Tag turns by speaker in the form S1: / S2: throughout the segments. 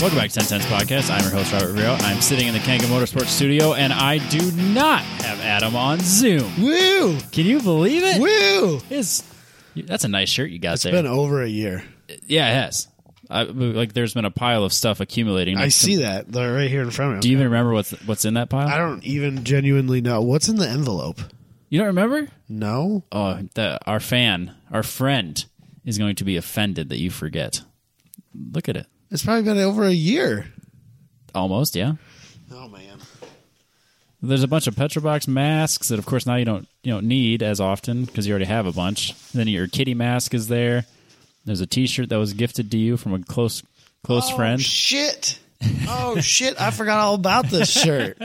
S1: Welcome back to 10 Cents Podcast. I'm your host, Robert Rio. I'm sitting in the Kanga Motorsports studio, and I do not have Adam on Zoom.
S2: Woo!
S1: Can you believe it?
S2: Woo!
S1: It's, that's a nice shirt you got
S2: It's
S1: there.
S2: been over a year.
S1: yeah, it has. I, like, there's been a pile of stuff accumulating.
S2: I see that. They're right here in front of
S1: Do
S2: me.
S1: you even remember what's what's in that pile?
S2: I don't even genuinely know. What's in the envelope?
S1: you don't remember?
S2: No?
S1: Oh, the, our fan, our friend, is going to be offended that you forget. Look at it.
S2: It's probably been over a year.
S1: Almost, yeah.
S2: Oh, man.
S1: There's a bunch of Petrobox masks that, of course, now you don't you don't need as often because you already have a bunch. Then your kitty mask is there. There's a T-shirt that was gifted to you from a close close friend.
S2: Oh, Shit. Oh, shit. I forgot all about this shirt.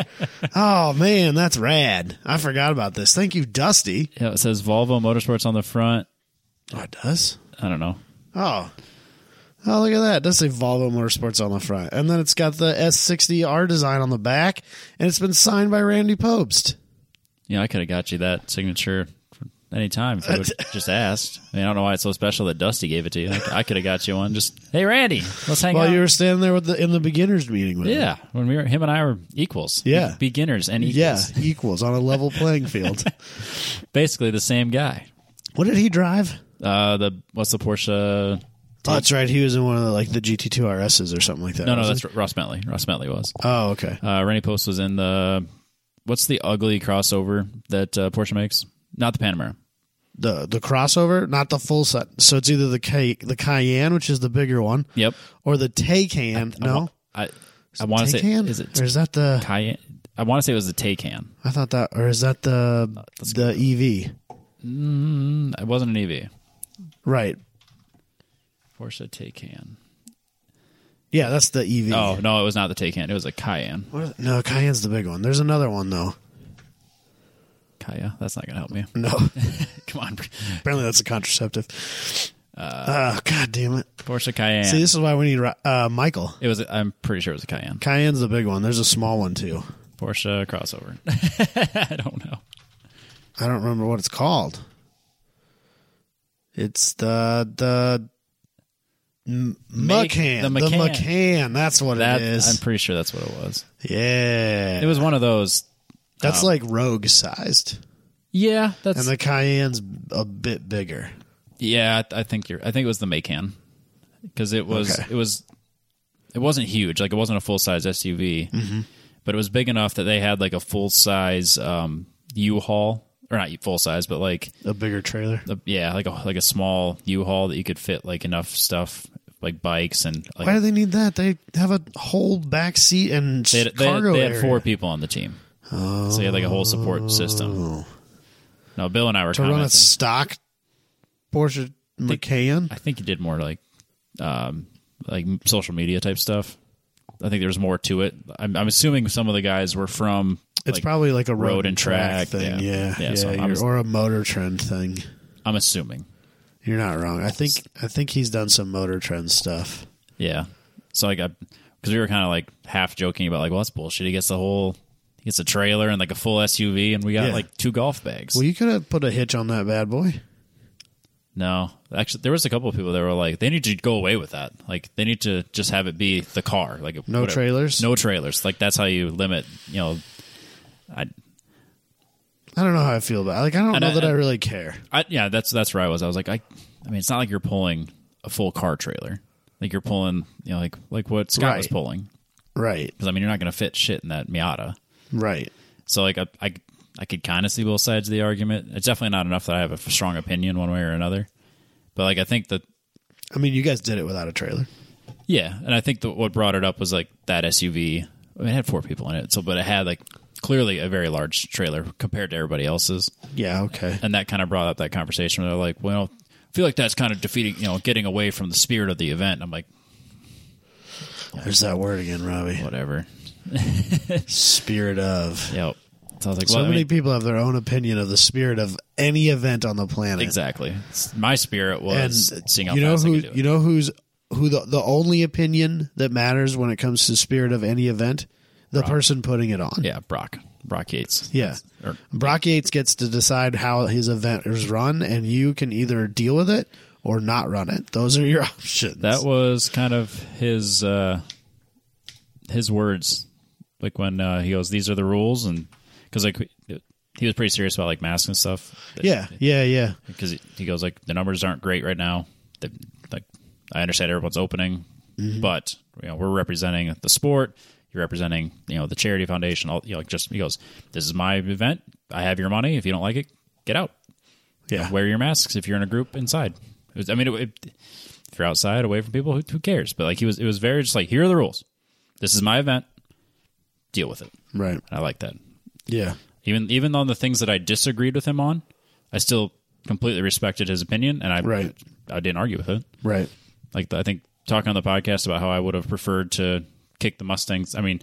S2: Oh, man. That's rad. I forgot about this. Thank you, Dusty.
S1: Yeah, it says Volvo Motorsports on the front.
S2: Oh, it does?
S1: I don't know.
S2: Oh. Oh, look at that. It does say Volvo Motorsports on the front. And then it's got the S60R design on the back, and it's been signed by Randy Pobst.
S1: You know, I could have got you that signature anytime if you would just asked. I, mean, I don't know why it's so special that Dusty gave it to you. I, I could have got you one. Just hey, Randy, let's hang
S2: While
S1: out.
S2: you were standing there with the in the beginners meeting with him.
S1: yeah, when we were him and I were equals.
S2: Yeah.
S1: beginners and equals.
S2: Yeah, equals on a level playing field.
S1: basically the same guy.
S2: what did he drive?
S1: Uh, the what's the Porsche?
S2: Oh, that's right. He was in one of the, like the GT2 RSs or something like that.
S1: No, no,
S2: wasn't
S1: that's Ross Bentley. Ross Bentley was.
S2: he? Oh, okay.
S1: Uh, Rennie Post was in the what's the ugly crossover that uh, Porsche makes? Not the Panamera.
S2: The the crossover, not the full set. So it's either the Cay- the Cayenne, which is the bigger one,
S1: Yep.
S2: or the Taycan. No,
S1: I I want to say
S2: Taycan.
S1: is it
S2: Or is that the?
S1: Cayenne? I want to say it was the Taycan.
S2: I thought that. Or is that the
S1: Uh,
S2: the E EV?
S1: It wasn't an E EV.
S2: Right.
S1: Porsche Taycan.
S2: E Yeah, that's the EV.
S1: Oh no, it was not the Taycan. It was a Cayenne.
S2: What is- no, Cayenne's the big one. There's another one though.
S1: Kaya. That's not gonna help me.
S2: No,
S1: Come on,
S2: apparently that's a contraceptive. oh God damn it!
S1: Porsche Cayenne.
S2: See, this is why we need Ro- uh, Michael.
S1: it was. I'm pretty sure it was a Cayenne.
S2: Cayenne's the big one. There's a small one too.
S1: Porsche crossover. I don't know.
S2: I don't remember what it's called. It's the the M-
S1: Make-
S2: Macan.
S1: the
S2: The
S1: Macan.
S2: Macan. That's what
S1: That
S2: it
S1: I'm
S2: is.
S1: pretty sure that's what it was.
S2: yeah.
S1: It was one of those.
S2: that's like rogue sized.
S1: Yeah, that's
S2: And the Cayenne's a bit bigger.
S1: Yeah, I th- I think you're. I think it was the Macan because it was
S2: Okay.
S1: it was it wasn't huge. Like it wasn't a full size SUV,
S2: Mm-hmm.
S1: but it was big enough that they had like a full size um, U-Haul or not full size, but like
S2: A bigger trailer.
S1: a, yeah, like a like a small U-Haul that you could fit like enough stuff like bikes and like
S2: Why do they need that? They have a whole back seat and
S1: they had, they had-
S2: cargo
S1: they had
S2: area.
S1: four people on the team, so you had like a whole support system. No, Bill and I were
S2: Oh. to run a
S1: commenting.
S2: stock Porsche Macan.
S1: I think he did more like um, like social media type stuff. I think there was more to it. I'm, I'm assuming some of the guys were from.
S2: It's
S1: like,
S2: probably like a road,
S1: road and track, yeah.
S2: thing, yeah, yeah,
S1: Yeah, so I was-
S2: or a motor trend thing.
S1: I'm assuming,
S2: You're not wrong. I think I think he's done some motor trend stuff.
S1: yeah. So like, I because we were kind of like half joking about like, well, that's bullshit. He gets the whole, he gets a trailer and like a full SUV, and we got
S2: Yeah.
S1: like two golf bags.
S2: Well, you could have put a hitch on that bad boy.
S1: no, actually, there was a couple of people that were like, they need to go away with that. Like, they need to just have it be the car. Like,
S2: No trailers?
S1: no trailers. Like that's how you limit. You know, I
S2: I don't know how I feel about. It. Like I don't
S1: And
S2: know
S1: I-
S2: that I,
S1: and-
S2: really care.
S1: I, yeah, that's that's where I was. I was like, I, I mean, it's not like you're pulling a full car trailer. Like you're pulling, you know, like like what Scott was
S2: Right.
S1: pulling.
S2: Right,
S1: Because I mean, you're not going to fit shit in that Miata.
S2: right.
S1: So like, I I, I could kind of see both sides of the argument. It's definitely not enough that I have a strong opinion one way or another. But like, I think that
S2: I mean, you guys did it without a trailer.
S1: yeah, and I think that what brought it up was like that SUV. I mean, it had four people in it, so but it had like clearly a very large trailer compared to everybody else's.
S2: Yeah, okay.
S1: and that kind of brought up that conversation where they're like, well, I feel like that's kind of defeating, you know, getting away from the spirit of the event. I'm like,
S2: There's that word again, Robbie.
S1: whatever.
S2: Spirit of.
S1: Yep. So I was like,
S2: So
S1: well, I
S2: many
S1: mean,
S2: people have their own opinion of the spirit of any event on the planet.
S1: exactly. It's- My spirit
S2: and
S1: was seeing how
S2: you know
S1: fast I
S2: who
S1: could do
S2: you
S1: it.
S2: know who's who the the only opinion that matters when it comes to spirit of any event the person putting it on
S1: yeah, Brock. Brock Yates.
S2: yeah
S1: Or-
S2: Brock Yates gets to decide how his event is run and you can either deal with it or not run it those are your options
S1: That was kind of his uh, his words, like when uh, he goes, "These are the rules," and because like he was pretty serious about like masks and stuff.
S2: Yeah, yeah, yeah.
S1: because he, he goes like the numbers aren't great right now. The, like I understand everyone's opening, but you know we're representing the sport. You're representing you know the charity foundation. All you know, like just he goes, this is my event. I have your money. If you don't like it, get out.
S2: Yeah.
S1: Wear your masks if you're in a group inside. It was, I mean, it, it- if you're outside, away from people, who, who cares? But like he was, it was very just like here are the rules. This is my event. Deal with it.
S2: Right.
S1: And I like that
S2: Yeah.
S1: even even on the things that I disagreed with him on, I still completely respected his opinion, and I
S2: Right.
S1: I didn't argue with it.
S2: Right.
S1: Like I think talking on the podcast about how I would have preferred to kick the Mustangs. I mean,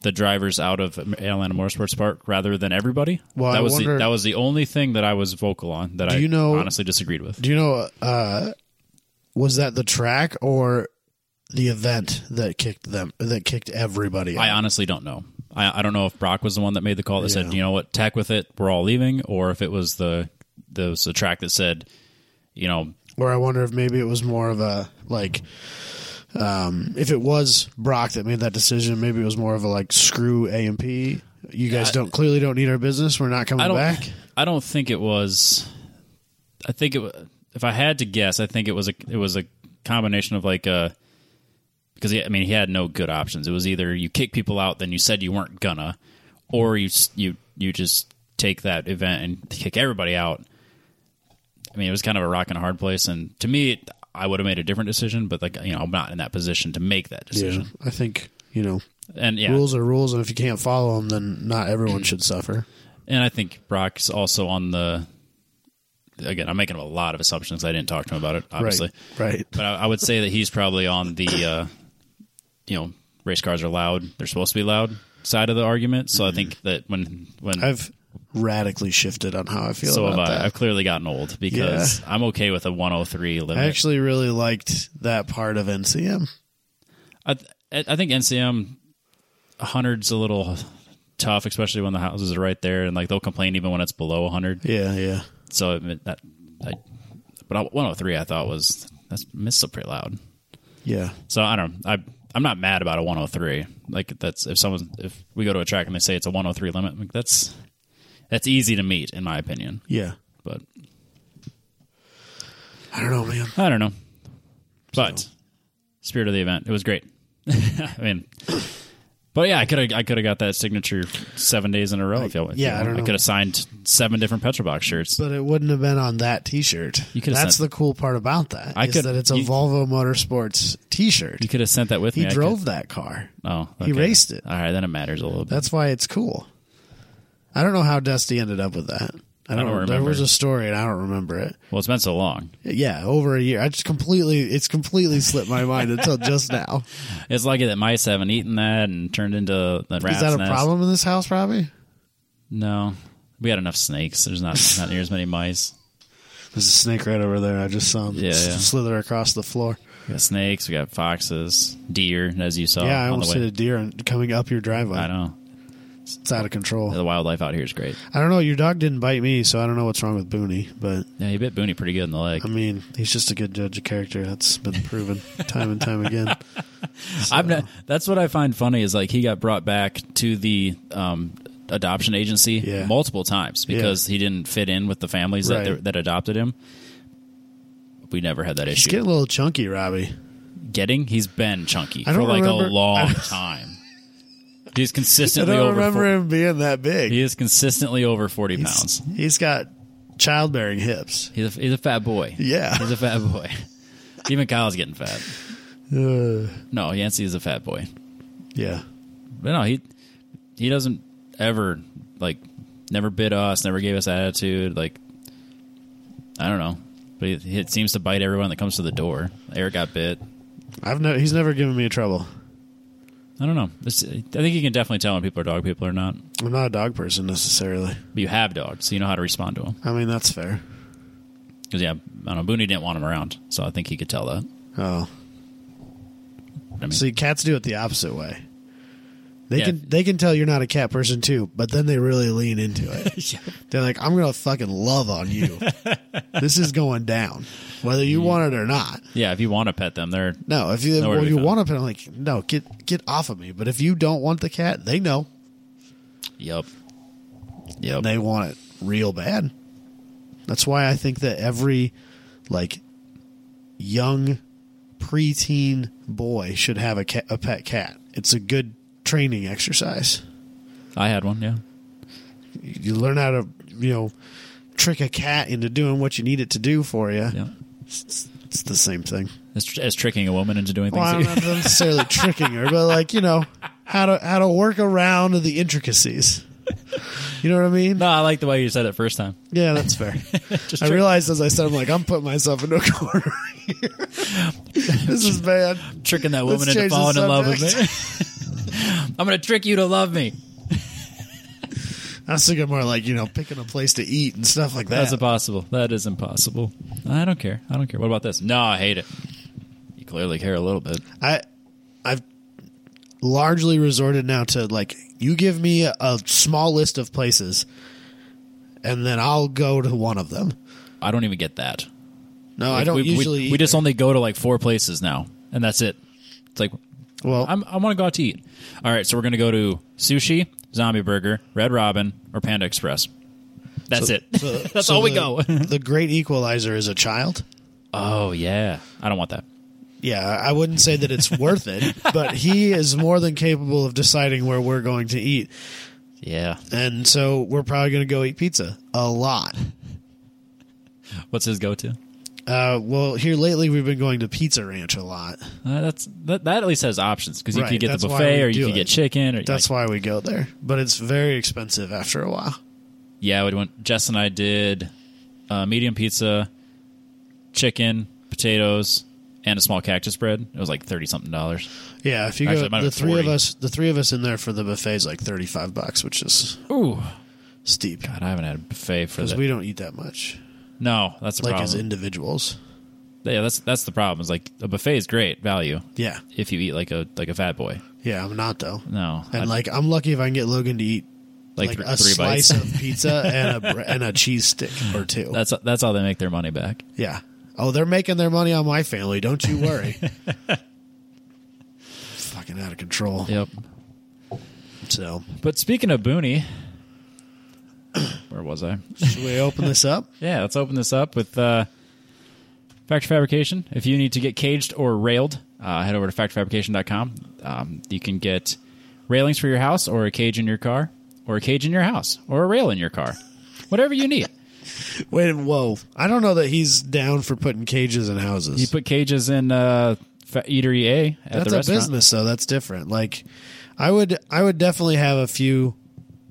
S1: the drivers out of Atlanta Motorsports Park rather than everybody.
S2: Well,
S1: that
S2: I
S1: was
S2: wonder-
S1: the, that was the only thing that I was vocal on that I
S2: you know-
S1: honestly disagreed with.
S2: Do you know? Uh, was that the track or the event that kicked them? That kicked everybody.
S1: I
S2: out?
S1: honestly don't know. I, I don't know if Brock was the one that made the call that said,
S2: Yeah.
S1: you know what, tack with it, we're all leaving, or if it was the there was the track that said, you know,
S2: Or I wonder if maybe it was more of a like. Um, if it was Brock that made that decision, maybe it was more of a like screw A and P. You guys don't clearly don't need our business. We're not coming
S1: I don't.
S2: back.
S1: I don't think it was. I think it. wa- If I had to guess, I think it was a. It was a combination of like a. Because he, I mean, he had no good options. It was either you kick people out, then you said you weren't gonna, or you s- you you just take that event and kick everybody out. I mean, it was kind of a rock and a hard place, and to me, I would have made a different decision. But like, you know, I'm not in that position to make that decision.
S2: I think you know
S1: And yeah,
S2: rules are rules, and if you can't follow them, then not everyone should suffer.
S1: And I think Brock's also on the. Again, I'm making a lot of assumptions. I didn't talk to him about it, obviously,
S2: Right.
S1: but I, I would say that he's probably on the, uh, you know, race cars are loud. They're supposed to be loud side of the argument. So
S2: Mm-hmm.
S1: I think that when when
S2: I've radically shifted on how I feel
S1: so have
S2: about that.
S1: I, I've clearly gotten old because I'm okay with a 103 limit.
S2: I actually really liked that part of NCM.
S1: I th- I think NCM hundreds a little tough, especially when the houses are right there, and like they'll complain even when it's below 100.
S2: Yeah, yeah.
S1: So I mean, that, I, but I- 103 I thought was that's that's still pretty loud.
S2: Yeah.
S1: So I don't. I I'm not mad about a 103. Like that's if someone if we go to a track and they say it's a 103 limit, like that's that's easy to meet in my opinion.
S2: Yeah.
S1: But
S2: I don't know, man.
S1: I don't know. But spirit of the event, it was great. I mean. But yeah, I could have I could have got that signature seven days in a row if I if
S2: yeah,
S1: you
S2: I
S1: want.
S2: don't know.
S1: could have signed seven different Petrobox shirts.
S2: But it wouldn't have been on that t shirt.
S1: You could've
S2: That's
S1: sent-
S2: the cool part about that.
S1: I
S2: is
S1: could-
S2: that it's a
S1: you-
S2: Volvo Motorsports t shirt.
S1: You could have sent that with
S2: He
S1: me. I could-
S2: drove that car.
S1: Oh,
S2: He
S1: okay.
S2: raced it.
S1: All right, then it matters a little bit.
S2: That's why it's cool. I don't know how Dusty ended up with that. I don't,
S1: don't
S2: There
S1: remember.
S2: was a story and I don't remember it.
S1: Well, it's been so long.
S2: Yeah, over a year. I just completely it's completely slipped my mind until just now.
S1: It's lucky that mice haven't eaten that and turned into the rat's
S2: Is that a
S1: nest.
S2: problem in this house, Robbie?
S1: No, we got enough snakes. There's not not near as many mice.
S2: There's a snake right over there. I just saw him
S1: Yeah,
S2: s-
S1: yeah.
S2: slither across the floor.
S1: We got snakes. We got foxes, deer, as you saw Oh,
S2: yeah, I
S1: on the
S2: almost
S1: way.
S2: hit a deer on- coming up your driveway.
S1: I know
S2: It's out of control.
S1: the wildlife out here is great.
S2: I don't know. Your dog didn't bite me, so I don't know what's wrong with Booney. But
S1: Yeah, he bit Booney pretty good in the leg.
S2: I mean, he's just a good judge of character. That's been proven time and time again.
S1: I'm not, that's what I find funny is like he got brought back to the um, adoption agency
S2: Yeah.
S1: multiple times because he didn't fit in with the families that
S2: Right.
S1: that adopted him. We never had that
S2: He's
S1: issue.
S2: getting a little chunky, Robbie.
S1: getting. He's been chunky
S2: I don't
S1: for like
S2: remember-
S1: a long time. He's
S2: I
S1: consistently
S2: don't
S1: over.
S2: remember
S1: 40,
S2: him being that big.
S1: He is consistently over forty pounds.
S2: he's got childbearing hips.
S1: He's a, he's a fat boy.
S2: Yeah.
S1: he's a fat boy. Even Kyle's getting fat.
S2: Uh,
S1: No, Yancey is a fat boy.
S2: yeah.
S1: But no, he he doesn't ever like never bit us, never gave us attitude. Like I don't know, but he, he seems to bite everyone that comes to the door. Eric got bit.
S2: I've no, he's never given me trouble.
S1: I don't know. It's, I think you can definitely tell when people are dog people or not.
S2: I'm not a dog person necessarily.
S1: But you have dogs, so you know how to respond to them.
S2: I mean, that's fair.
S1: Because yeah, I don't know. Booney didn't want him around, so I think he could tell that.
S2: Oh.
S1: I mean-
S2: See, cats do it the opposite way. They
S1: Yeah.
S2: can they can tell you're not a cat person too, but then they really lean into it. They're like, "I'm gonna fucking love on you. this is going down, whether you want it or not."
S1: Yeah, if you want to pet them, they're
S2: No, if you
S1: Nowhere to
S2: well,
S1: be
S2: you
S1: found.
S2: want a pet, I'm like, no, get get off of me. But if you don't want the cat, they know
S1: yep, yep.
S2: they want it real bad. That's why I think that every like young preteen boy should have a cat, a pet cat. It's a good training exercise.
S1: I had one. Yeah,
S2: You learn how to you know trick a cat into doing what you need it to do for you.
S1: yeah.
S2: It's, it's the same thing.
S1: As, tr- as tricking a woman into doing
S2: Well,
S1: things.
S2: I'm not necessarily tricking her, but like you know how to how to work around the intricacies. You know what I mean?
S1: no, I like the way you said it first time.
S2: Yeah, that's fair.
S1: Just
S2: I
S1: trick-
S2: realized as I said, I'm like, I'm putting myself into a corner here. this is bad.
S1: tricking that
S2: Let's
S1: woman into
S2: change the
S1: falling in love with me. I'm gonna trick you to love me.
S2: I was thinking more like, you know, picking a place to eat and stuff like that.
S1: That's impossible. That is impossible. I don't care. I don't care. What about this? No, I hate it. You clearly care a little bit.
S2: I, I've largely resorted now to like, you give me a, a small list of places, and then I'll go to one of them.
S1: I don't even get that.
S2: No, I don't
S1: we, we-
S2: usually.
S1: We,
S2: either.
S1: just only go to like four places now, and that's it. It's like
S2: well,
S1: I'm, I want to go out to eat. All right, so we're gonna go to sushi, Zombie Burger, Red Robin, or Panda Express. That's it.
S2: so-
S1: that's
S2: so
S1: all we
S2: the-
S1: go.
S2: the great equalizer is a child.
S1: oh yeah, I don't want that.
S2: Yeah, I wouldn't say that it's worth it, but he is more than capable of deciding where we're going to eat.
S1: Yeah.
S2: and so we're probably going to go eat pizza a lot.
S1: What's his go-to?
S2: Uh, well, here lately we've been going to Pizza Ranch a lot.
S1: Uh, that's that, that at least has options because you
S2: Right,
S1: could get
S2: that's
S1: the
S2: why
S1: buffet
S2: we
S1: or you
S2: do
S1: could
S2: it.
S1: get chicken or
S2: That's
S1: like,
S2: why we go there, but it's very expensive after a while.
S1: yeah. We went. Jess and I did uh, medium pizza, chicken, potatoes, and a small cactus bread. It was like thirty something dollars.
S2: Yeah, if you
S1: Actually, it might
S2: go
S1: have
S2: the
S1: been
S2: three
S1: 40.
S2: of us, the three of us in there for the buffet is like thirty five bucks, which is
S1: Ooh,
S2: steep
S1: God, I haven't had a buffet for
S2: because
S1: that.
S2: we don't eat that much,
S1: no, that's the
S2: like
S1: problem.
S2: as individuals.
S1: yeah, that's that's the problem. It's like a buffet is great value
S2: Yeah,
S1: if you eat like a like a fat boy.
S2: yeah, I'm not though,
S1: No,
S2: and
S1: I'd-
S2: like I'm lucky if I can get Logan to eat like,
S1: th-
S2: a slice of pizza and a bre- and a cheese stick or two.
S1: that's that's how they make their money back.
S2: Yeah. Oh, they're making their money on my family. Don't you worry. Fucking out of control.
S1: Yep.
S2: So,
S1: But speaking of Booney, where was I?
S2: should we open this up?
S1: Yeah, let's open this up with uh, Factor Fabrication. If you need to get caged or railed, uh, head over to factorfabrication.com. Um, you can get railings for your house, or a cage in your car, or a cage in your house, or a rail in your car. Whatever you need.
S2: Wait, whoa. I don't know that he's down for putting cages in houses.
S1: You put cages in uh, fa- Eatery A at
S2: That's
S1: the
S2: a
S1: restaurant.
S2: business though. That's different. Like I would I would definitely have a few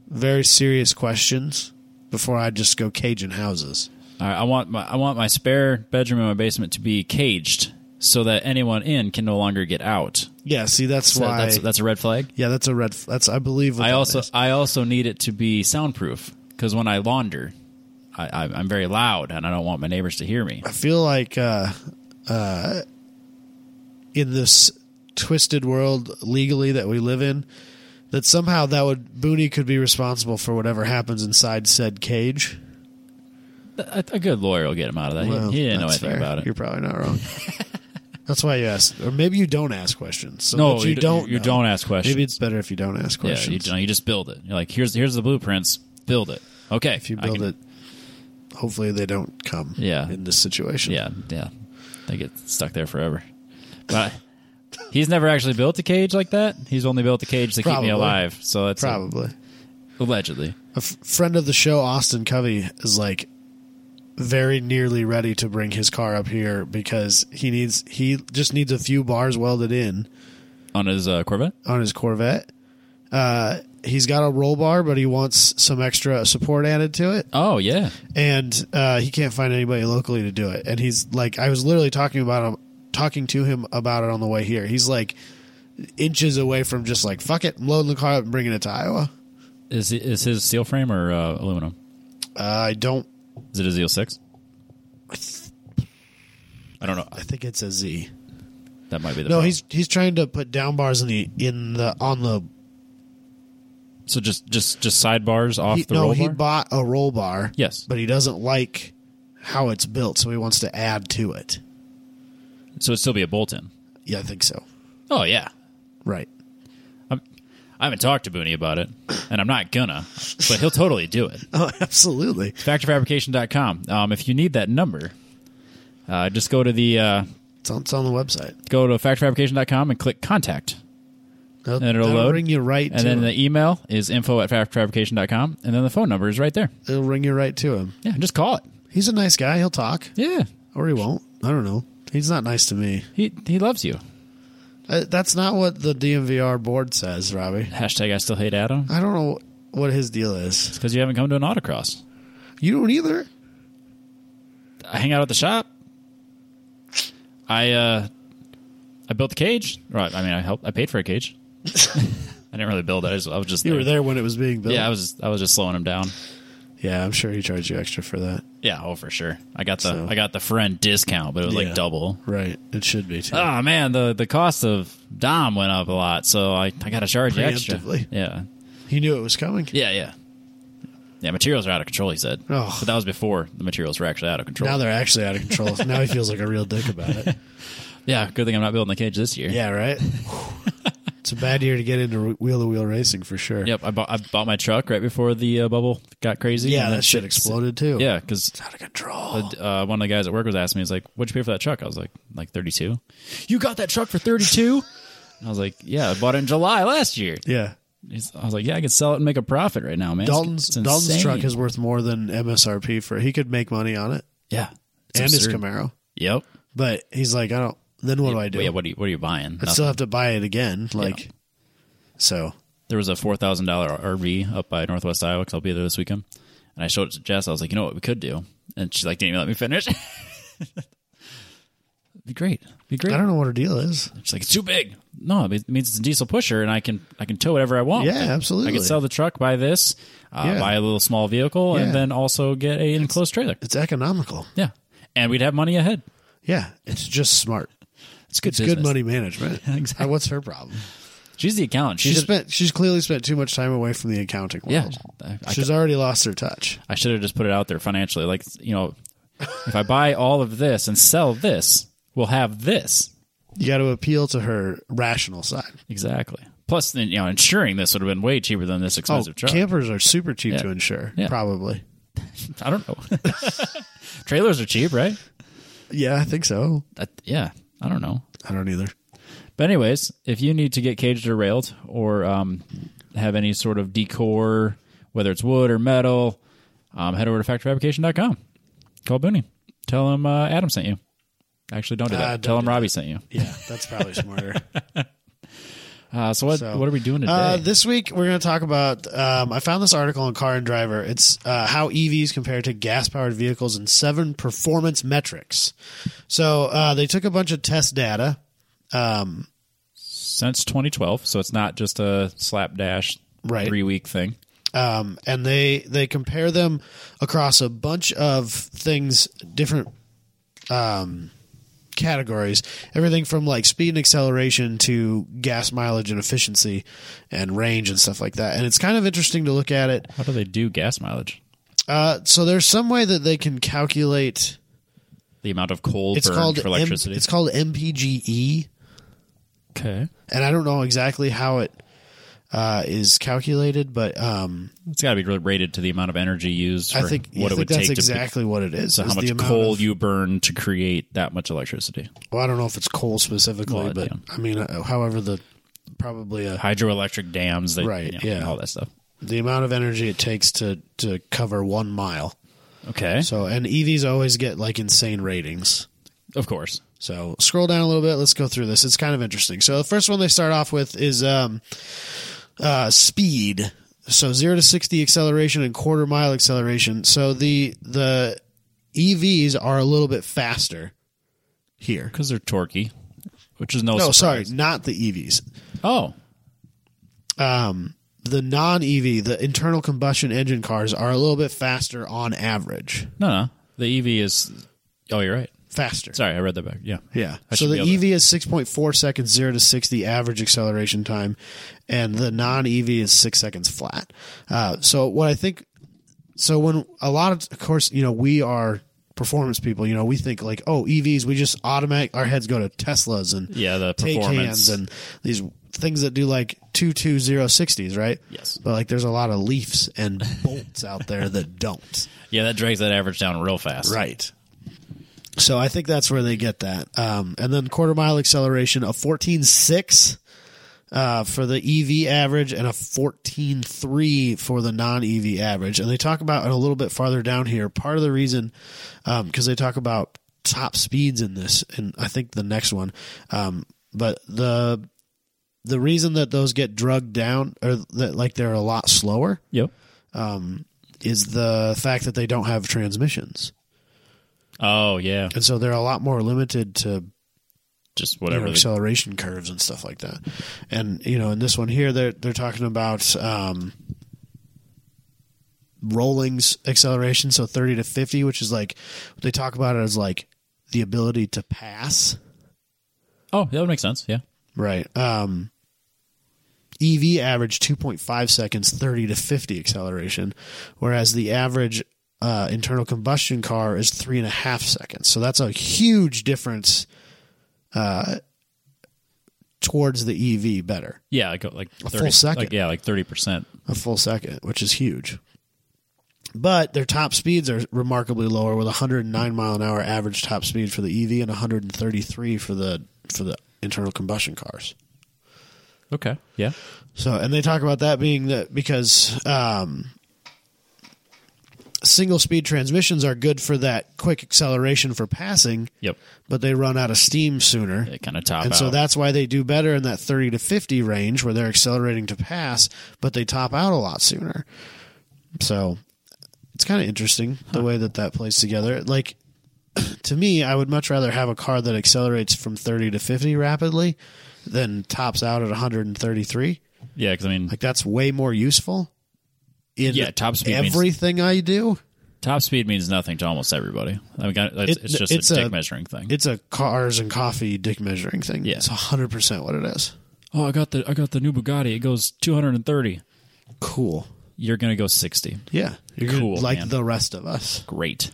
S2: very serious questions before I just go cage in houses.
S1: All right, I want my I want my spare bedroom in my basement to be caged so that anyone in can no longer get out.
S2: Yeah, see that's
S1: So
S2: why
S1: that's that's a red flag.
S2: Yeah, that's a red f- that's I believe what
S1: I
S2: that
S1: also
S2: is.
S1: I also need it to be soundproof because when I launder, I, I, I'm very loud and I don't want my neighbors to hear me.
S2: I feel like uh, uh, in this twisted world legally that we live in, that somehow that would Booney could be responsible for whatever happens inside said cage.
S1: A, a good lawyer will get him out of that. He-
S2: Well,
S1: he, didn't know
S2: that's
S1: anything
S2: fair.
S1: about it.
S2: You're probably not wrong. that's why you asked, or maybe you don't ask questions. So
S1: no,
S2: that
S1: you,
S2: you,
S1: d-
S2: don't.
S1: You
S2: know.
S1: don't ask questions.
S2: Maybe it's better if you don't ask
S1: yeah, you,
S2: questions.
S1: don't, you just build it. You're like, here's here's the blueprints. Build it. Okay,
S2: if you build it, hopefully they don't come.
S1: Yeah.
S2: in this situation.
S1: Yeah, yeah, they get stuck there forever. But he's never actually built a cage like that. He's only built a cage to keep
S2: Probably.
S1: me alive. So that's uh,
S2: probably.
S1: allegedly.
S2: A f- friend of the show, Austin Covey, is like very nearly ready to bring his car up here because he needs he just needs a few bars welded in
S1: on his uh, Corvette.
S2: on his Corvette. Uh, he's got a roll bar, but he wants some extra support added to it,
S1: Oh yeah,
S2: and uh, he can't find anybody locally to do it. And he's like, I was literally talking about him, talking to him about it on the way here. He's like inches away from just like fuck it, I'm loading the car up and bringing it to Iowa.
S1: is is his steel frame or uh, aluminum?
S2: Uh, I don't.
S1: Is it a Z06? I don't know.
S2: I think it's a Z.
S1: That might be the
S2: No,
S1: problem.
S2: he's he's trying to put down bars in the in the on the
S1: So just just just sidebars off
S2: He-
S1: the
S2: no,
S1: roll
S2: he
S1: bar?
S2: bought a roll bar.
S1: Yes.
S2: but he doesn't like how it's built, so he wants to add to it.
S1: so it'd still be a bolt in.
S2: Yeah, I think so.
S1: Oh yeah.
S2: Right.
S1: I haven't talked to Booney about it, and I'm not gonna, but he'll totally do it.
S2: Oh, absolutely.
S1: Factorfabrication.com. Um, if you need that number, uh, just go to the uh,
S2: It's on, it's on the website.
S1: go to factorfabrication.com and click contact.
S2: And
S1: it'll load,
S2: ring you right.
S1: And
S2: to
S1: then
S2: him.
S1: the email is info at factorfabrication.com. And then the phone number is right there.
S2: it'll ring you right to him.
S1: Yeah, just call it.
S2: He's a nice guy. He'll talk,
S1: Yeah.
S2: or he won't. I don't know. He's not nice to me.
S1: He, he loves you.
S2: Uh, That's not what the DMVR board says, Robbie.
S1: Hashtag I still hate Adam.
S2: I don't know what his deal is.
S1: It's because you haven't come to an autocross.
S2: You don't either.
S1: I hang out at the shop. I uh, I built the cage. Right. I mean, I helped. I paid for a cage. I didn't really build it. I, just, I was just
S2: You were there when it was being built.
S1: Yeah, I was. I was just slowing him down.
S2: Yeah, I'm sure he charged you extra for that.
S1: Yeah, oh for sure. I got the
S2: So-
S1: I got the friend discount, but it was
S2: Yeah.
S1: like double.
S2: Right. It should be too.
S1: Oh man, the the cost of Dom went up a lot, so I, I got to charge you extra.
S2: Preemptively.
S1: Yeah,
S2: he knew it was coming.
S1: yeah, yeah. Yeah, materials are out of control. He said,
S2: Oh.
S1: but that was before the materials were actually out of control.
S2: Now they're actually out of control. now he feels like a real dick about it.
S1: yeah, good thing I'm not building the cage this year.
S2: Yeah, right. it's a bad year to get into wheel to wheel racing for sure.
S1: Yep, I bought I bought my truck right before the uh, bubble got crazy.
S2: Yeah,
S1: and
S2: that shit
S1: shit-
S2: exploded too.
S1: Yeah, because
S2: It's out of control.
S1: uh, one of the guys at work was asking me, he's like, "What'd you pay for that truck?" I was like, "Like 32." You got that truck for 32? I was like, "Yeah, I bought it in July last year."
S2: Yeah.
S1: He's- I was like, yeah, I could sell it and make a profit right now, man. It's-
S2: Dalton's
S1: it's
S2: Dalton's
S1: insane.
S2: truck is worth more than MSRP for he could make money on it
S1: yeah, It's
S2: and
S1: absurd.
S2: his Camaro.
S1: Yep.
S2: But he's like, I don't then what do I do?
S1: Yeah, what are you what are you buying?
S2: I'd
S1: Nothing.
S2: still have to buy it again. Like so
S1: there was a four thousand dollar RV up by Northwest Iowa because I'll be there this weekend, and I showed it to Jess. I was like, you know what we could do, and she's like, didn't even let me finish. be great, be great.
S2: I don't know what her deal is.
S1: She's like, it's too big. No, it means- it means it's a diesel pusher, and I can I can tow whatever I want.
S2: Yeah,
S1: with it.
S2: absolutely.
S1: I can sell the truck, buy this, uh,
S2: Yeah.
S1: buy a little small vehicle,
S2: Yeah.
S1: and then also get a enclosed trailer.
S2: It's economical.
S1: Yeah, and we'd have money ahead.
S2: Yeah. It's just smart.
S1: It's good.
S2: It's good
S1: business.
S2: money management. exactly. What's her problem?
S1: She's the accountant.
S2: She
S1: She's a-
S2: spent she's clearly spent too much time away from the accounting
S1: Yeah,
S2: world.
S1: I,
S2: She's already lost her touch.
S1: should have just put it out there financially. Like you know, if I buy all of this and sell this, we'll have this
S2: You got to appeal to her rational side.
S1: exactly. Plus, then, you know, insuring this would have been way cheaper than this
S2: Oh,
S1: expensive truck.
S2: campers are super cheap
S1: Yeah.
S2: to insure,
S1: Yeah.
S2: probably.
S1: I don't know. Trailers are cheap, right?
S2: Yeah, I think so.
S1: I, yeah, I don't know.
S2: I don't either.
S1: But anyways, if you need to get caged or railed or um, have any sort of decor, whether it's wood or metal, um, head over to factoryfabrication.com. Call Booney. Tell him uh, Adam sent you. Actually, don't do that.
S2: Ah, don't
S1: Tell him
S2: do
S1: Robbie sent you.
S2: Yeah, that's probably smarter.
S1: Uh, so what
S2: So,
S1: what are we doing today?
S2: Uh, this week we're going to talk about. Um, I found this article on Car and Driver. It's uh, how EVs compare to gas-powered vehicles in seven performance metrics. So uh, they took a bunch of test data. Um,
S1: Since 2012, so it's not just a slapdash
S2: Right.
S1: three week thing.
S2: um, and they they compare them across a bunch of things, different um, categories, everything from like speed and acceleration to gas mileage and efficiency, and range and stuff like that. And it's kind of interesting to look at it.
S1: How do they do gas mileage?
S2: Uh, so there's some way that they can calculate.
S1: The amount of coal
S2: It's
S1: burned
S2: called
S1: for
S2: M-
S1: electricity.
S2: it's called MPGE,
S1: okay,
S2: and I don't know exactly how it uh, is calculated, but um,
S1: it's got to be related to the amount of energy used. For
S2: I think
S1: what
S2: I
S1: it
S2: think
S1: would
S2: that's
S1: take to
S2: exactly what it is.
S1: So how
S2: is the
S1: much
S2: amount
S1: coal
S2: of-
S1: you burn to create that much electricity?
S2: Well, I don't know if it's coal specifically,
S1: Well,
S2: but
S1: yeah.
S2: I mean, uh, however, the probably uh
S1: Hydroelectric dams, that, you
S2: Right,
S1: know,
S2: yeah.
S1: all that stuff.
S2: the amount of energy it takes to to cover one mile.
S1: Okay,
S2: So, and EVs always get like insane ratings.
S1: of course.
S2: So scroll down a little bit. Let's go through this. It's kind of interesting. So the first one they start off with is um, uh, speed. So zero to sixty acceleration and quarter mile acceleration. So the the EVs are a little bit faster here.
S1: Because they're torquey, which is no.
S2: No, sorry,
S1: surprise.
S2: not the E EVs.
S1: Oh,
S2: Um, the non EV, the internal combustion engine cars, are a little bit faster on average.
S1: no, no. The EV is. E Oh, you're right.
S2: faster.
S1: Sorry, I read that back. Yeah.
S2: Yeah.
S1: I
S2: so
S1: should
S2: the
S1: be able to-
S2: EV is 6.4 seconds, 0 to 60 average acceleration time, and the non EV is 6 seconds flat. Uh, so, what I think, so when a lot of, of course, you know, we are performance people, you know, we think like, oh, EVs, we just automatic, our heads go to Teslas and
S1: Yeah, the
S2: take
S1: performance.
S2: hands and these things that do like two two zero sixties, right?
S1: Yes.
S2: But like there's a lot of leafs and bolts out there that don't.
S1: Yeah, that drags that average down real fast.
S2: Right. So I think that's where they get that. Um, and then quarter mile acceleration, a fourteen six uh, for the EV average and a fourteen three for the non EV average. And they talk about it a little bit farther down here. Part of the reason, because they talk about top speeds in this, and I think the next one. Um, but the the reason that those get drugged down or that like they're a lot slower
S1: Yep.
S2: is the fact that they don't have transmissions.
S1: Oh yeah,
S2: and so they're a lot more limited to you
S1: just
S2: know,
S1: whatever. they-
S2: acceleration curves and stuff like that. And you know, in this one here, they're they're talking about um, Rolling's acceleration, so thirty to fifty, which is like they talk about it as like the ability to pass,
S1: oh, that would make sense. Yeah.
S2: right? Um, EV average two point five seconds, thirty to fifty acceleration, whereas the average. Uh, internal combustion car is three and a half seconds, so that's a huge difference uh, towards the EV better,
S1: Yeah, like like 30,
S2: full second.
S1: Like, yeah, like thirty percent.
S2: a full second, which is huge. But their top speeds are remarkably lower, with 109 mile an hour average top speed for the EV and 133 for the for the internal combustion cars.
S1: Okay. Yeah.
S2: So, and they talk about that being that because um, single speed transmissions are good for that quick acceleration for passing,
S1: Yep.
S2: but they run out of steam sooner.
S1: It kind of top
S2: and
S1: out.
S2: so that's why they do better in that 30 to 50 range where they're accelerating to pass but they top out a lot sooner so it's kind of interesting the way that that plays together like to me i would much rather have a car that accelerates from 30 to 50 rapidly than tops out at 133
S1: yeah, because I mean,
S2: like that's way more useful in
S1: Yeah, top speed means-
S2: everything i do
S1: top speed means nothing to almost everybody. I mean, it's,
S2: It-
S1: it's just
S2: it's
S1: a
S2: a-
S1: dick measuring thing.
S2: it's a cars and coffee dick measuring thing
S1: Yeah.
S2: it's 100% what it is
S1: oh, I got the I got the new Bugatti. It goes two hundred and thirty.
S2: cool
S1: You're gonna go sixty.
S2: Yeah, you're
S1: Cool,
S2: gonna, like
S1: man.
S2: the rest of us.
S1: Great.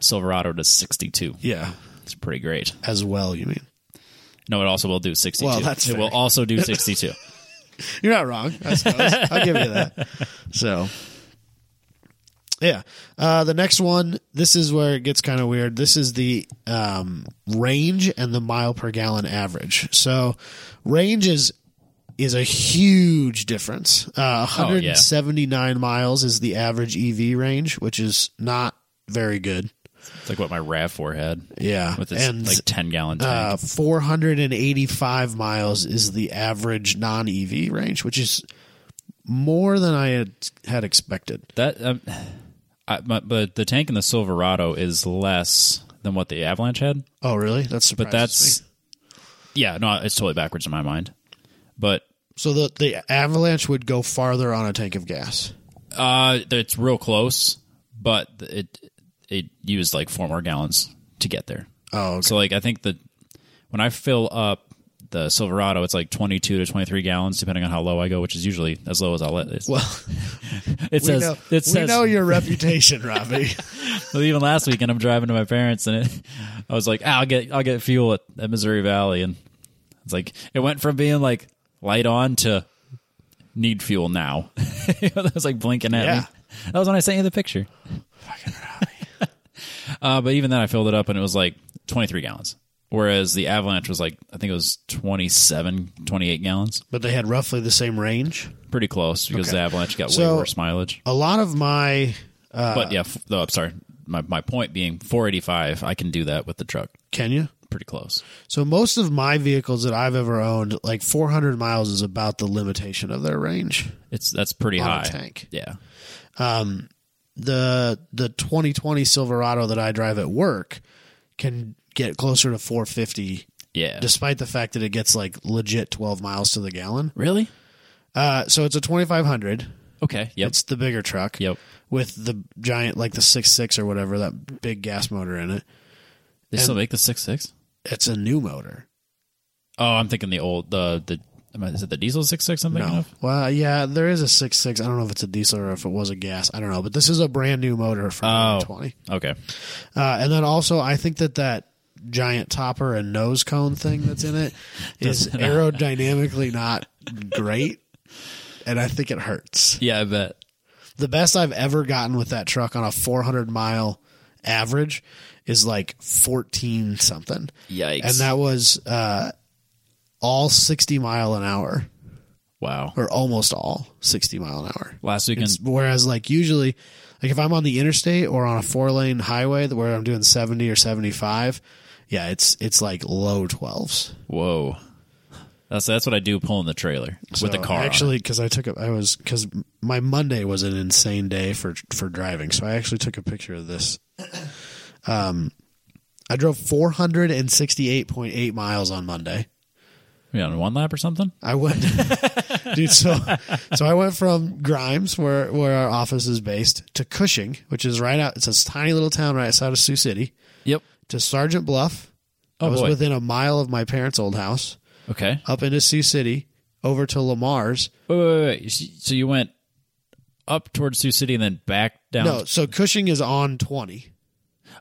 S1: Silverado does sixty-two.
S2: Yeah,
S1: It's pretty great.
S2: as well. You mean
S1: No, it also will do sixty-two.
S2: Well, that's
S1: it will
S2: fair.
S1: also do sixty-two.
S2: you're not wrong. I suppose I'll give you that. So, yeah, uh, the next one. This is where it gets kind of weird. This is the um, range and the mile per gallon average. So, range is is a huge difference. Uh,
S1: Oh, yeah.
S2: 179 miles is the average EV range, which is not very good.
S1: it's like what my Rav Four had
S2: Yeah,
S1: with its
S2: and
S1: like ten-gallon tank.
S2: Uh, 485 miles is the average non EV range, which is more than I had had expected.
S1: That, um, I, my, but the tank in the Silverado is less than what the Avalanche had.
S2: Oh, really? That's
S1: But
S2: surprising.
S1: that's, yeah, no, it's totally backwards in my mind. But
S2: so the the avalanche would go farther on a tank of gas.
S1: uh, it's real close. But it it used like four more gallons to get there.
S2: Oh, okay.
S1: So like I think the when I fill up the Silverado, it's like twenty two to twenty three gallons, depending on how low I go, which is usually as low as I'll let. It's,
S2: well,
S1: it
S2: we
S1: says
S2: know,
S1: it
S2: we
S1: says
S2: know your reputation, Robbie.
S1: Well, even last weekend, I'm driving to my parents, and it, I was like, "Ah, "I'll get I'll get fuel at, at Missouri Valley," and it's like it went from being like light on to need fuel now. that was like blinking at
S2: Yeah.
S1: me. That was when I sent you the picture. uh, but even then, I filled it up, and it was like 23 gallons. Whereas the Avalanche was like, I think it was 27, 28 gallons.
S2: but they had roughly the same range.
S1: Pretty close because
S2: Okay.
S1: the Avalanche got
S2: So- uh,
S1: way worse mileage.
S2: A lot of my
S1: but yeah, f- no, I'm sorry. My, my point being 485, I can do that with the truck.
S2: Kenya.
S1: pretty close.
S2: So most of my vehicles that I've ever owned, like 400 miles, is about the limitation of their range.
S1: It's that's pretty
S2: On a
S1: high.
S2: tank.
S1: Yeah.
S2: the the 2020 Silverado that I drive at work can get closer to 450
S1: Yeah.
S2: despite the fact that it gets like legit 12 miles to the gallon.
S1: really?
S2: Uh, so it's a 2500.
S1: Okay. Yep.
S2: It's the bigger truck
S1: yep.
S2: with the giant like the six six or whatever that big gas motor in it.
S1: They still make the six six.
S2: It's a new motor.
S1: Oh, I'm thinking the old the the am I- is it the diesel six six? I'm thinking
S2: No.
S1: of.
S2: Well, yeah, there is a six six. I don't know if it's a diesel or if it was a gas. I don't know, but this is a brand new motor for
S1: Oh.
S2: 20.
S1: Okay,
S2: Uh, and then also, I think that that giant topper and nose cone thing that's in it is aerodynamically not great, and I think it hurts.
S1: yeah, I bet.
S2: The best I've ever gotten with that truck on a 400 mile average is like 14 something,
S1: Yikes!
S2: and that was uh, all 60 mile an hour
S1: wow.
S2: or almost all 60 mile an hour.
S1: Last weekend,
S2: It's- whereas like usually like if i'm on the interstate or on a four lane highway that- where i'm doing 70 or 75 yeah it's it's like low 12s
S1: whoa. That's that's what I do pulling the trailer with the
S2: So,
S1: car. on it.
S2: actually because i took a i was because my monday was an insane day for for driving so i actually took a picture of this um i drove 468.8 miles on monday
S1: yeah, on one lap or something.
S2: I went, dude. So, so I went from Grimes, where where our office is based, to Cushing, which is right out. It's this tiny little town right outside of Sioux City.
S1: Yep.
S2: To Sergeant Bluff.
S1: Oh,
S2: I was
S1: boy.
S2: within a mile of my parents' old house.
S1: Okay.
S2: Up into Sioux City, over to Lamar's.
S1: Wait, wait, wait, wait. So you went up towards Sioux City and then back down.
S2: No, so Cushing is on twenty.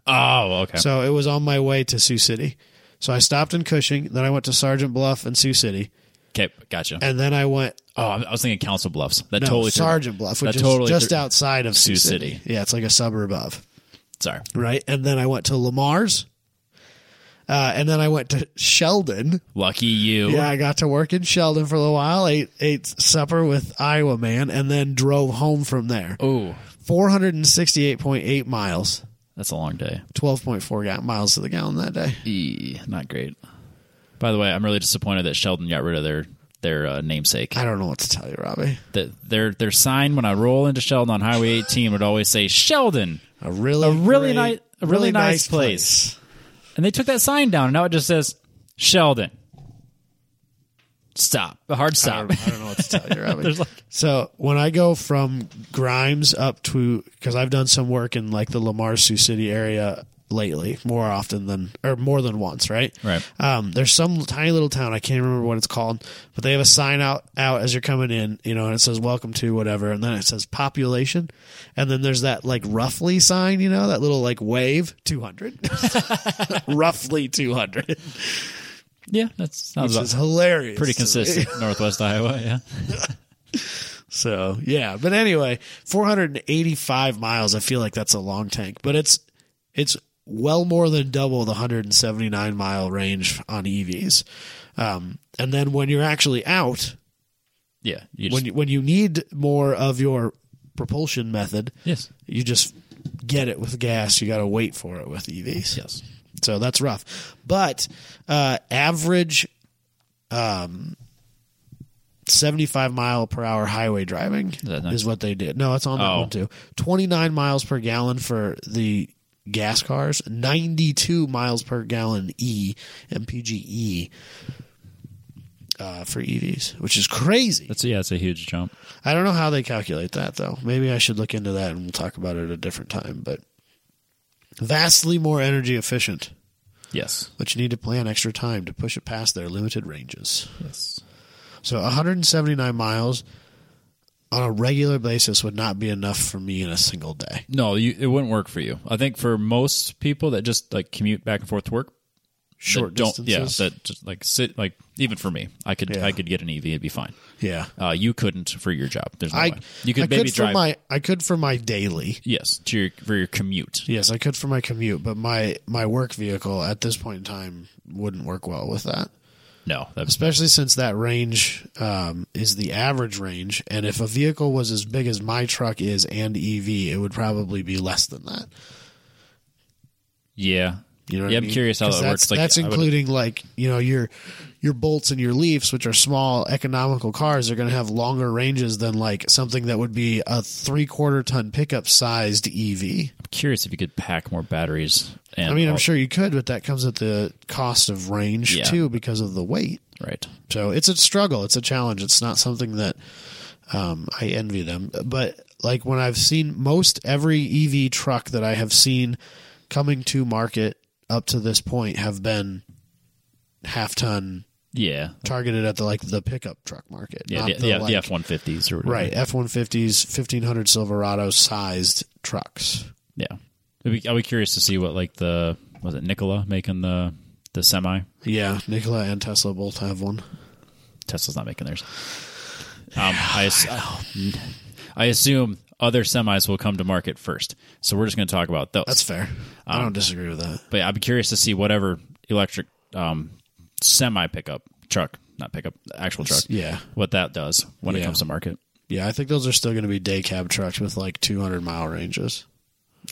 S1: Oh, okay.
S2: So it was on my way to Sioux City. So I stopped in Cushing, then I went to Sergeant Bluff and Sioux City,
S1: okay, gotcha.
S2: and then I went
S1: Oh, I I was thinking Council Bluffs. That
S2: no,
S1: totally. threw-
S2: Sergeant Bluff,
S1: that
S2: which is
S1: totally
S2: just
S1: threw-
S2: outside of Sioux
S1: Sioux
S2: City. Yeah, it's like a suburb of.
S1: Sorry.
S2: right? And then I went to Lamar's, uh, and then I went to Sheldon.
S1: Lucky you.
S2: Yeah, I got to work in Sheldon for a little while. Ate ate supper with Iowa man, and then drove home from there.
S1: Oh,
S2: Four hundred and sixty eight point eight miles,
S1: that's a long day.
S2: twelve point four ga- miles to the gallon that day.
S1: E, not great. By the way, I'm really disappointed that Sheldon got rid of their their uh, namesake.
S2: I don't know what to tell you, Robbie.
S1: The, their their sign when I roll into Sheldon on Highway 18 would always say Sheldon,
S2: A really, a
S1: really ni- a really nice place. and they took that sign down, and now it just says Sheldon. Stop. A hard
S2: I
S1: stop.
S2: don't, I don't know what to tell you, Robbie.
S1: There's like-
S2: so when I go from Grimes up to, because I've done some work in like the Lamar Sioux City area lately, more often than, or more than once, right?
S1: Right.
S2: Um, there's some tiny little town I can't remember what it's called, but they have a sign out out as you're coming in, you know, and it says "Welcome to" whatever, and then it says population, and then there's that like roughly sign, you know, that little like wave, two hundred, roughly two hundred,
S1: Yeah, that sounds
S2: which
S1: about
S2: is hilarious,
S1: pretty
S2: to me.
S1: consistent. Northwest Iowa. Yeah.
S2: So yeah, but anyway, 485 miles. I feel like that's a long tank, but it's it's well more than double the 179 mile range on EVs. Um, and then when you're actually out,
S1: Yeah. You
S2: when you, when you need more of your propulsion method,
S1: yes.
S2: you just get it with gas. You got to wait for it with EVs.
S1: Yes.
S2: So that's rough. But uh, average um, 75 mile per hour highway driving is,
S1: that nice?
S2: what they did. No, it's on that
S1: Oh.
S2: one too. 29 miles per gallon for the gas cars, 92 miles per gallon E, MPGE. E, Uh, for EVs, which is crazy.
S1: That's yeah. It's a huge jump.
S2: I don't know how they calculate that though. Maybe I should look into that and we'll talk about it at a different time. But vastly more energy efficient
S1: Yes.
S2: but you need to plan extra time to push it past their limited ranges.
S1: Yes.
S2: So 179 miles on a regular basis would not be enough for me in a single day.
S1: No, you, it wouldn't work for you. I think for most people that just like commute back and forth to work, that
S2: Short
S1: don't,
S2: distances.
S1: Yeah, that just like sit like even for me, I could
S2: Yeah.
S1: I could get an EV, it'd be fine.
S2: yeah.
S1: Uh, you couldn't for your job. There's no
S2: I
S1: way. Oh, You could
S2: I
S1: maybe
S2: for
S1: drive.
S2: my I could for my daily.
S1: yes, to your for your commute.
S2: Yes, I could for my commute, but my my work vehicle at this point in time wouldn't work well with that.
S1: No, that's
S2: especially since that range um, is the average range. And if a vehicle was as big as my truck is and EV, it would probably be less than that.
S1: yeah.
S2: You know, what
S1: yeah,
S2: I
S1: I'm
S2: mean?
S1: curious how
S2: 'Cause
S1: that
S2: that's,
S1: works. Like
S2: that's
S1: I would-
S2: including like you know your your bolts and your leafs, which are small economical cars, are going to have longer ranges than like something that would be a three quarter ton pickup sized EV.
S1: I'm curious if you could pack more batteries. And
S2: I mean,
S1: all-
S2: I'm sure you could, but that comes at the cost of range
S1: Yeah.
S2: too because of the weight.
S1: right.
S2: So it's a struggle. It's a challenge. It's not something that um, I envy them. But like E when I've seen most every EV truck that I have seen coming to market up to this point have been half ton
S1: Yeah.
S2: targeted at the like the pickup truck market.
S1: Yeah,
S2: not
S1: the,
S2: the,
S1: yeah,
S2: like-
S1: the F one fifties or whatever.
S2: Right, F one fifties, fifteen hundred Silverado sized trucks.
S1: Yeah, I'd be, I'd be curious to see what like the was it Nikola making the the semi.
S2: Yeah, Nikola and Tesla both have one.
S1: Tesla's not making theirs. Um, I, ass- I assume other semis will come to market first, so we're just going to talk about those.
S2: That's fair.
S1: Um,
S2: I don't disagree with that.
S1: but I'd be curious to see whatever electric um, semi pickup truck, not pickup, actual truck,
S2: Yeah,
S1: what that does when it
S2: Yeah.
S1: comes to market.
S2: yeah. I think those are still going to be day cab trucks with like two hundred mile ranges,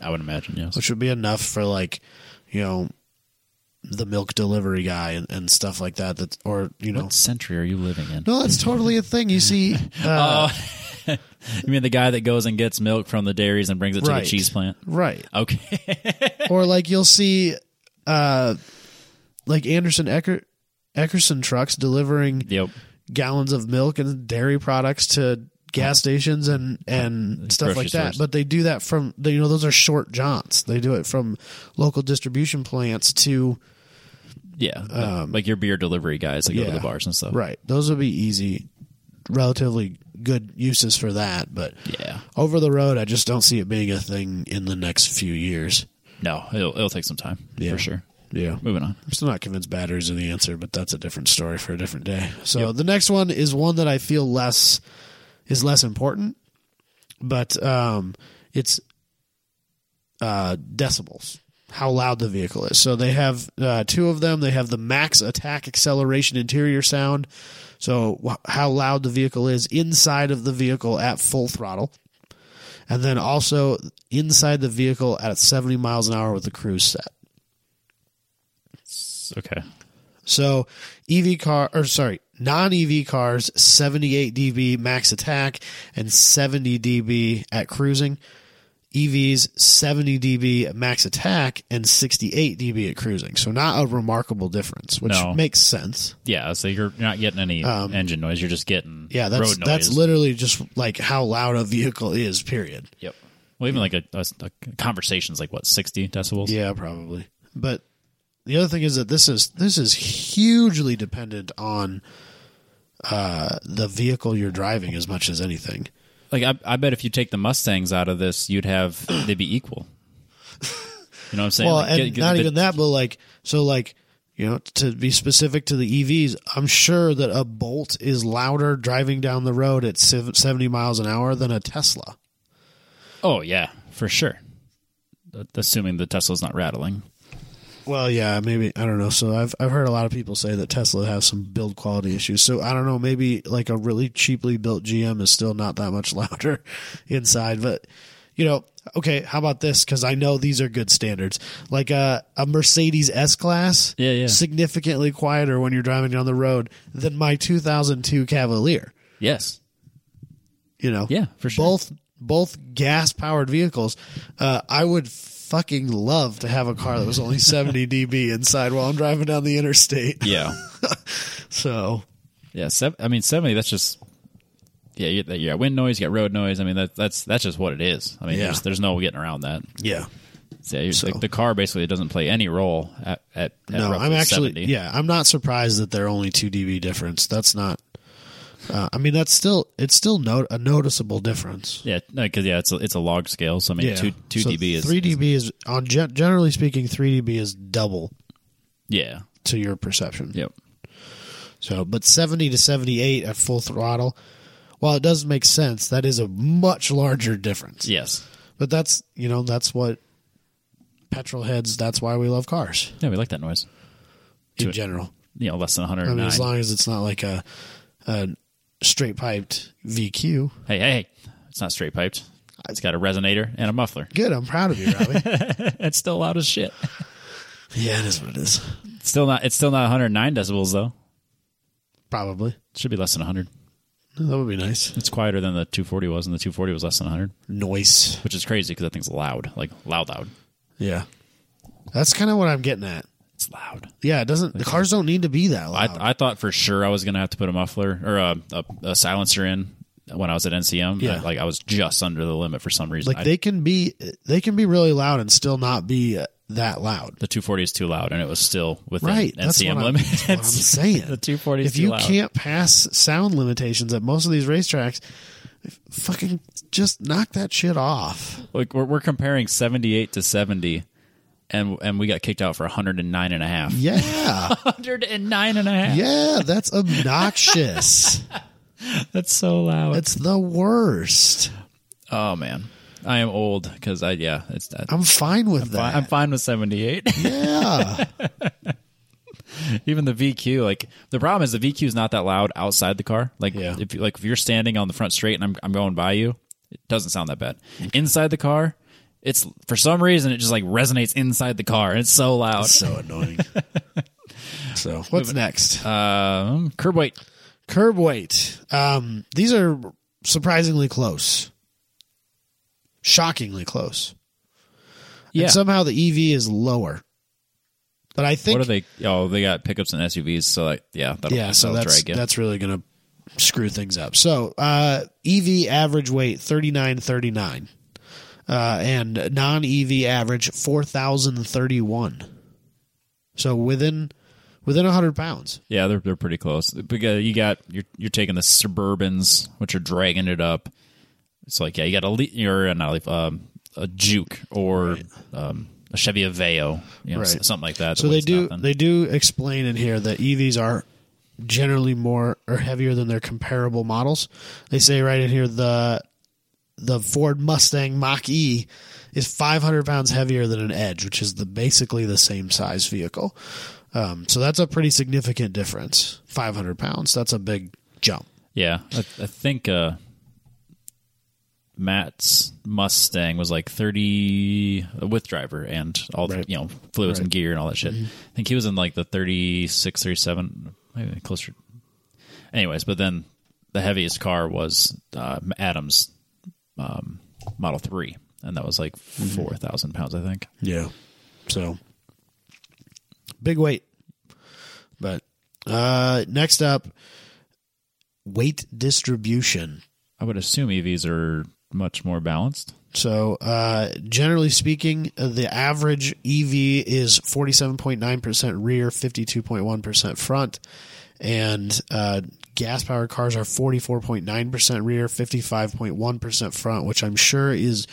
S1: I would imagine, yes.
S2: which would be enough for like, you know, the milk delivery guy and, and stuff like that. That or you know,
S1: What century are you living in?
S2: no, that's totally a thing. You see, uh,
S1: You mean the guy that goes and gets milk from the dairies and brings it to
S2: Right.
S1: the cheese plant?
S2: right?
S1: Okay.
S2: or like you'll see, uh, like Anderson Ecker, Eckerson trucks delivering
S1: yep.
S2: gallons of milk and dairy products to gas stations and and stuff
S1: grocery
S2: like that
S1: stores.
S2: but they do that from they, you know those are short johns they do it from local distribution plants to
S1: Yeah. like your beer delivery guys that go to
S2: Um, yeah.
S1: the bars and stuff.
S2: right those would be easy relatively good uses for that but
S1: Yeah.
S2: over the road i just don't see it being a thing in the next few years
S1: No, it'll, it'll take some time
S2: Yeah.
S1: for sure.
S2: yeah
S1: Moving on.
S2: I'm still not convinced batteries are the answer, but that's a different story for a different day. So the next one is one that I feel less is less important, but um, it's uh, decibels, how loud the vehicle is. So they have uh, two of them. They have the max attack acceleration interior sound, so wh- how loud the vehicle is inside of the vehicle at full throttle, and then also inside the vehicle at 70 miles an hour with the cruise set.
S1: Okay.
S2: So EV car or sorry, non EV cars 78 dB max attack and 70 dB at cruising. E EVs 70 dB at max attack and 68 dB at cruising. So not a remarkable difference, which
S1: No.
S2: makes sense.
S1: Yeah. So you're not getting any engine noise. You're just getting
S2: Um, Yeah, that's
S1: road noise.
S2: that's literally just like how loud a vehicle is, period.
S1: Yep. Well, even like a, a, a conversation's like what sixty decibels.
S2: Yeah, probably. But the other thing is that this is this is hugely dependent on uh, the vehicle you're driving as much as anything.
S1: Like I, I bet if you take the Mustangs out of this, you'd have they'd be equal. You know what I'm saying?
S2: Well,
S1: Like,
S2: and
S1: get- get
S2: not
S1: the-
S2: even that, but like so, like you know, to be specific to the EVs, I'm sure that a Bolt is louder driving down the road at sev- 70 miles an hour than a Tesla.
S1: Oh yeah, for sure. Assuming the Tesla's not rattling.
S2: Well, yeah, maybe I don't know. So I've I've heard a lot of people say that Tesla has some build quality issues. So I don't know. Maybe like a really cheaply built GM is still not that much louder inside, but. You know, okay. How about this? Because I know these are good standards. Like a a Mercedes S class,
S1: Yeah, yeah.
S2: significantly quieter when you're driving down the road than my 2002 Cavalier.
S1: Yes.
S2: You know,
S1: Yeah, for sure.
S2: Both both gas powered vehicles. Uh, I would fucking love to have a car that was only 70 dB inside while I'm driving down the interstate.
S1: Yeah.
S2: So
S1: yeah. Sev- I mean, seventy. That's just. Yeah, you, you got wind noise, you got road noise. I mean, that, that's that's just what it is. I mean,
S2: Yeah.
S1: there's, there's no getting around that.
S2: yeah,
S1: So, yeah, you're- the, the car basically doesn't play any role at at, at
S2: no,
S1: roughly
S2: I'm actually
S1: 70.
S2: yeah, I'm not surprised that they're only 2 dB difference. That's not. Uh, I mean, that's still it's still no, a noticeable difference.
S1: yeah, because yeah, it's a, it's a log scale. So I mean, two two
S2: So
S1: dB is
S2: three dB is on gen- generally speaking, three dB is double
S1: yeah,
S2: to your perception.
S1: yep,
S2: So, but 70 to 78 at full throttle, while it does make sense, that is a much larger difference.
S1: yes,
S2: But that's, you know, that's what petrol heads, that's why we love cars
S1: yeah. We like that noise.
S2: in general.
S1: You know, less than
S2: I
S1: 109.
S2: mean, as long as it's not like a, a straight piped VQ.
S1: hey, hey, hey, it's not straight piped. It's got a resonator and a muffler.
S2: Good. I'm proud of you, Robbie.
S1: It's still loud as shit.
S2: yeah, it is what it is.
S1: It's still not. It's still not 109 decibels though.
S2: Probably.
S1: It should be less than 100.
S2: That would be nice.
S1: It's quieter than the 240 was, and the 240 was less than 100,
S2: Noise.
S1: which is crazy because that thing's loud, like loud, loud.
S2: Yeah. That's kind of what I'm getting at.
S1: It's loud.
S2: Yeah, it doesn't. The cars don't need to be that loud.
S1: I, I thought for sure I was going to have to put a muffler or a, a, a silencer in when I was at NCM.
S2: Yeah.
S1: I- like I was just under the limit for some reason.
S2: like they can be they can be really loud and still not be a, that loud.
S1: The 240 is too loud, and it was still within
S2: Right. That's
S1: NCM
S2: what, I'm, that's
S1: limits.
S2: what I'm saying.
S1: the 240 is
S2: If
S1: too
S2: you
S1: loud.
S2: can't pass sound limitations at most of these racetracks, fucking just knock that shit off.
S1: like we're, we're comparing 78 to 70 and and we got kicked out for 109 and a half
S2: Yeah.
S1: 109 and a half
S2: yeah. That's obnoxious.
S1: that's so loud
S2: That's the worst.
S1: oh man i am old because i yeah it's that
S2: I'm fine with that.
S1: i'm fine with 78
S2: Yeah.
S1: even the vq like the problem is the vq is not that loud outside the car like
S2: Yeah.
S1: if you like if you're standing on the front straight and i'm, I'm going by you it doesn't sound that bad inside the car it's for some reason it just like resonates inside the car and it's so loud
S2: so annoying. So what's next?
S1: um curb weight
S2: Curb weight. Um, these are surprisingly close. Shockingly close.
S1: yeah
S2: And somehow the EV is lower. But I think
S1: what are they? Oh, they got pickups and SUVs. So like, yeah, that'll,
S2: yeah, so
S1: that'll
S2: that's
S1: drag it.
S2: that's really going to screw things up. So, uh, EV average weight 3939. Uh, and non-EV average 4031. So within within 100 pounds.
S1: yeah, they're they're pretty close. Because you got you're you're taking the Suburbans, which are dragging it up. It's like yeah, you got a Le- you're not a, Leaf, um, a Juke or um, a Chevy Aveo, you know,
S2: Right.
S1: s- something like that.
S2: So they do
S1: Nothing.
S2: they do explain in here that EVs are generally more or heavier than their comparable models. They say right in here the the Ford Mustang Mach E is 500 pounds heavier than an Edge, which is the basically the same size vehicle. Um, so that's a pretty significant difference. 500 pounds. That's a big jump.
S1: yeah, I, I think uh, Matt's Mustang was like thirty uh, with driver and all the
S2: Right.
S1: you know fluids and
S2: Right. Mm-hmm.
S1: gear and all that shit. I think he was in like the 36, 37, maybe closer. Anyways, but then the heaviest car was uh, Adam's um, Model Three, and that was like
S2: Mm-hmm.
S1: four thousand pounds, I think.
S2: Yeah. So big weight. But uh next up weight distribution.
S1: I would assume EVs are much more balanced.
S2: So, uh, generally speaking, uh, the average EV is 47.9% rear, 52.1% front. And uh, gas powered cars are 44.9% rear, 55.1% front, which I'm sure is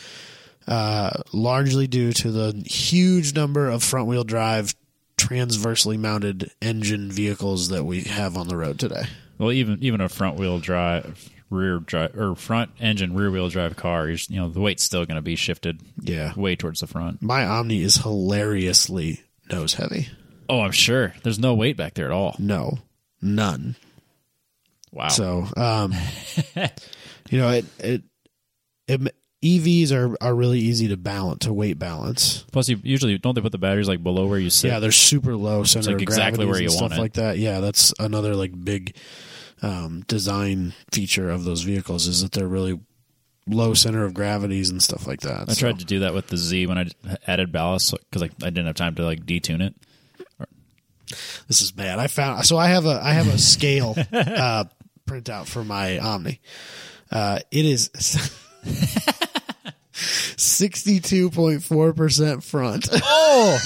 S2: uh, largely due to the huge number of front wheel drive transversely mounted engine vehicles that we have on the road today.
S1: Well, even even a front wheel drive, rear drive, or front engine rear wheel drive car, you're, s- you know the weight's still going to be shifted.
S2: Yeah.
S1: way towards the front.
S2: My Omni is hilariously nose heavy.
S1: Oh, I'm sure. There's no weight back there at all.
S2: No, none.
S1: Wow.
S2: So, um, you know, it, it, it EVs are, are really easy to balance, to weight balance.
S1: Plus, you usually don't they put the batteries like below where you sit?
S2: Yeah, they're super low center
S1: like
S2: of
S1: exactly
S2: gravities
S1: where you
S2: and stuff
S1: want it.
S2: like that. Yeah, that's another like big um, design feature of those vehicles is that they're really low center of gravities and stuff like that.
S1: I tried to do that with the Z when I added ballast because like, I didn't have time to like detune it.
S2: this is bad. I found so I have a I have a scale uh, printout for my Omni. Uh, it is sixty two point four percent front.
S1: Oh.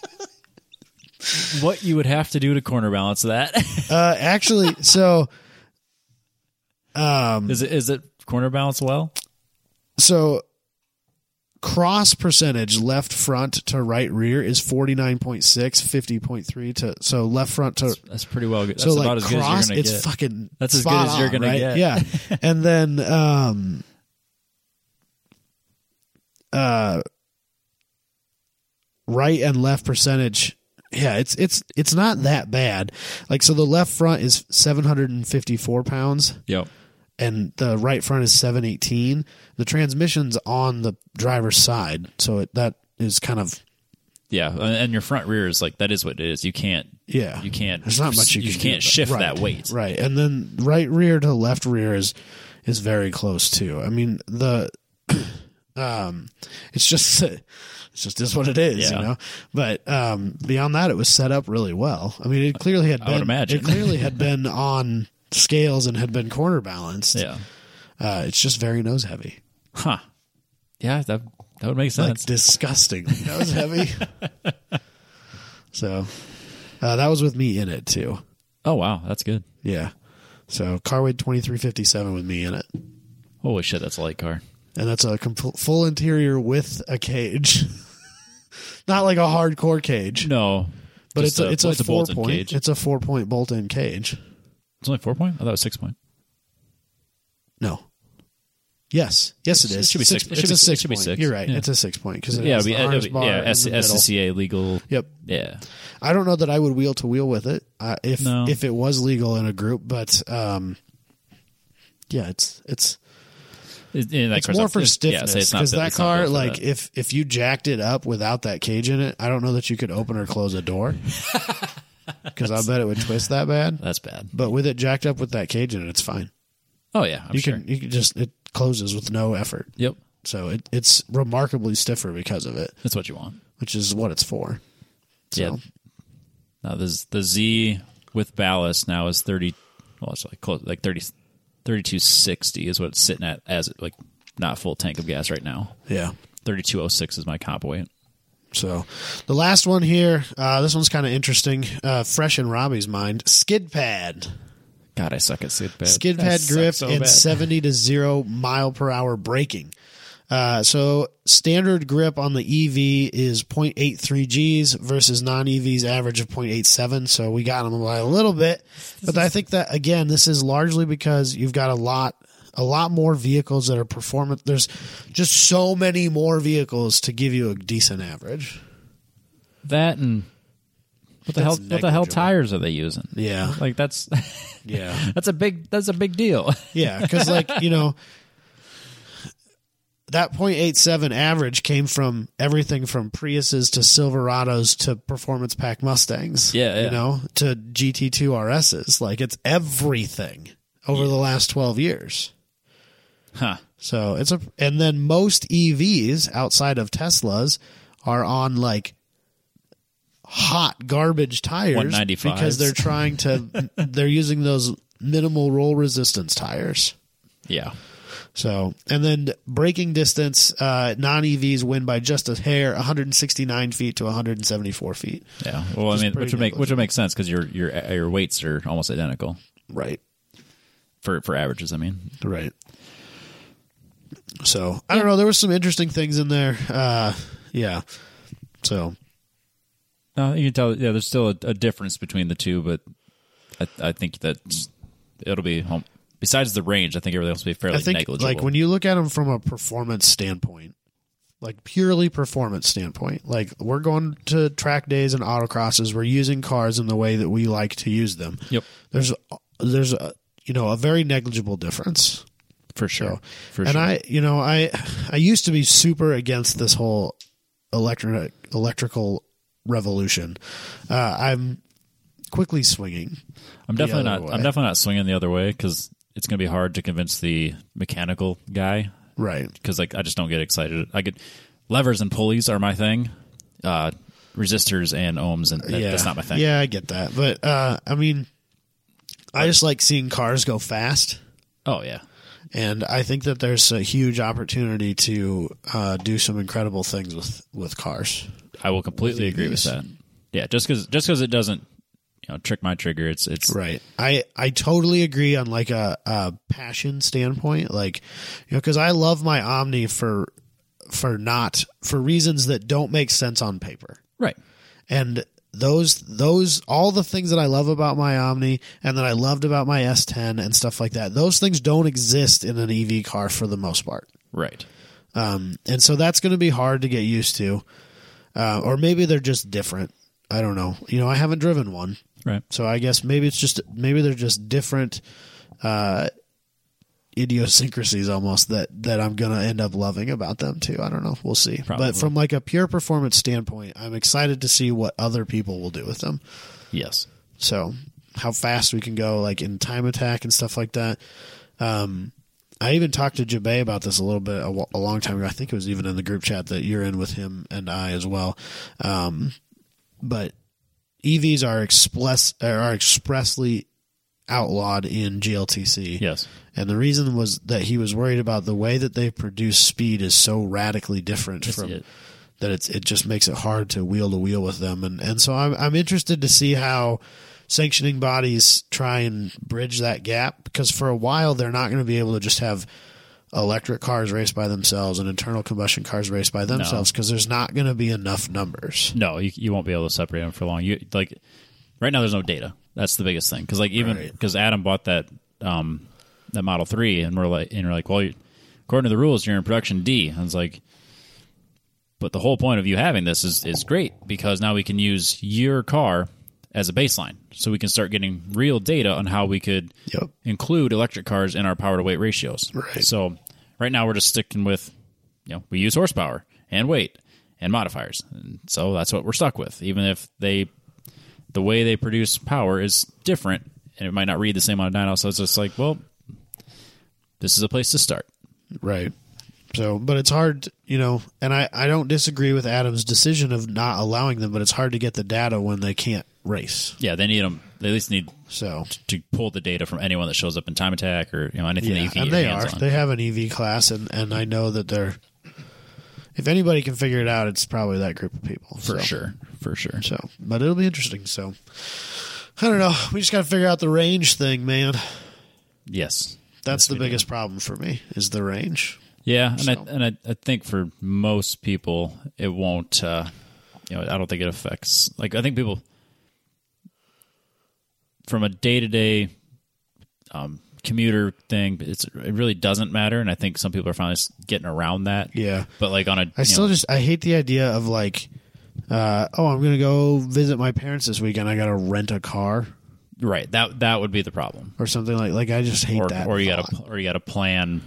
S1: what you would have to do to corner balance that
S2: Uh, actually, so Um,
S1: is it is it corner balance well?
S2: so cross percentage left front to right rear is 49.6 50.3 to so left front to
S1: That's pretty well. That's
S2: so
S1: about
S2: like
S1: as good
S2: cross
S1: as you're gonna
S2: it's
S1: get.
S2: fucking
S1: That's as
S2: spot
S1: good as you're
S2: on,
S1: gonna
S2: right?
S1: get.
S2: yeah and then um uh right and left percentage yeah it's it's it's not that bad like so the left front is 754 pounds
S1: yep.
S2: and the right front is 718 the transmission's on the driver's side so it that is kind of
S1: Yeah, and- and your front rear is like that is what it is. You can't.
S2: yeah
S1: You can't.
S2: there's not much you,
S1: you
S2: can do,
S1: can't
S2: but-
S1: shift
S2: right,
S1: that weight.
S2: right and then right rear to left rear is is very close too i mean the um it's just it's just is what it is
S1: Yeah.
S2: you know but um beyond that it was set up really well i mean it clearly had
S1: I
S2: been
S1: would imagine.
S2: it clearly had been on scales and had been corner balanced
S1: Yeah.
S2: uh it's just very nose heavy
S1: Huh. Yeah, that That would make
S2: like
S1: sense.
S2: disgusting. That was heavy. so uh, that was with me in it too.
S1: oh wow, that's good.
S2: Yeah. So car weighed twenty three fifty seven with me in it,
S1: Holy shit, that's a light car.
S2: and that's a compl- full interior with a cage, not like a hardcore cage,
S1: No,
S2: but
S1: Just
S2: it's a, it's a,
S1: well, bolt-in
S2: four point.
S1: cage.
S2: It's a four point bolt in cage.
S1: It's only four point. I thought it was six point.
S2: No. Yes. Yes, it
S1: It
S2: is.
S1: should be
S2: Six-
S1: six-
S2: It should be
S1: it
S2: six.
S1: should be
S2: point.
S1: six.
S2: You're right.
S1: Yeah.
S2: It's a six point because
S1: Yeah,
S2: yeah,
S1: it'd be,
S2: arms
S1: it'd be-
S2: bar
S1: yeah,
S2: in
S1: S-
S2: the middle.
S1: SCCA legal.
S2: Yep.
S1: Yeah,
S2: I don't know that I would wheel to wheel with it uh, if
S1: No.
S2: if it was legal in a group, but um, yeah, it's it's
S1: It- yeah, that
S2: it's
S1: car's
S2: more
S1: not-
S2: for
S1: it's- yeah,
S2: stiffness
S1: so it's not
S2: because
S1: built-
S2: that
S1: it's not
S2: car,
S1: built for
S2: like
S1: that.
S2: if if you jacked it up without that cage in it, I don't know that you could open or close a door because I bet it would twist that bad.
S1: that's bad.
S2: But with it jacked up with that cage in it, it's fine.
S1: Oh yeah, I'm
S2: you
S1: sure.
S2: can you can just it closes with no effort,
S1: Yep,
S2: so it, it's remarkably stiffer because of it,
S1: that's what you want.
S2: which is what it's for. So,
S1: Yeah. Now there's the Z with ballast now is thirty. Well, it's like close, like 30, 3260 is what it's sitting at as like not full tank of gas right now.
S2: yeah.
S1: Thirty two oh six is my comp weight.
S2: So, the last one here, uh, this one's kind of interesting. Uh, fresh in Robbie's mind, skid pad,
S1: God, I suck at skid pad.
S2: skid
S1: I
S2: pad
S1: suck
S2: grip,
S1: so
S2: and
S1: bad.
S2: seventy to zero mile per hour braking. Uh, so, standard grip on the EV is 0.83 Gs versus non EVs average of 0.87. So, we got them by a little bit, but I think that again, this is largely because you've got a lot. A lot more vehicles that are performance. There's just so many more vehicles to give you a decent average.
S1: that and what the hell?
S2: That's
S1: What the hell
S2: negligible.
S1: tires are they using?
S2: Yeah.
S1: like that's
S2: Yeah.
S1: that's a big that's a big deal.
S2: Yeah, because like you know, that .87 average came from everything from Priuses to Silverados to performance pack Mustangs.
S1: Yeah, yeah.
S2: you know, to GT2 RSs. Like it's everything over the last twelve years.
S1: Huh.
S2: So it's a and then most EVs outside of Teslas are on like hot garbage tires
S1: 195s.
S2: because they're trying to they're using those minimal roll resistance tires.
S1: Yeah.
S2: So, and then braking distance, uh, non EVs win by just a hair, 169 feet to 174 feet.
S1: Yeah. Well, I mean,
S2: pretty
S1: which would make which would make sense because your your your weights are almost identical
S2: Right.
S1: for for averages. I mean,
S2: Right. So, I don't know. There were some interesting things in there. Uh, yeah. So,
S1: no, you can tell. Yeah, there's still a, a difference between the two, but I, I think that it'll be home. Besides the range, I think everything else will be fairly
S2: I think
S1: negligible.
S2: like when you look at them from a performance standpoint, like purely performance standpoint, like we're going to track days and autocrosses, we're using cars in the way that we like to use them.
S1: yep,
S2: There's, there's a, you know, a very negligible difference.
S1: for sure,
S2: So,
S1: for
S2: and
S1: sure.
S2: I, you know, I I used to be super against this whole electric electrical revolution. Uh, I'm quickly swinging.
S1: I'm definitely
S2: other
S1: not.
S2: way.
S1: I'm definitely not swinging the other way because it's going to be hard to convince the mechanical guy
S2: Right.
S1: because like I just don't get excited. I get levers and pulleys are my thing. Uh, resistors and ohms and that,
S2: yeah.
S1: that's not my thing.
S2: Yeah, I get that. But uh, I mean, I just like seeing cars go fast.
S1: Oh yeah.
S2: And I think that there's a huge opportunity to uh, do some incredible things with, with cars.
S1: I will completely
S2: With
S1: agree with
S2: EVs.
S1: that. Yeah, just because just because it doesn't you know trick my trigger, it's it's
S2: Right. I I totally agree on like a, a passion standpoint, like you know, because I love my Omni for for not for reasons that don't make sense on paper,
S1: right.
S2: and those those all the things that I love about my Omni and that I loved about my S10 and stuff like that. Those things don't exist in an EV car for the most part.
S1: Right.
S2: Um, and so that's going to be hard to get used to, uh, or maybe they're just different. I don't know. You know, I haven't driven one,
S1: Right.
S2: so I guess maybe it's just maybe they're just different uh, idiosyncrasies almost that that I'm gonna end up loving about them too. I don't know. We'll see.
S1: Probably.
S2: But from like a pure performance standpoint, I'm excited to see what other people will do with them.
S1: Yes.
S2: So how fast we can go, like in time attack and stuff like that. Um, I even talked to Jabe about this a little bit a, wa- a long time ago. I think it was even in the group chat that you're in with him and I as well. E Um, but EVs are express are expressly outlawed in GLTC.
S1: Yes.
S2: And the reason was that he was worried about the way that they produce speed is so radically different from
S1: it.
S2: that it's it just makes it hard to wheel to wheel with them. And and so I'm I'm interested to see how sanctioning bodies try and bridge that gap because for a while they're not going to be able to just have electric cars race by themselves and internal combustion cars race by themselves because there's not going to be enough numbers.
S1: No, you, you won't be able to separate them for long. You like right now. There's no data. That's the biggest thing because like even
S2: Right.
S1: because Adam bought that um that Model Three and we're like and we're like well you, according to the rules you're in production D. And it's like, but the whole point of you having this is is great because now we can use your car as a baseline, so we can start getting real data on how we could
S2: Yep.
S1: include electric cars in our power to weight ratios.
S2: Right.
S1: So right now we're just sticking with, you know, we use horsepower and weight and modifiers, and so that's what we're stuck with. Even if they, the way they produce power is different, and it might not read the same on a dyno. So it's just like, well, this is a place to start.
S2: Right. So, but it's hard, you know, and I, I don't disagree with Adam's decision of not allowing them, but it's hard to get the data when they can't race.
S1: Yeah, they need them. They at least need
S2: So,
S1: to pull the data from anyone that shows up in time attack or you know anything that you
S2: yeah,
S1: can
S2: and
S1: get your
S2: they
S1: E hands
S2: are.
S1: on.
S2: They have an EV class, and, and I know that they're, if anybody can figure it out, it's probably that group of people.
S1: for sure, for sure.
S2: So, but it'll be interesting. So, I don't know. We just got to figure out the range thing, man.
S1: Yes,
S2: That's
S1: Yes,
S2: the
S1: we do.
S2: biggest problem for me is the range.
S1: Yeah, and I
S2: So-
S1: and I, I think for most people it won't. Uh, you know, I don't think it affects. Like I think people from a day to day commuter thing, it's it really doesn't matter. And I think some people are finally s- getting around that.
S2: Yeah.
S1: But like on a,
S2: I
S1: you
S2: still
S1: know,
S2: just I hate the idea of like, uh, oh, I'm gonna go visit my parents this weekend. I gotta rent a car
S1: right that that would be the problem.
S2: or something like like I just hate
S1: Or
S2: that.
S1: or you got
S2: thought.
S1: to or you got to plan.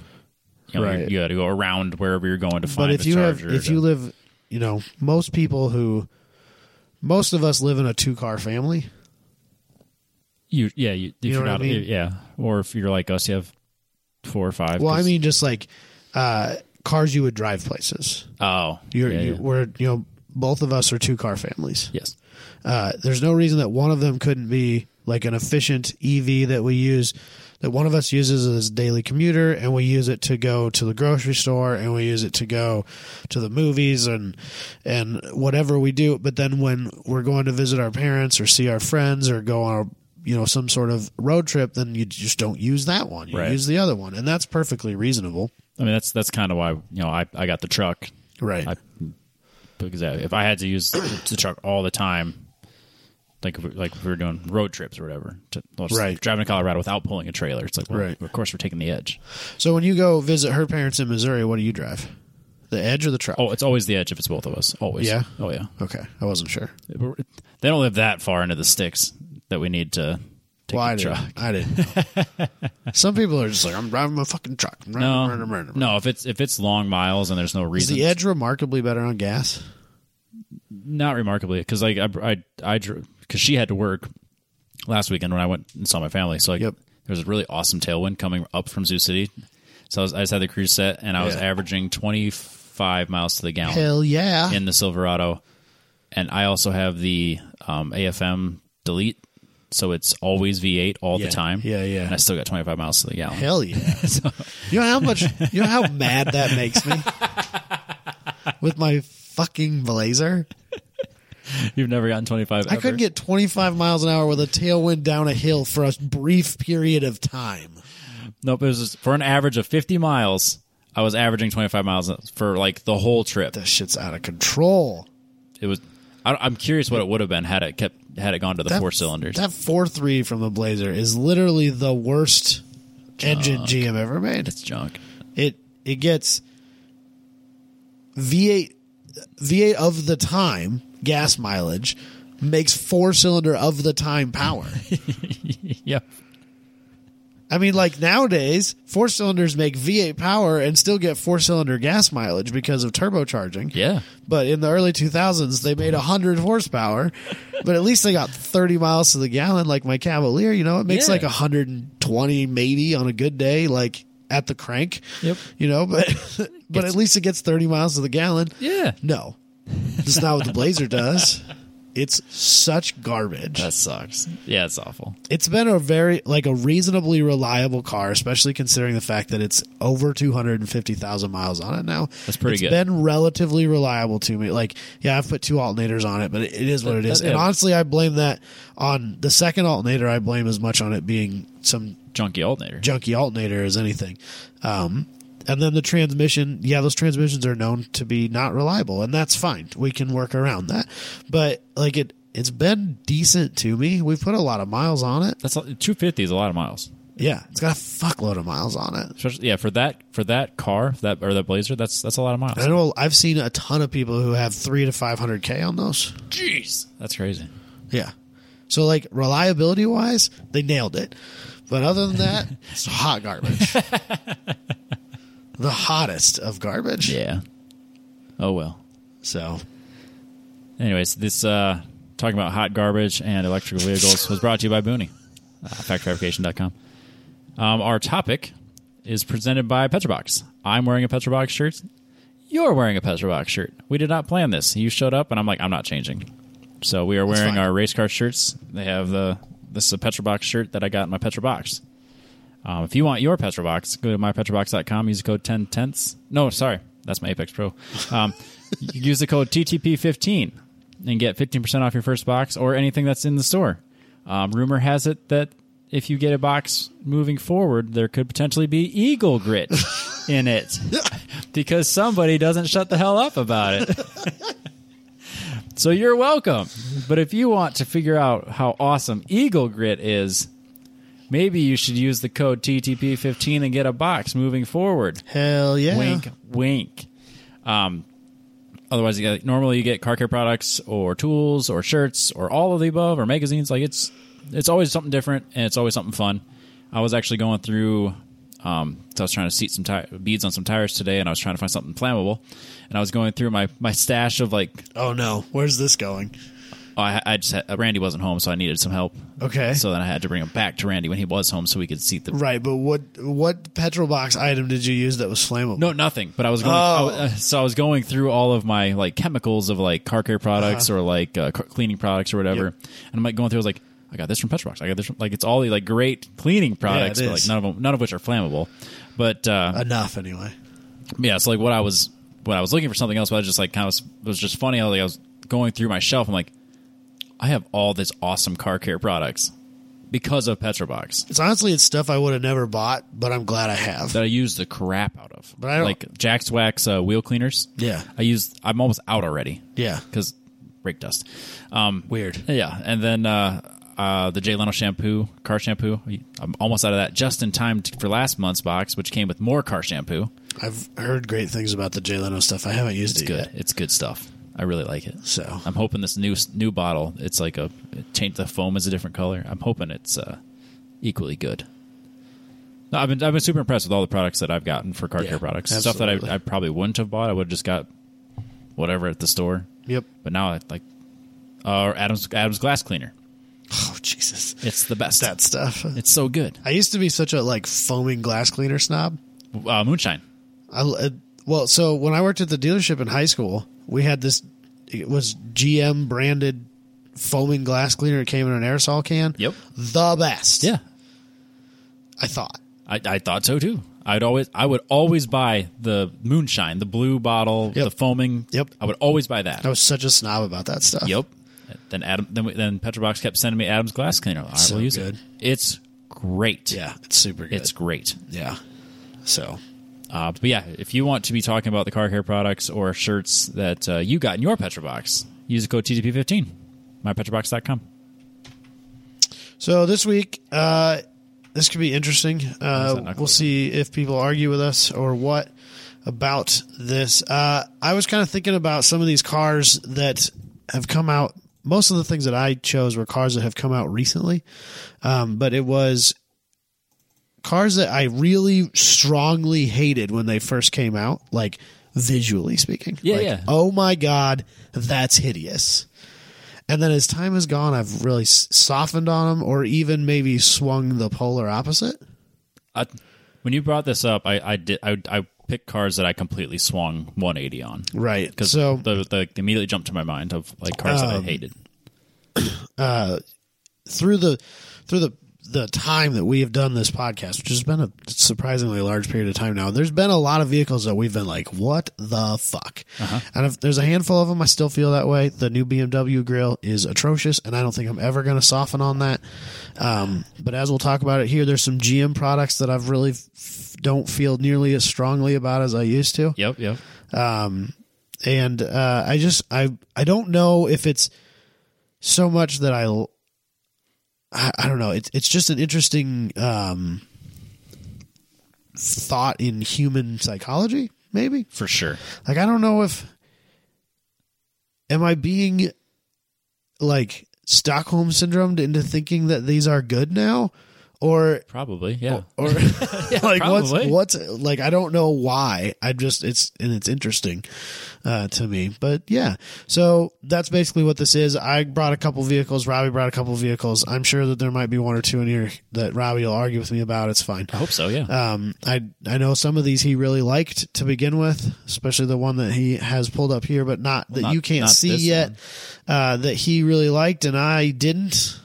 S1: You know,
S2: Right.
S1: you, got to go around wherever you're going to find.
S2: But
S1: a
S2: if you have
S1: charger
S2: if
S1: to-
S2: you live, you know, most people who, most of us live in a two car family.
S1: you yeah, you, if
S2: know
S1: you are
S2: what I
S1: not
S2: mean?
S1: yeah, or if you're like us, you have four or five.
S2: Well, I
S1: 'cause-
S2: mean, just like uh, cars you would drive places.
S1: Oh,
S2: You're,
S1: yeah,
S2: you,
S1: yeah.
S2: We're you know both of us are two car families.
S1: yes,
S2: uh, there's no reason that one of them couldn't be like an efficient EV that we use, that one of us uses as a daily commuter, and we use it to go to the grocery store, and we use it to go to the movies, and and whatever we do. But then when we're going to visit our parents or see our friends or go on a you know some sort of road trip, then you just don't use that one. You
S1: Right.
S2: use the other one, and that's perfectly reasonable.
S1: I mean that's that's kind of why you know I, I got the truck
S2: Right.
S1: I, because I- if I had to use the truck all the time, like if we- like if we were doing road trips or whatever, to, well, just
S2: Right.
S1: driving to Colorado without pulling a trailer, it's like well,
S2: Right.
S1: Of course, we're taking the edge.
S2: so when you go visit her parents in Missouri, what do you drive? The edge or the truck?
S1: Oh, it's always the edge if it's both of us. Always,
S2: Yeah?
S1: Oh yeah,
S2: Okay, I wasn't sure.
S1: they don't live that far into the sticks that we need to take
S2: Well, I
S1: the
S2: didn't.
S1: truck.
S2: I didn't. Some people are just like, I'm driving my fucking truck. I'm driving-
S1: No,
S2: driving-
S1: Um, no. If it's if it's long miles and there's no
S2: Is
S1: reason,
S2: the Edge remarkably better on gas?
S1: not remarkably because like I I, I drew because she had to work last weekend when I went and saw my family. So like
S2: Yep.
S1: there was a really awesome tailwind coming up from Zoo City. So I, was, I just had the cruise set and I was
S2: Yeah.
S1: averaging twenty five miles to the gallon
S2: Hell yeah.
S1: in the Silverado, and I also have the um, AFM delete. So it's always V8 all
S2: Yeah.
S1: the time.
S2: Yeah, yeah.
S1: And I still got 25 miles to the gallon.
S2: Hell yeah. you know how much, you know how mad that makes me? With my fucking blazer?
S1: You've never gotten 25
S2: I couldn't get 25 miles an hour with a tailwind down a hill for a brief period of time.
S1: Nope, it was just, for an average of 50 miles. I was averaging 25 miles for like the whole trip.
S2: That shit's out of control.
S1: it was. I, I'm curious what it would have been had it kept had it gone to the
S2: That-
S1: four cylinders.
S2: That 4.3 from the Blazer is literally the worst engine GM ever made.
S1: it's junk.
S2: it it gets V8 V8 of the time gas mileage makes four cylinder of the time power.
S1: Yep.
S2: I mean like nowadays four cylinders make V8 power and still get four cylinder gas mileage because of turbocharging.
S1: Yeah.
S2: But in the early 2000s they made 100 horsepower, but at least they got 30 miles to the gallon like my Cavalier, you know, it makes
S1: Yeah.
S2: like 120 maybe on a good day like at the crank.
S1: Yep.
S2: you know, but but at least it gets 30 miles to the gallon.
S1: Yeah.
S2: No, that's not what the Blazer does. It's such garbage.
S1: That sucks. Yeah, it's awful.
S2: it's been a very like a reasonably reliable car, especially considering the fact that it's over two hundred and fifty thousand miles on it now.
S1: That's pretty
S2: It's
S1: good.
S2: Been relatively reliable to me. Like, yeah, I've put two alternators on it, but it, it is what it is.
S1: that-
S2: And
S1: yeah.
S2: honestly, I blame that on the second alternator. I blame as much on it being some
S1: Junky alternator.
S2: junky alternator as anything. Um, and then the transmission, yeah, those transmissions are known to be not reliable, and that's fine. We can work around that. But like it, it's been decent to me. We've put a lot of miles on it.
S1: That's two fifty is a lot of miles.
S2: Yeah, it's got a fuckload of miles on it.
S1: Especially, yeah, for that for that car for that or that Blazer, that's that's a lot of miles.
S2: I know I've seen a ton of people who have three to five hundred k on those.
S1: Jeez, that's crazy.
S2: Yeah, so like reliability wise, they nailed it. But other than that, it's hot garbage. the hottest of garbage.
S1: Yeah. Oh well.
S2: So
S1: Anyways, this uh, talking about hot garbage and electrical vehicles was brought to you by Booney, uh, factfabrication.com. Um, our topic is presented by Petrobox. I'm wearing a Petrobox shirt. You're wearing a Petrobox shirt. We did not plan this. You showed up, and I'm like, I'm not changing. So we are wearing
S2: fine.
S1: our race car shirts. They have the this is a Petrobox shirt that I got in my Petrobox. Um, if you want your Petrobox, go to mypetrobox.com. Use the code 10 tenths. No, sorry. That's my Apex Pro. Um, you use the code TTP15 and get 15% off your first box or anything that's in the store. Um, rumor has it that if you get a box moving forward, there could potentially be eagle grit in it because somebody doesn't shut the hell up about it. So you're welcome. But if you want to figure out how awesome Eagle Grit is, maybe you should use the code TTP15 and get a box moving forward.
S2: hell yeah.
S1: Wink, wink. Um, otherwise, you get, normally you get car care products or tools or shirts or all of the above or magazines. Like it's it's always something different and it's always something fun. I was actually going through. Um, so I was trying to seat some ti- beads on some tires today, and I was trying to find something flammable. And I was going through my my stash of like
S2: Oh no, where's this going?
S1: Oh, I, I just had, Randy wasn't home, so I needed some help.
S2: Okay.
S1: So then I had to bring him back to Randy when he was home, so we could see the.
S2: Right, but what what petrol box item did you use that was flammable?
S1: No, nothing. But I was going.
S2: Oh.
S1: I was- uh, so I was going through all of my like chemicals of like car care products or like uh, car- cleaning products or whatever,
S2: Uh-huh. Yep.
S1: and I'm like going through. I was like, I got this from Petrobox. I got this from like it's all the like great cleaning products,
S2: it
S1: but like
S2: is.
S1: none of them, none of which are flammable. But uh,
S2: Enough anyway.
S1: yeah, it's like what I was what I was looking for something else, but I was just like kind of it was just funny. I was, like I was going through my shelf. I'm like, I have all this awesome car care products because of Petrobox.
S2: It's honestly it's stuff I would have never bought, but I'm glad I have.
S1: that I use the crap out of.
S2: But I don't-
S1: like Jack's Wax uh, wheel cleaners.
S2: Yeah.
S1: I use. I'm almost out already.
S2: Yeah.
S1: because brake dust. Um,
S2: Weird.
S1: yeah, and then uh, uh, the Jay Leno shampoo, car shampoo. I'm almost out of that just in time t- for last month's box, which came with more car shampoo.
S2: I've heard great things about the Jay Leno stuff. I haven't used
S1: It's
S2: it
S1: good.
S2: yet.
S1: It's good stuff. I really like it.
S2: So
S1: I'm hoping this new new bottle. It's like a it change. The foam is a different color. I'm hoping it's uh, equally good. No, I've been I've been super impressed with all the products that I've gotten for car
S2: Yeah,
S1: care products. Stuff
S2: absolutely.
S1: that I, I probably wouldn't have bought. I would have just got whatever at the store.
S2: Yep.
S1: But now I like uh, Adam's Adam's glass cleaner.
S2: Oh Jesus.
S1: It's the best.
S2: That stuff.
S1: it's so good.
S2: I used to be such a like foaming glass cleaner snob.
S1: Uh, moonshine.
S2: I uh, well, so when I worked at the dealership in high school, we had this. It was GM branded foaming glass cleaner. It came in an aerosol can.
S1: Yep.
S2: The best.
S1: Yeah.
S2: I thought.
S1: I, I thought so too. I'd always I would always buy the moonshine, the blue bottle,
S2: Yep.
S1: the foaming.
S2: Yep.
S1: I would always buy that.
S2: I was such a snob about that stuff.
S1: Yep. Then Adam. Then we, then Petrobox kept sending me Adam's glass cleaner. I
S2: So
S1: will use
S2: good.
S1: it. It's great.
S2: Yeah, it's super good.
S1: It's great.
S2: yeah. So
S1: Uh, but yeah, if you want to be talking about the car care products or shirts that uh, you got in your Petrobox, use the code TTP15, mypetrobox.com.
S2: so this week, uh, this could be interesting.
S1: that
S2: Uh,
S1: not
S2: we'll see if people argue with us or what about this. Uh, I was kind of thinking about some of these cars that have come out. Most of the things that I chose were cars that have come out recently, um, but it was cars that I really strongly hated when they first came out, like visually speaking.
S1: Yeah,
S2: Like,
S1: yeah.
S2: Oh my god, that's hideous. And then as time has gone, I've really s- softened on them, or even maybe swung the polar opposite.
S1: I, Uh, when you brought this up, I, I did I, I picked cars that I completely swung 180 on
S2: Right.
S1: because
S2: So Um,
S1: the, the, they immediately jumped to my mind of like cars that I hated.
S2: uh, through the through the the time that we have done this podcast, which has been a surprisingly large period of time now, there's been a lot of vehicles that we've been like, "What the fuck?" And if there's a handful of them, I still feel that way. The new BMW grill is atrocious, and I don't think I'm ever going to soften on that. Um, but as we'll talk about it here, there's some GM products that I've really f- don't feel nearly as strongly about as I used to
S1: Yep, yep.
S2: Um, and uh, I just I I don't know if it's so much that I I, I don't know it's it's just an interesting um, thought in human psychology maybe
S1: For sure.
S2: like I don't know if am I being like Stockholm syndromed into thinking that these are good now or
S1: Probably, yeah.
S2: or like
S1: probably.
S2: what's what's like I don't know why. I just it's and it's interesting uh, to me. But yeah, so that's basically what this is. I brought a couple vehicles. Robbie brought a couple vehicles. I'm sure that there might be one or two in here that Robbie will argue with me about. It's fine.
S1: I hope so, yeah.
S2: Um, I I know some of these he really liked to begin with, especially the one that he has pulled up here, but not that
S1: not-
S2: you can't
S1: not
S2: see
S1: this
S2: yet.
S1: one.
S2: Uh, that he really liked and I didn't,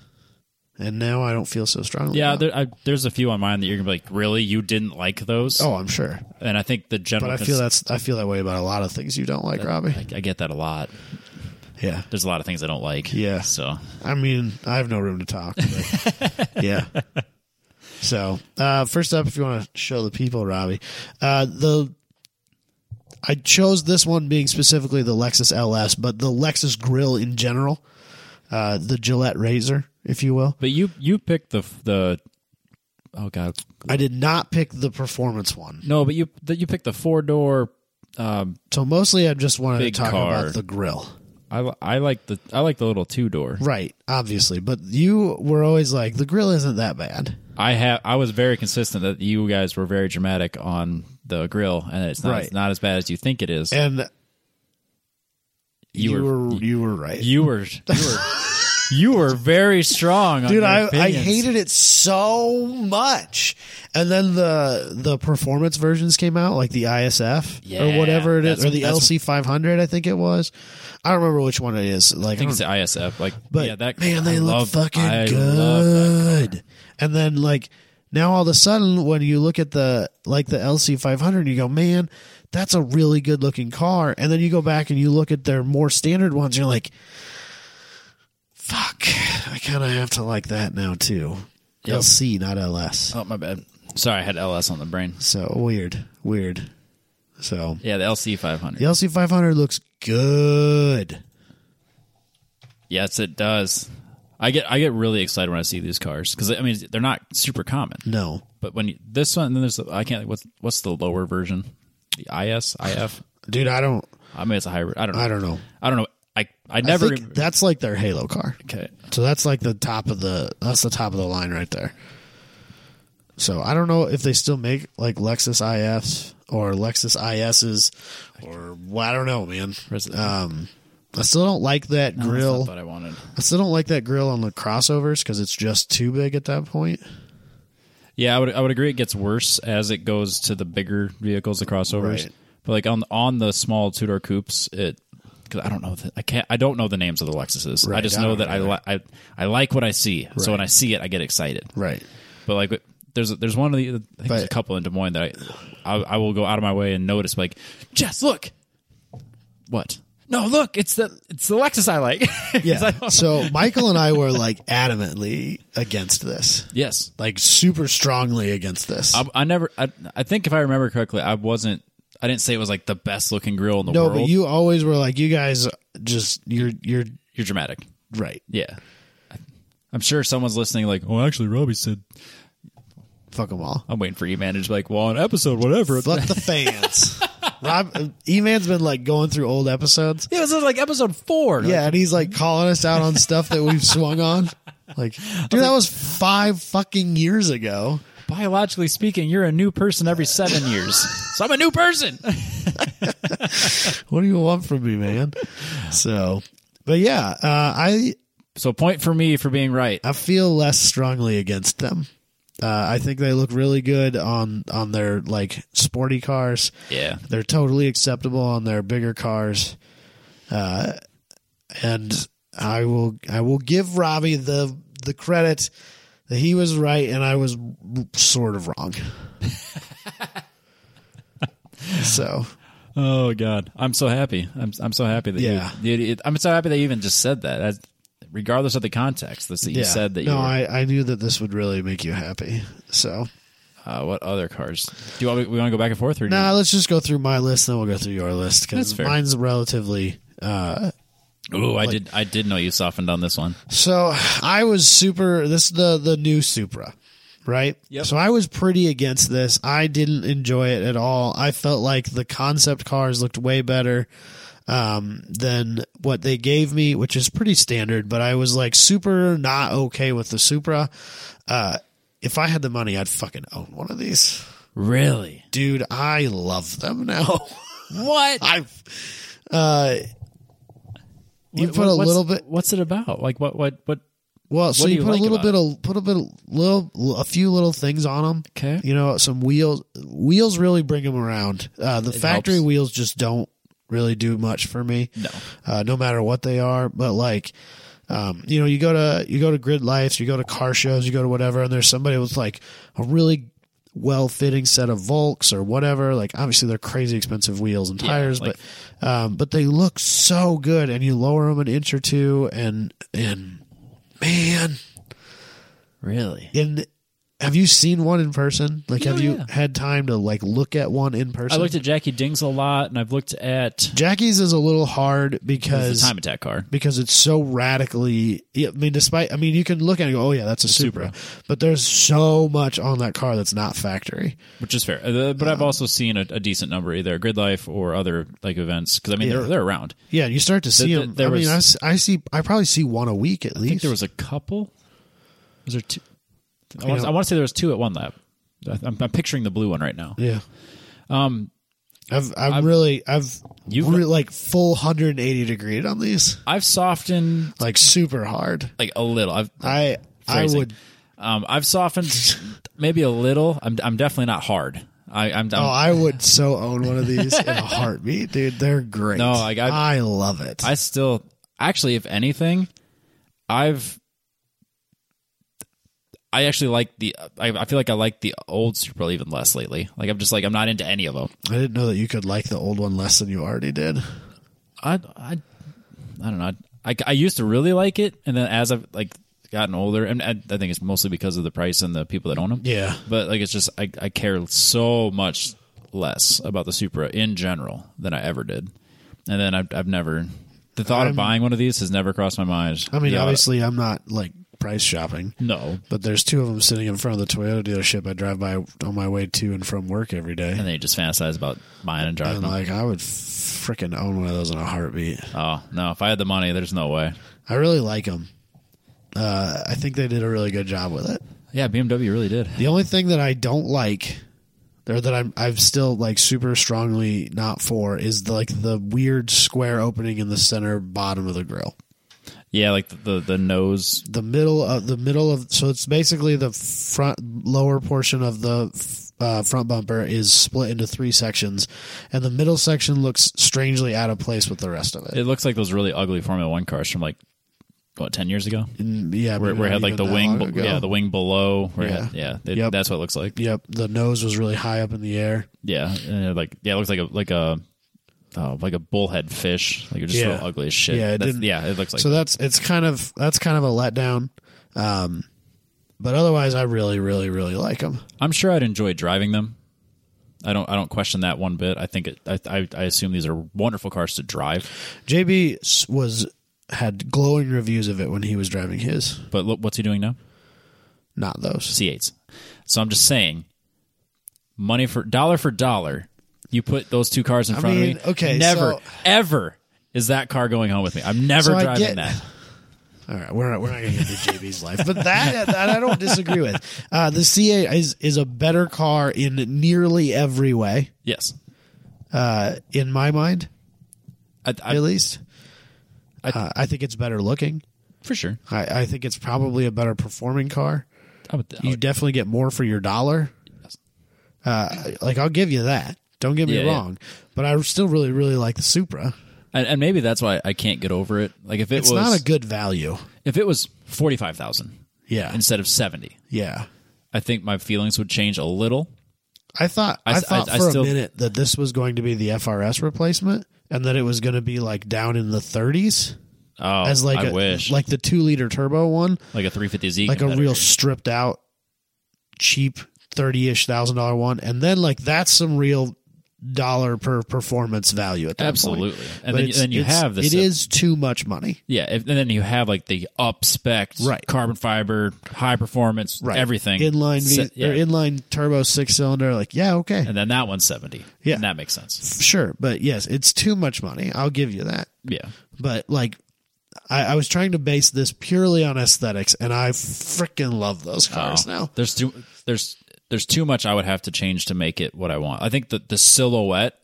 S2: and now I don't feel so strongly.
S1: yeah,
S2: about it.
S1: there, I, there's a few on mine that you're gonna be like, really, you didn't like those?
S2: Oh, I'm sure.
S1: and I think the general.
S2: But I feel that's I feel that way about a lot of things you don't like, Robbie.
S1: cons- I, I get that a lot.
S2: yeah,
S1: There's a lot of things I don't like.
S2: Yeah.
S1: So
S2: I mean, I have no room to talk. but yeah. So uh, first up, if you want to show the people, Robbie, uh, the I chose this one being specifically the Lexus LS, but the Lexus grill in general, uh, the Gillette razor, if you will.
S1: But you you picked the the oh god
S2: I did not pick the performance one,
S1: no, but you that you picked the four door. Um,
S2: so mostly I just wanted
S1: Big
S2: to talk
S1: car.
S2: about the grill.
S1: I li- I like the I like the little two door.
S2: Right, obviously, but you were always like the grill isn't that bad.
S1: I have I was very consistent that you guys were very dramatic on the grill, and it's not
S2: Right.
S1: it's not as bad as you think it is.
S2: and
S1: You
S2: you,
S1: were-
S2: were, you were right,
S1: you were you were you were very strong, on
S2: dude.
S1: your
S2: I, I
S1: opinions.
S2: hated it so much, and then the the performance versions came out, like the ISF
S1: Yeah,
S2: or whatever it is,
S1: that's-
S2: or the
S1: that's-
S2: LC five hundred, I think it was. I don't remember which one it is.
S1: I
S2: Like,
S1: think
S2: I
S1: it's the
S2: don't-
S1: ISF. Like,
S2: Hmm. but
S1: yeah, that
S2: man, they
S1: I
S2: look
S1: love-
S2: fucking
S1: I love that.
S2: good. And then like now, all of a sudden, when you look at the like the LC five hundred, you go, man, that's a really good looking car. And then you go back and you look at their more standard ones, you're like fuck. I kind of have to like that now too.
S1: Yep.
S2: LC, not LS.
S1: Oh my bad. Sorry, I had LS on the brain.
S2: So weird, weird. So
S1: Yeah, the LC five hundred.
S2: the LC 500 looks good.
S1: Yes, it does. I get I get really excited when I see these cars because I mean they're not super common.
S2: No,
S1: But when you, this one, then there's the, I can't what's what's the lower version? The IS IF.
S2: dude, I don't.
S1: I mean it's a hybrid. I don't know.
S2: I don't know.
S1: I don't know. I I
S2: I
S1: never.
S2: think that's like their Halo car.
S1: okay.
S2: So that's like the top of the that's the top of the line right there. So I don't know if they still make like Lexus IFs or Lexus ISs or well, I don't know, man.
S1: Where's the-
S2: Um, I still don't like that grill.
S1: But I wanted.
S2: I still don't like that grill on the crossovers because it's just too big at that point.
S1: Yeah, I would I would agree. It gets worse as it goes to the bigger vehicles, the crossovers.
S2: Right.
S1: But like on on the small two door coupes, it. Cause I don't know. The, I can't. I don't know the names of the Lexuses. I
S2: Right,
S1: just
S2: I
S1: know
S2: don't
S1: that I, li- I I like what I see. So when I see it, I get excited.
S2: Right.
S1: But like, there's there's one of the I think there's a
S2: But-
S1: couple in Des Moines that I, I I will go out of my way and notice like, Jess, look, what? No, look, it's the it's the Lexus I like. 'Cause I
S2: Yeah.
S1: don't-
S2: so Michael and I were like adamantly against this,
S1: yes,
S2: like super strongly against this.
S1: I, I never. I, I think if I remember correctly, I wasn't. I didn't say it was like the best looking grill in the
S2: no,
S1: world.
S2: but you always were like, you guys just you're you're
S1: You're dramatic.
S2: right.
S1: Yeah, I- I'm sure someone's listening. Like, oh, actually, Robbie said.
S2: Fuck them all.
S1: I'm waiting for E-Man to just be like, well, on episode whatever.
S2: Fuck the fans. Rob E Man's been like going through old episodes.
S1: Yeah, this is like episode four. Like,
S2: Yeah, and he's like calling us out on stuff that we've swung on. Like, dude, that was five fucking years ago.
S1: biologically speaking, you're a new person every seven years. so I'm a new person.
S2: What do you want from me, man? So, but yeah, uh, I
S1: So point for me for being right.
S2: I feel less strongly against them. Uh, I think they look really good on on their like sporty cars.
S1: Yeah.
S2: They're totally acceptable on their bigger cars, uh, and I will I will give Robbie the the credit that he was right and I was sort of wrong. so
S1: Oh God, I'm so happy. I'm I'm so happy that
S2: Yeah.
S1: you. It, it, I'm so happy that you even just said that, That's- regardless of the context. That's that you
S2: yeah.
S1: said that.
S2: no,
S1: you were,
S2: I, I knew that this would really make you happy. So
S1: uh, what other cars? Do you want, me- we want to go back and forth or do you-
S2: now Uh, let's just go through my list, then we'll go through your list
S1: That's
S2: because
S1: fair.
S2: mine's relatively. Uh,
S1: Oh, I did. I did know you softened on this one.
S2: so I was super. This is the the new Supra, right?
S1: Yep.
S2: So I was pretty against this. I didn't enjoy it at all. I felt like the concept cars looked way better um, than what they gave me, which is pretty standard. But I was like super not okay with the Supra. Uh, if I had the money, I'd fucking own one of these.
S1: Really?
S2: dude i love them now
S1: What?
S2: i've uh you
S1: What-
S2: put a
S1: what's-
S2: little bit
S1: What's it about? Like what? What? What?
S2: well so
S1: do
S2: you,
S1: you
S2: put
S1: like
S2: a little
S1: about
S2: bit of put a bit of little a few little things on them
S1: Okay.
S2: you know some wheels wheels really bring them around uh the factory
S1: helps.
S2: wheels just don't really do much for me
S1: No.
S2: uh, no matter what they are. But like, um, you know, you go to you go to grid lights, you go to car shows, you go to whatever, and there's somebody with like a really well fitting set of Volks or whatever. Like, obviously they're crazy expensive wheels and
S1: Yeah,
S2: tires,
S1: like-
S2: but um, but they look so good, and you lower them an inch or two, and and man,
S1: Really?
S2: and. Have you seen one in person? Like,
S1: Yeah,
S2: have you
S1: Oh, yeah.
S2: had time to like look at one in
S1: I
S2: person?
S1: looked at Jackie Dings a lot, and I've looked at
S2: Jackie's is a little hard
S1: the
S2: because
S1: Time Attack car.
S2: because it's so radically. I mean, despite I mean, you can look at it and go, "Oh yeah, that's a Supra," but there's so much on that car that's not factory.
S1: which is fair. Uh, but I've also seen a, a decent number either Grid Life or other like events because I mean they're
S2: Yeah.
S1: they're around.
S2: Yeah, and you start to see
S1: Th- th-
S2: them.
S1: there
S2: I
S1: was-
S2: mean, I s- I, see. I probably see one a week at
S1: I think
S2: least.
S1: there was a couple. Was there two? I
S2: You
S1: want,
S2: know-
S1: I want to say there was two at one lap. I- I'm, I'm picturing the blue one right now.
S2: yeah. Um, I've I've really I've
S1: You've-
S2: you've re- like full 180 degree on these,
S1: I've softened
S2: like super hard.
S1: like a little. I've
S2: I
S1: phrasing.
S2: I would.
S1: Um, I've softened maybe a little. I'm I'm definitely not hard. I, I'm, I'm
S2: Oh,
S1: I,
S2: I would so own one of these in a heartbeat, dude. They're great.
S1: No, like, I've-
S2: I love it.
S1: still actually, if anything, I've I actually like the. I, I feel like I like the old Super even less lately. Like I'm just like I'm not into any of them.
S2: I didn't know that you could like the old one less than you already did.
S1: I I I don't know. I, I used to really like it, and then as I've like gotten older, and I, I think it's mostly because of the price and the people that own them.
S2: Yeah.
S1: But like, it's just I I care so much less about the Supra in general than I ever did, and then I've I've never the thought of
S2: I'm-
S1: buying one of these has never crossed my mind.
S2: I mean,
S1: Yeah,
S2: obviously, I'm not like price shopping,
S1: no.
S2: but there's two of them sitting in front of the Toyota dealership I drive by on my way to and from work every day.
S1: And then you just fantasize about buying and driving.
S2: And
S1: them.
S2: like, I would freaking own one of those in a heartbeat.
S1: oh no! If I had the money, there's no way.
S2: I really like them. Uh, I think they did a really good job with it.
S1: Yeah, BMW really did.
S2: The only thing that I don't like, or that I'm I'm still like super strongly not for, is the, like the weird square opening in the center bottom of the grill.
S1: Yeah, like the the, the nose.
S2: the middle of the middle of so it's basically the front lower portion of the f- uh, front bumper is split into three sections and the middle section looks strangely out of place with the rest of it,
S1: It looks like those really ugly Formula One cars from like what ten years ago.
S2: And, yeah
S1: where,
S2: maybe
S1: where it
S2: not
S1: had like the
S2: even that
S1: wing,
S2: long ago.
S1: yeah, the wing below. Where yeah, it had, yeah, it-
S2: Yep.
S1: that's what it looks like.
S2: yep the nose was really high up in the air
S1: Yeah, and it, like yeah, it looks like a like a oh, like a bullhead fish. Like you're just
S2: Yeah.
S1: so ugly as shit.
S2: Yeah, it
S1: That's-
S2: didn't-
S1: yeah, it looks like
S2: so that's it's kind of that's kind of a letdown um but otherwise i really really really like them
S1: I'm sure I'd enjoy driving them. I don't. I don't question that one bit. I think it, I, I. I assume these are wonderful cars to drive.
S2: jb s- was had glowing reviews of it when he was driving his
S1: But look, what's he doing now?
S2: not those
S1: C8s. So I'm just saying, money for dollar for dollar, you put those two cars in front
S2: mean,
S1: of me.
S2: okay,
S1: never
S2: so-
S1: ever is that car going home with me. I'm never
S2: So I
S1: driving
S2: get-
S1: that.
S2: All right, we're not we're not going to get into JB's life, but that, that I don't disagree with. Uh, the CA is is a better car in nearly every way,
S1: Yes,
S2: uh, in my mind
S1: I, I,
S2: at least.
S1: I-
S2: uh, I think it's better looking.
S1: for sure.
S2: I, I think it's probably a better performing car.
S1: I would, I
S2: You
S1: would-
S2: definitely get more for your dollar. Uh, like I'll give you that. Don't get me
S1: Yeah, yeah.
S2: wrong, but I still really really like the Supra.
S1: and, and maybe that's why I can't get over it. Like if it
S2: It's
S1: was
S2: not a good value.
S1: if it was forty five thousand
S2: Yeah.
S1: instead of seventy,
S2: yeah.
S1: I think my feelings would change a little.
S2: I thought I,
S1: I-
S2: thought
S1: I
S2: for
S1: still-
S2: a minute that this was going to be the FRS replacement and that it was going to be like down in the 30s
S1: Oh,
S2: as like
S1: I
S2: a-
S1: wish like,
S2: like the 2 liter turbo one,
S1: a three fifty Z,
S2: like a real stripped out cheap 30ish thousand dollar one and then like that's some real dollar per performance value at that point.
S1: absolutely.
S2: But
S1: And then,
S2: it's-
S1: then you
S2: it's-
S1: have this.
S2: It is too much money.
S1: yeah, if- and then you have like the up spec
S2: Right.
S1: carbon fiber, high performance, everything
S2: Inline V
S1: Set- yeah.
S2: or inline turbo six cylinder like yeah, okay.
S1: and then that one's seventy.
S2: Yeah.
S1: and that makes sense.
S2: sure, but yes, it's too much money. I'll give you that.
S1: Yeah,
S2: But like, I, I was trying to base this purely on aesthetics, and I freaking love those cars
S1: Oh.
S2: now.
S1: There's too there's there's too much I would have to change to make it what I want. I think that the silhouette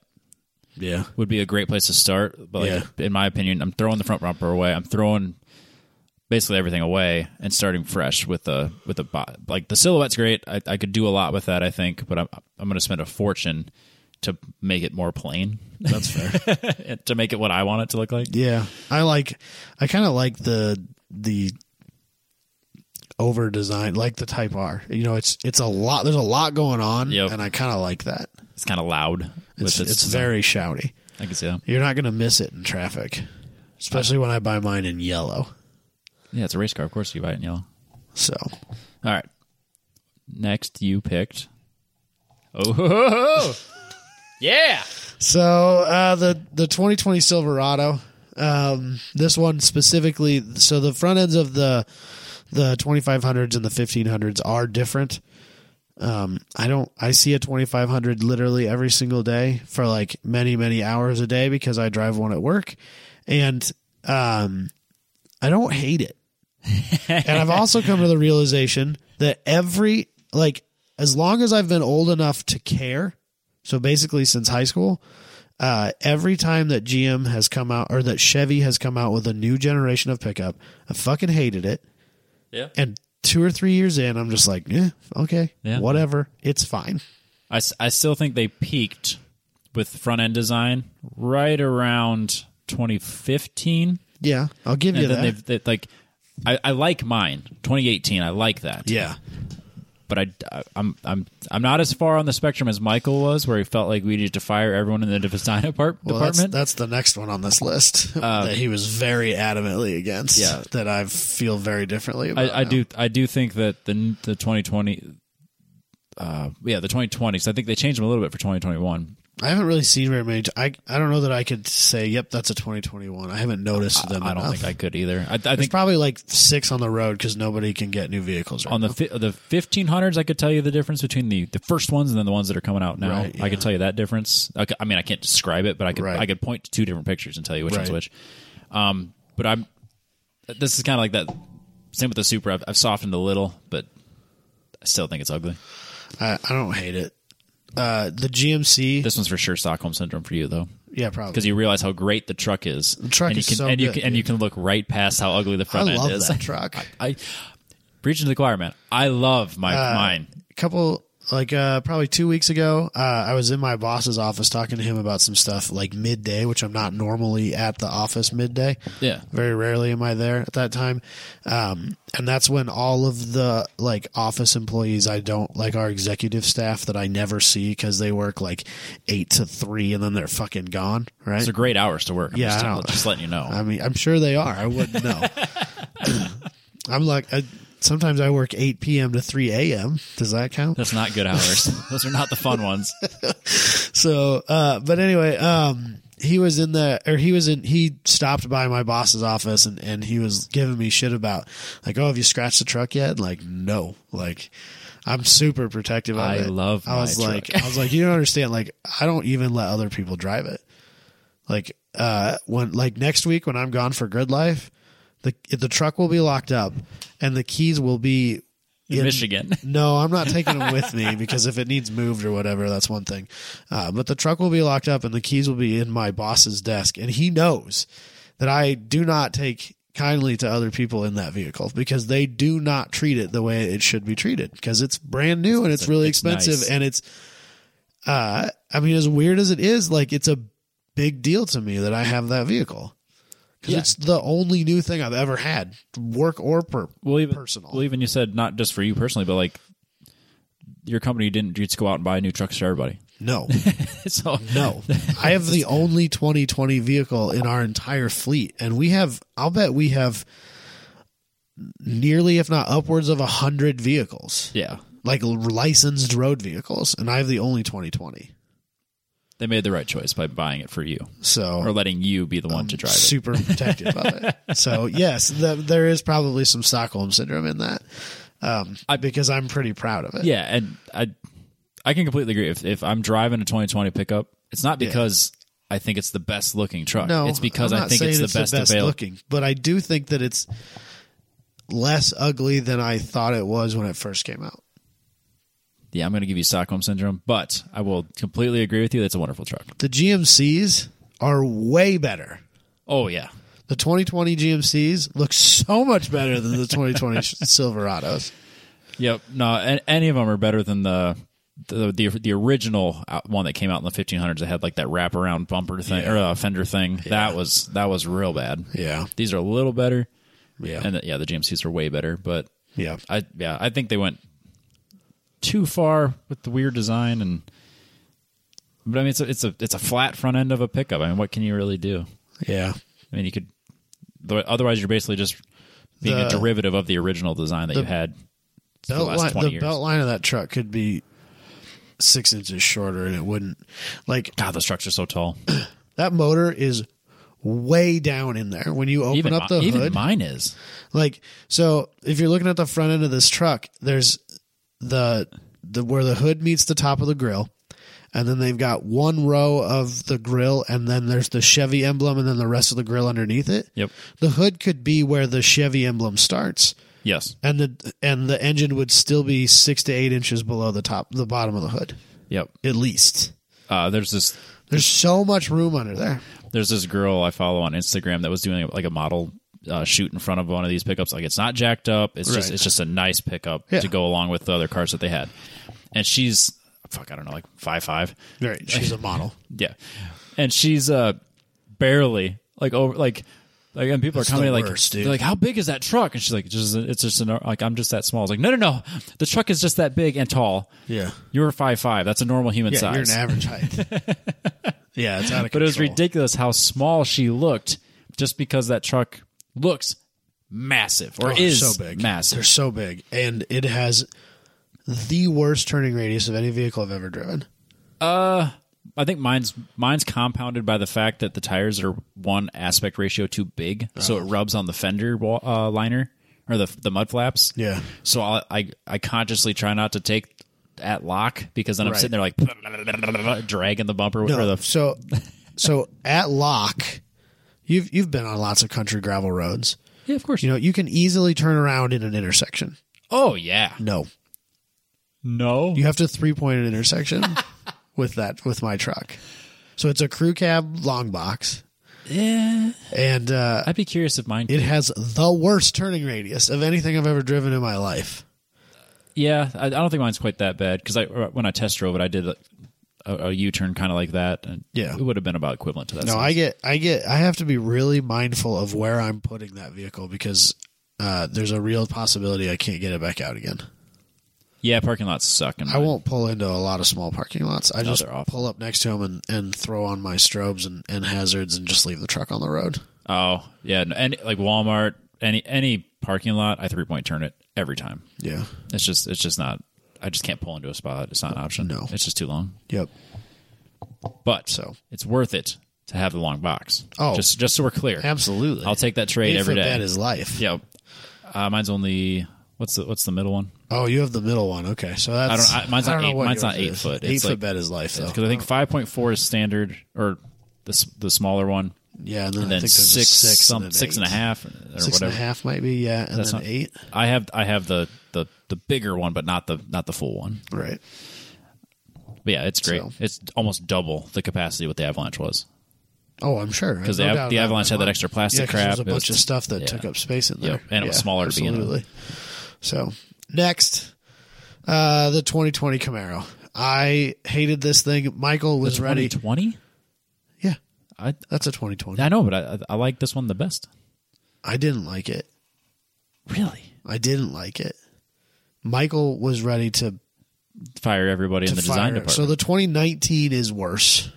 S2: Yeah,
S1: would be a great place to start. But like,
S2: Yeah.
S1: in my opinion, I'm throwing the front bumper away. I'm throwing basically everything away and starting fresh with a with a bo- like the silhouette's great. I, I could do a lot with that. I think, but I'm I'm going to spend a fortune to make it more plain,
S2: that's fair.
S1: to make it what I want it to look like.
S2: yeah, I like. I kind of like the the over design, like the Type R. You know, it's it's a lot. There's a lot going on,
S1: Yep.
S2: and I kind of like that.
S1: It's kind of loud. with
S2: It's it's very shouty.
S1: I can see that.
S2: You're not gonna miss it in traffic, especially when I buy mine in yellow.
S1: Yeah, it's a race car. Of course, you buy it in yellow.
S2: So
S1: All right. Next, you picked. Oh, ho, ho, ho. yeah.
S2: So uh, the the 2020 Silverado, um, this one specifically. So the front ends of the the 2500s and the 1500s are different. Um, I don't. I see a 2500 literally every single day for like many many hours a day because I drive one at work, and um, I don't hate it. and I've also come to the realization that every like as long as I've been old enough to care, so basically since high school, uh, every time that GM has come out or that Chevy has come out with a new generation of pickup, I fucking hated it.
S1: Yeah.
S2: And two or three years in, I'm just like, yeah, okay,
S1: Yeah.
S2: whatever, it's fine.
S1: I, s- I still think they peaked with front end design right around 2015.
S2: Yeah, I'll give
S1: And
S2: you
S1: then
S2: that.
S1: they've, they, like, I, I like mine. 2018, I like that.
S2: Yeah,
S1: But I, I, I'm, I'm, I'm not as far on the spectrum as Michael was, where he felt like we needed to fire everyone in the design apart-
S2: well, that's,
S1: department. Uh,
S2: that's the next one on this list that he was very adamantly against.
S1: Yeah.
S2: that I feel very differently about.
S1: I, I
S2: now.
S1: do I do think that the the 2020 uh yeah the 2020s I think they changed them a little bit for 2021
S2: I haven't really seen very many. I I don't know that I could say, "Yep, that's a 2021." I haven't noticed them.
S1: I don't
S2: enough.
S1: think I could either I, I
S2: There's
S1: think
S2: probably like six on the road because nobody can get new vehicles. Right
S1: on the
S2: now.
S1: fi- the 1500s I could tell you the difference between the the first ones and then the ones that are coming out now
S2: Right,
S1: I
S2: yeah.
S1: could tell you that difference I, c- I mean I can't describe it but I could
S2: Right.
S1: I could point to two different pictures and tell you which one's
S2: Right.
S1: which um but I'm this is kind of like that same with the super I've, I've softened a little but I still think it's ugly
S2: I, I don't hate it. Uh, the GMC,
S1: this one's for sure Stockholm syndrome for you though
S2: yeah, probably.
S1: because you realize how great the truck is. The
S2: truck
S1: and you
S2: is
S1: can,
S2: so
S1: and you
S2: good,
S1: can, and
S2: dude.
S1: you can look right past how ugly the
S2: I
S1: front
S2: love
S1: end is.
S2: that truck. A
S1: I preaching to the choir, man. I love my
S2: Uh,
S1: mine.
S2: couple, like uh, probably two weeks ago, uh, I was in my boss's office talking to him about some stuff like midday, which I'm not normally at the office midday.
S1: Yeah,
S2: Very rarely am I there at that time. Um, and that's when all of the like office employees I don't like our executive staff that I never see because they work like eight to three and then they're fucking gone. Right.
S1: those are great hours to work. I'm
S2: Yeah,
S1: just,
S2: I don't-
S1: just letting you know.
S2: I mean, I'm sure they are. I wouldn't know. I'm like, I, sometimes I work 8 p.m. to 3 a.m. Does that count?
S1: That's not good hours. Those are not the fun ones.
S2: So, uh, but anyway, um, he was in the, or he was in, he stopped by my boss's office and, and he was giving me shit about, like, oh, have you scratched the truck yet? Like, no. Like, I'm super protective of
S1: I
S2: it.
S1: love
S2: I
S1: my
S2: was
S1: truck.
S2: like, I was like, you don't understand. Like, I don't even let other people drive it. Like, uh, when, like next week when I'm gone for good life, the, the truck will be locked up and the keys will be in-
S1: Michigan.
S2: no, I'm not taking them with me because if it needs moved or whatever, that's one thing. Uh, but the truck will be locked up and the keys will be in my boss's desk. And he knows that I do not take kindly to other people in that vehicle because they do not treat it the way it should be treated because it's brand new and it's, really
S1: it's
S2: expensive
S1: nice.
S2: and it's, uh, I mean, as weird as it is, like it's a big deal to me that I have that vehicle because
S1: Yeah.
S2: it's the only new thing I've ever had, work or per.
S1: Well, even
S2: Personal.
S1: Well, even you said not just for you personally, but like your company didn't just go out and buy new trucks for everybody.
S2: No,
S1: so
S2: no, I have the only 2020 vehicle in our entire fleet, and we have. I'll bet we have nearly, if not upwards of a hundred vehicles,
S1: yeah,
S2: like licensed road vehicles, and I have the only 2020.
S1: they made the right choice by buying it for you
S2: So
S1: or letting you be the one to drive it.
S2: super protective of it. So yes, th- there is probably some Stockholm syndrome in that, um, because I'm pretty proud of it.
S1: Yeah, and I I can completely agree. If if I'm driving a 2020 pickup, it's not because I think it's the best looking truck.
S2: no,
S1: it's because
S2: I'm
S1: I
S2: not
S1: think it's
S2: saying
S1: the best available.
S2: looking, but I do think that it's less ugly than I thought it was when it first came out.
S1: Yeah, I'm going to give you Stockholm syndrome, but I will completely agree with you. That's a wonderful truck.
S2: The GMCs are way better.
S1: Oh yeah,
S2: The 2020 GMCs look so much better than the 2020 Silverados.
S1: Yep. No, and any of them are better than the the the, the original out- one that came out in the 1500s that had like that wraparound bumper thing or uh, fender thing. That was that was real bad.
S2: Yeah.
S1: These are a little better.
S2: Yeah.
S1: And the, yeah, the GMCs are way better, but
S2: Yeah.
S1: I yeah, I think they went too far with the weird design and but I mean it's a, it's a it's a flat front end of a pickup. I mean, what can you really do?
S2: Yeah.
S1: I mean, you could otherwise you're basically just being a
S2: The-
S1: derivative of the original design that you had. for the
S2: belt
S1: last
S2: line,
S1: 20
S2: the
S1: years.
S2: belt line of that truck could be six inches shorter and it wouldn't like
S1: God, the structure's so tall.
S2: that motor is way down in there when you open
S1: even
S2: up the
S1: mi- even
S2: hood
S1: mine is.
S2: like so if you're looking at the front end of this truck there's the the where the hood meets the top of the grill and then they've got one row of the grill and then there's the Chevy emblem and then the rest of the grill underneath it
S1: Yep.
S2: the hood could be where the Chevy emblem starts
S1: Yes.
S2: and the and the engine would still be 6 to 8 inches below the top the bottom of the hood
S1: Yep.
S2: at least.
S1: Uh, there's this
S2: There's so much room under there.
S1: there's this girl I follow on Instagram that was doing like a model uh, shoot in front of one of these pickups. Like it's not jacked up. It's just
S2: Right.
S1: it's just a nice pickup
S2: Yeah.
S1: to go along with the other cars that they had. And she's fuck I don't know like five five.
S2: Right, she's a model.
S1: Yeah. And she's uh barely like over like like and people are
S2: the
S1: commenting like
S2: worst, dude.
S1: they're like how big is that truck? And she's like just it's just an, like I'm just that small. I was like no no no the truck is just that big and tall.
S2: Yeah.
S1: You're five five. That's a normal human
S2: Yeah,
S1: size.
S2: you're an average height. yeah, it's out of control.
S1: But it was ridiculous how small she looked just because that truck looks massive or
S2: Oh, they're
S1: is
S2: so big. They're
S1: massive.
S2: so big, and it has the worst turning radius of any vehicle I've ever driven.
S1: I think mine's mine's compounded by the fact that the tires are one aspect ratio too big,
S2: Oh.
S1: so it rubs on the fender wa- uh, liner or the the mud flaps.
S2: Yeah.
S1: So I I, I consciously try not to take at lock because then I'm
S2: Right.
S1: sitting there like dragging the bumper or the
S2: so, so at lock, you've you've been on lots of country gravel roads.
S1: yeah of course
S2: You know you can easily turn around in an intersection.
S1: oh yeah
S2: No,
S1: no
S2: You have to three point an intersection with that with my truck. So it's a crew cab long box,
S1: yeah
S2: and uh,
S1: I'd be curious if mine
S2: it has the worst turning radius of anything I've ever driven in my life.
S1: Yeah, I, I don't think mine's quite that bad because I when I test drove it, I did a, a U-turn kind of like that. And
S2: Yeah.
S1: it would have been about equivalent to that.
S2: No,
S1: size.
S2: I get, I get, I have to be really mindful of where I'm putting that vehicle because uh, there's a real possibility I can't get it back out again.
S1: yeah, parking lots suck. And
S2: I won't pull into a lot of small parking lots. I just
S1: they're awful.
S2: pull up next to them and, and throw on my strobes and, and hazards and just leave the truck on the road.
S1: Oh yeah, no, and like Walmart, any any parking lot, I three point turn it every time.
S2: Yeah.
S1: It's just it's just not. I just can't pull into a spot. It's not an option.
S2: No.
S1: it's just too long.
S2: Yep.
S1: But
S2: So.
S1: it's worth it to have the long box.
S2: Oh.
S1: just just so we're clear.
S2: Absolutely.
S1: I'll take that trade
S2: Eight
S1: every
S2: foot
S1: day.
S2: bed is life.
S1: yeah, uh, mine's only what's the what's the middle one?
S2: Oh, you have the middle one. Okay, so that's
S1: I don't- I- mine's not
S2: know
S1: eight-
S2: what
S1: mine's
S2: yours
S1: not eight
S2: is.
S1: foot.
S2: Eight
S1: It's
S2: foot
S1: like-
S2: bed is life though.
S1: Because I think five point four is standard or the s- the smaller one.
S2: yeah, and then, I
S1: then
S2: think
S1: six,
S2: there's a six,
S1: some,
S2: and then
S1: six and a
S2: eight.
S1: half, or
S2: Six and
S1: whatever.
S2: a half might be yeah, and then
S1: not-
S2: eight.
S1: I have I have the, the the bigger one, but not the not the full one.
S2: Right.
S1: But yeah, it's great.
S2: So-
S1: It's almost double the capacity what the Avalanche was
S2: Oh, I'm sure
S1: because the, Av- the Avalanche had that extra
S2: yeah,
S1: plastic
S2: 'cause there
S1: crap.
S2: was a
S1: It
S2: bunch of stuff that
S1: yeah.
S2: took up space in there,
S1: Yep, and it was smaller to begin with.
S2: absolutely. So next, uh, the 2020 Camaro. I hated this thing. Michael was ready.
S1: Twenty.
S2: Yeah,
S1: I
S2: That's a 2020.
S1: I know, but I I like this one the best.
S2: I didn't like it.
S1: Really,
S2: I didn't like it. Michael was ready to,
S1: fire everybody
S2: to
S1: in the
S2: fire.
S1: design
S2: him.
S1: department.
S2: So the 2019 is worse.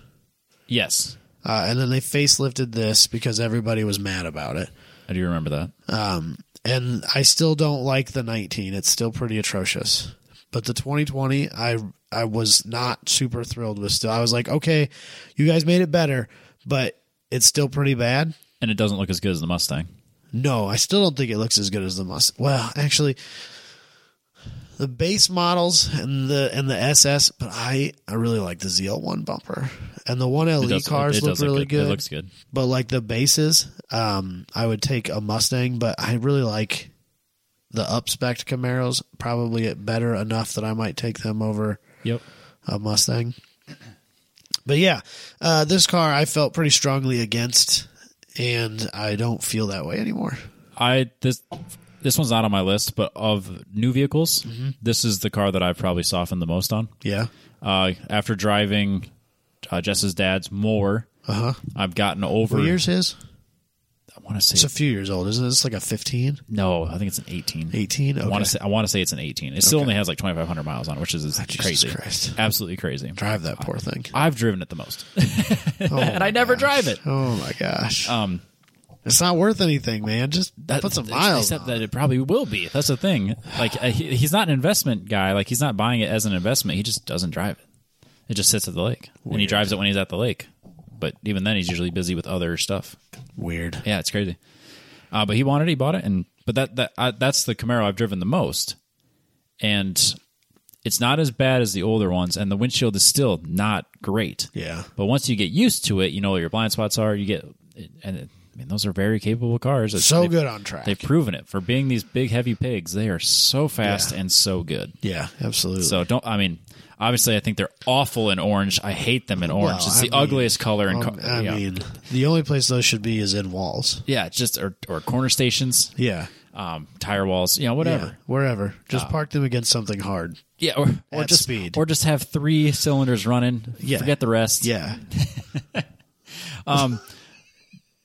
S1: yes,
S2: Uh, and then they facelifted this because everybody was mad about it.
S1: I do remember that.
S2: Um, and I still don't like the 19. It's still pretty atrocious. But the 2020, I I was not super thrilled with. Still, I was like, okay, you guys made it better, but it's still pretty bad.
S1: And it doesn't look as good as the Mustang.
S2: No, I still don't think it looks as good as the Mustang. Well, actually, the base models and the and the SS, but I I really like the ZL1 bumper and the one
S1: It
S2: LE
S1: does-
S2: cars
S1: it
S2: look
S1: does
S2: really
S1: look It looks good.
S2: but like the bases, um, I would take a Mustang, but I really like the upspec Camaros probably at better enough that I might take them over
S1: Yep.
S2: a Mustang. But yeah, uh, this car I felt pretty strongly against, and I don't feel that way anymore.
S1: I this this one's not on my list, but of new vehicles,
S2: Mm-hmm.
S1: this is the car that I've probably softened the most on.
S2: Yeah.
S1: Uh, after driving uh, Jess's dad's more,
S2: Uh huh.
S1: I've gotten over.
S2: What year's his?
S1: I want to
S2: It's
S1: say
S2: a few years old, isn't it? It's like a 15,
S1: no. I think it's an eighteen.
S2: 18.
S1: I
S2: Okay.
S1: want to say I want to say it's an eighteen. It still only has like twenty five hundred miles on, it, which is, is
S2: Jesus
S1: crazy,
S2: Christ.
S1: absolutely crazy.
S2: Drive that poor thing.
S1: I've driven it the most,
S2: Oh
S1: and
S2: my
S1: I never
S2: gosh.
S1: drive it.
S2: Oh my gosh.
S1: Um,
S2: it's not worth anything, man. Just
S1: that-
S2: put some
S1: ex-
S2: miles.
S1: Except
S2: on
S1: that it probably will be. That's the thing. Like uh, he, he's not an investment guy. Like he's not buying it as an investment. He just doesn't drive it. It just sits at the lake, and he
S2: Weird.
S1: drives it when he's at the lake. But even then, he's usually busy with other stuff.
S2: Weird.
S1: Yeah, it's crazy. Uh, but he wanted, it, he bought it, and but that that I, that's the Camaro I've driven the most, and it's not as bad as the older ones, and the windshield is still not great.
S2: Yeah.
S1: But once you get used to it, you know what your blind spots are. You get, and it, I mean, those are very capable cars. It's-
S2: So
S1: they've-
S2: good on track.
S1: They've proven it for being these big, heavy pigs. They are so fast and so good.
S2: yeah, absolutely.
S1: So don't. I mean, obviously, I think they're awful in orange. I hate them in orange.
S2: Well,
S1: it's
S2: I
S1: the
S2: mean-
S1: ugliest color in.
S2: Um,
S1: co-
S2: I
S1: yeah.
S2: mean, the only place those should be is in walls.
S1: yeah, it's just or, or corner stations,
S2: Yeah.
S1: um, tire walls, you know,
S2: Yeah,
S1: whatever.
S2: wherever.
S1: Uh,
S2: Just park them against something hard.
S1: Yeah, or, or
S2: At
S1: just
S2: speed.
S1: or just have three cylinders running.
S2: Yeah.
S1: forget the rest.
S2: Yeah.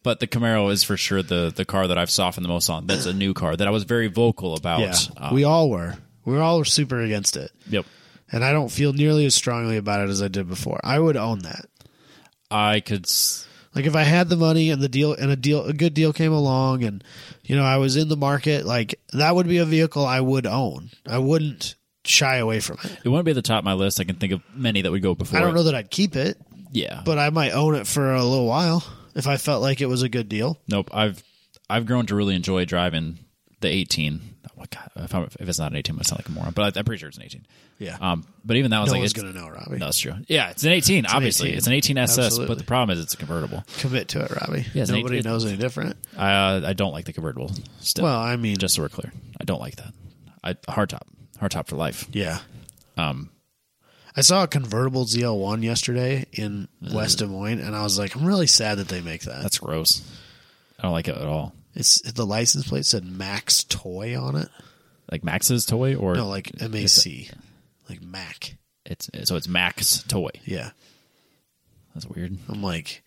S1: but the Camaro is for sure the the car that I've softened the most on. That's a new car that I was very vocal about.
S2: Yeah.
S1: Uh,
S2: we all were. We all were super against it.
S1: yep.
S2: And I don't feel nearly as strongly about it as I did before. I would own that.
S1: I could. s-
S2: Like if I had the money and the deal and a deal a good deal came along and you know I was in the market, like that would be a vehicle I would own. I wouldn't shy away from it.
S1: It wouldn't be at the top of my list. I can think of many that would go before.
S2: I don't
S1: it.
S2: know that I'd keep it,
S1: Yeah.
S2: but I might own it for a little while if I felt like it was a good deal.
S1: Nope. I've I've grown to really enjoy driving the 18. Oh my god! If, I'm, if it's not an 18, I sound like a moron. But I, I'm pretty sure it's an 18.
S2: Yeah.
S1: Um. But even that was
S2: no
S1: like
S2: one's
S1: it's-
S2: going to know, Robbie.
S1: No, that's true. Yeah, it's an 18. obviously,
S2: 18.
S1: it's an 18 SS.
S2: Absolutely.
S1: But the problem is it's a convertible.
S2: Commit to it, Robbie.
S1: Yeah, it's an
S2: Nobody
S1: eight-
S2: knows any different.
S1: I uh, I don't like the convertible. Still,
S2: Well, I mean,
S1: just so we're clear, I don't like that. I hard top, hard top for life.
S2: yeah.
S1: Um.
S2: I saw a convertible ZL1 yesterday in
S1: Uh,
S2: West Des Moines, and I was like, I'm really sad that they make that.
S1: That's gross. I don't like it at all.
S2: It's the license plate said Max Toy on it.
S1: Like Max's toy, or
S2: No, like MAC, like Mac.
S1: it's so it's Max toy.
S2: Yeah,
S1: That's weird.
S2: I'm like,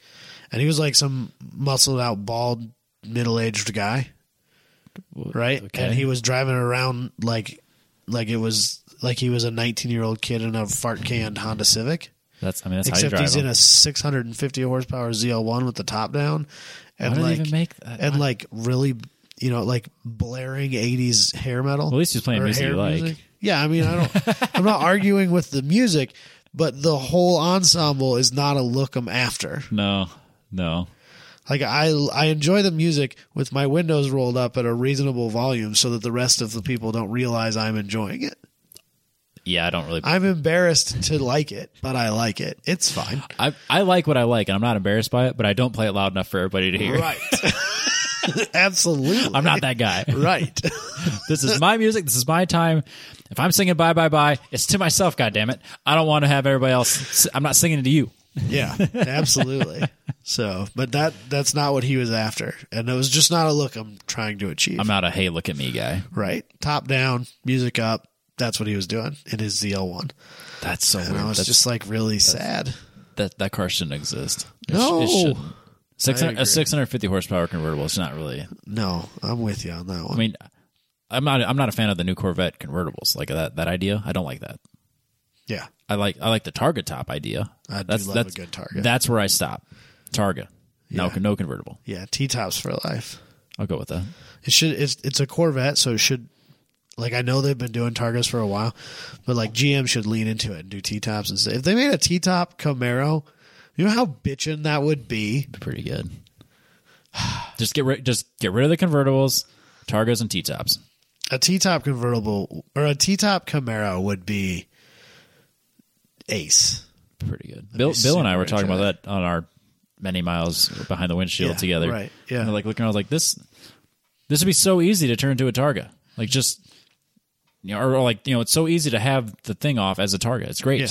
S2: and he was like some muscled out, bald, middle aged guy, right?
S1: Okay.
S2: And he was driving around like, like it was like he was a 19 year old kid in a fart canned Honda Civic.
S1: That's I mean that's how you
S2: except
S1: drive.
S2: he's in
S1: them.
S2: a 650 horsepower ZL1 with the top down, and
S1: Why do they
S2: like
S1: even make that?
S2: and like really, you know, like blaring 80s hair metal.
S1: Well, at least he's playing
S2: or
S1: music you
S2: hair
S1: like.
S2: Yeah, I mean, I don't. I'm not arguing with the music, but the whole ensemble is not a look I'm after.
S1: no, no.
S2: Like I, I enjoy the music with my windows rolled up at a reasonable volume so that the rest of the people don't realize I'm enjoying it.
S1: Yeah, I don't really.
S2: I'm embarrassed to like it, but I like it. It's fine.
S1: I, I like what I like, and I'm not embarrassed by it, but I don't play it loud enough for everybody to hear.
S2: Right. Absolutely.
S1: I'm not that guy.
S2: right.
S1: this is my music. This is my time. If I'm singing "Bye Bye Bye," it's to myself. God damn it! I don't want to have everybody else. I'm not singing it to you.
S2: Yeah, absolutely. So, but that that's not what he was after, and it was just not a look I'm trying to achieve.
S1: I'm not a "Hey, look at me" guy.
S2: right, top down, music up. That's what he was doing in his ZL one,
S1: That's so
S2: and I
S1: weird.
S2: was
S1: That's,
S2: just like really sad.
S1: that that car shouldn't exist. It sh-
S2: No.
S1: it shouldn't. Six
S2: I
S1: hundred
S2: agree.
S1: a six hundred fifty horsepower convertible. It's not really.
S2: No, I'm with you on that one.
S1: I mean, I'm not I'm not a fan of the new Corvette convertibles. Like that that idea, I don't like that.
S2: yeah.
S1: I like I like the Target top idea.
S2: I do love a good Targa.
S1: That's where I stop. Target. No,
S2: Yeah.
S1: no convertible.
S2: Yeah, T tops for life.
S1: I'll go with that.
S2: It should it's it's a Corvette, so it should like I know they've been doing Targas for a while, but like GM should lean into it and do T tops and say if they made a T top Camaro, you know how bitchin' that would be?
S1: Be pretty good. just get rid just get rid of the convertibles, Targos and T tops.
S2: A T top convertible or a T top Camaro would be ace.
S1: Pretty good. Bill,
S2: be
S1: Bill and I
S2: super
S1: were talking
S2: into
S1: about that on our many miles behind the windshield
S2: Yeah,
S1: together.
S2: right, yeah.
S1: And like looking around, I was like this, this would be so easy to turn into a Targa. Like just, you know, or, or like you know, it's so easy to have the thing off as a Targa. It's great.
S2: Yeah.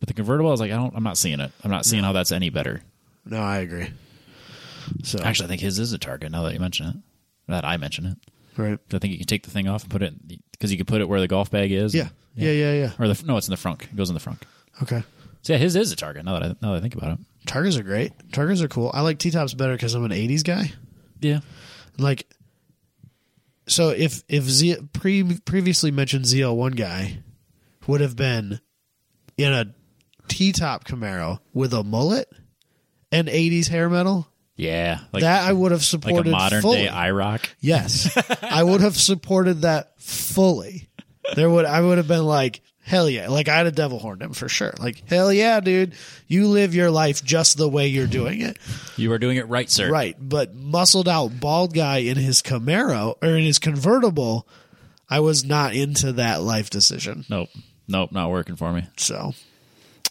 S1: But the convertible, I was like, I don't, I'm not seeing it. I'm not seeing how that's any better.
S2: No, I agree. So
S1: Actually, I think his is a Targa. Now that you mention it, that I mention it,
S2: right.
S1: 'Cause I think you can take the thing off and put it because you can put it where the golf bag is.
S2: Yeah. Yeah, yeah, yeah.
S1: Or the no, it's in the frunk. It goes in the frunk.
S2: Okay.
S1: So yeah, his is a Targa. Now that I, now that I think about it,
S2: Targas are great. Targas are cool. I like T tops better because I'm an '80s guy.
S1: yeah.
S2: Like, so if if Z, pre, previously mentioned ZL1 guy would have been in a T top Camaro with a mullet and '80s hair metal,
S1: Yeah, like
S2: that I would have
S1: like a
S2: supported
S1: modern
S2: fully.
S1: day IROC.
S2: yes, I would have supported that fully. There would I would have been like. Hell yeah. Like, I'd have devil horned him for sure. Like, hell yeah, dude. You live your life just the way you're doing it.
S1: You are doing it right, sir.
S2: Right, but muscled out bald guy in his Camaro or in his convertible, I was not into that life decision.
S1: Nope. Nope. Not working for me.
S2: So,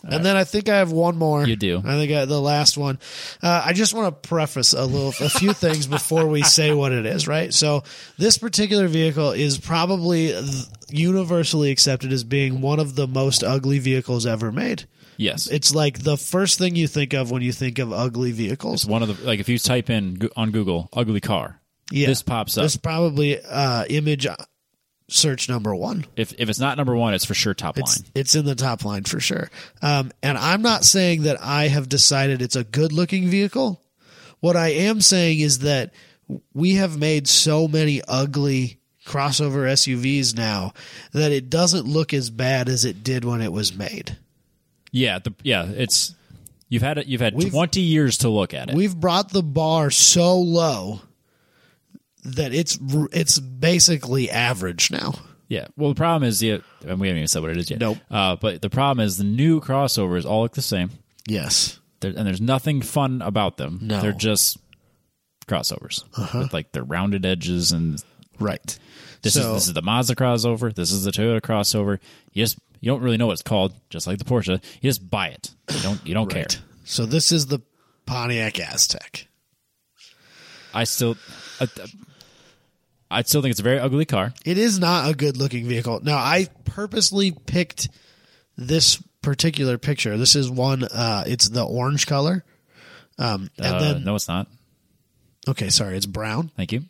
S2: and then I think I have one more.
S1: You do.
S2: I think I, the last one. Uh, I just want to preface a little, a few things before we say what it is. Right. So this particular vehicle is probably th- universally accepted as being one of the most ugly vehicles ever made.
S1: Yes. It's
S2: It's like the first thing you think of when you think of ugly vehicles.
S1: one of the like if you type in Go- on Google "ugly car,"
S2: Yeah.
S1: this pops up.
S2: That's probably uh, image search number one.
S1: if if it's not number one, it's for sure top
S2: It's,
S1: line.
S2: it's in the top line for sure. Um, and I'm not saying that I have decided it's a good looking vehicle. What I am saying is that we have made so many ugly crossover SUVs now that it doesn't look as bad as it did when it was made.
S1: Yeah. The, yeah. It's you've had it. You've had
S2: We've-
S1: twenty years to look at it.
S2: We've brought the bar so low that it's it's basically average now.
S1: yeah. Well, the problem is yeah, and we haven't even said what it is yet.
S2: Nope.
S1: Uh, but the problem is the new crossovers all look the same,
S2: Yes.
S1: There and there's nothing fun about them.
S2: No. Uh-huh.
S1: They're just crossovers with like the rounded edges and
S2: Right.
S1: This is
S2: So-
S1: this is the Mazda crossover. This is the Toyota crossover. You just you don't really know what it's called, just like the Porsche. You just buy it. You don't you don't care.
S2: So this is the Pontiac Aztec.
S1: I still, I, I still think it's a very ugly car.
S2: It is not a good looking vehicle. Now I purposely picked this particular picture. This is one uh it's the orange color. Um and
S1: Uh,
S2: then
S1: no, it's not.
S2: okay, sorry, it's brown.
S1: Thank you.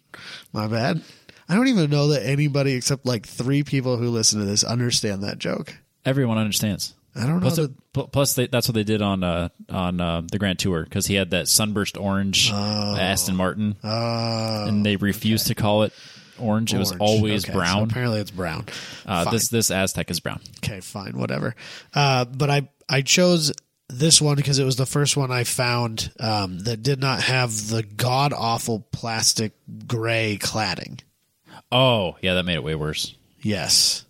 S2: My bad. I don't even know that anybody except like 3 people who listen to this understand that joke.
S1: Everyone understands.
S2: I don't know
S1: Plus,
S2: that,
S1: pl- plus they, that's what they did on uh, on uh, the Grand Tour because he had that sunburst orange uh,
S2: Oh.
S1: Aston Martin, and they refused to call it orange. It was
S2: orange.
S1: always
S2: Okay, so
S1: brown.
S2: apparently it's brown.
S1: uh,
S2: Fine.
S1: this this Aztec is brown.
S2: okay, fine, whatever. Uh, but I I chose this one because it was the first one I found um, that did not have the god awful plastic gray cladding.
S1: Oh yeah, that made it way worse.
S2: Yes.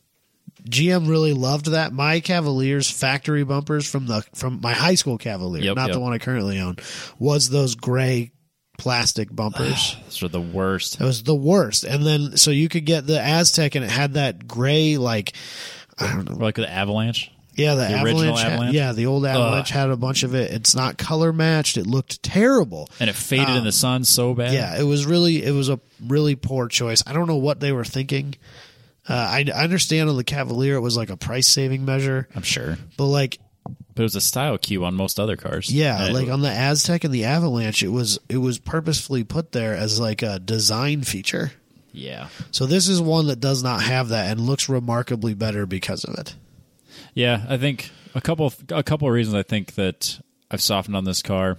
S2: GM really loved that. My Cavaliers factory bumpers from the from my high school Cavalier,
S1: Yep,
S2: not
S1: yep.
S2: the one I currently own, was those gray plastic bumpers.
S1: Those are the worst.
S2: It was the worst. And then so you could get the Aztec and it had that gray like I don't know
S1: Or like the Avalanche.
S2: Yeah, the,
S1: The
S2: avalanche,
S1: original
S2: had-
S1: Avalanche?
S2: yeah, the old avalanche had a bunch of it. It's not color matched. It looked terrible.
S1: and it faded in the sun so bad.
S2: Oh. Yeah, it was really it was a really poor choice. I don't know what they were thinking. Uh, I, I understand on the Cavalier it was like a price saving measure,
S1: I'm sure.
S2: but like
S1: But it was a style cue on most other cars.
S2: yeah,
S1: And it-
S2: like um, on the Aztec and the Avalanche, it was it was purposefully put there as like a design feature.
S1: yeah,
S2: So this is one that does not have that and looks remarkably better because of it.
S1: yeah. I think a couple a couple of reasons I think that I've softened on this car,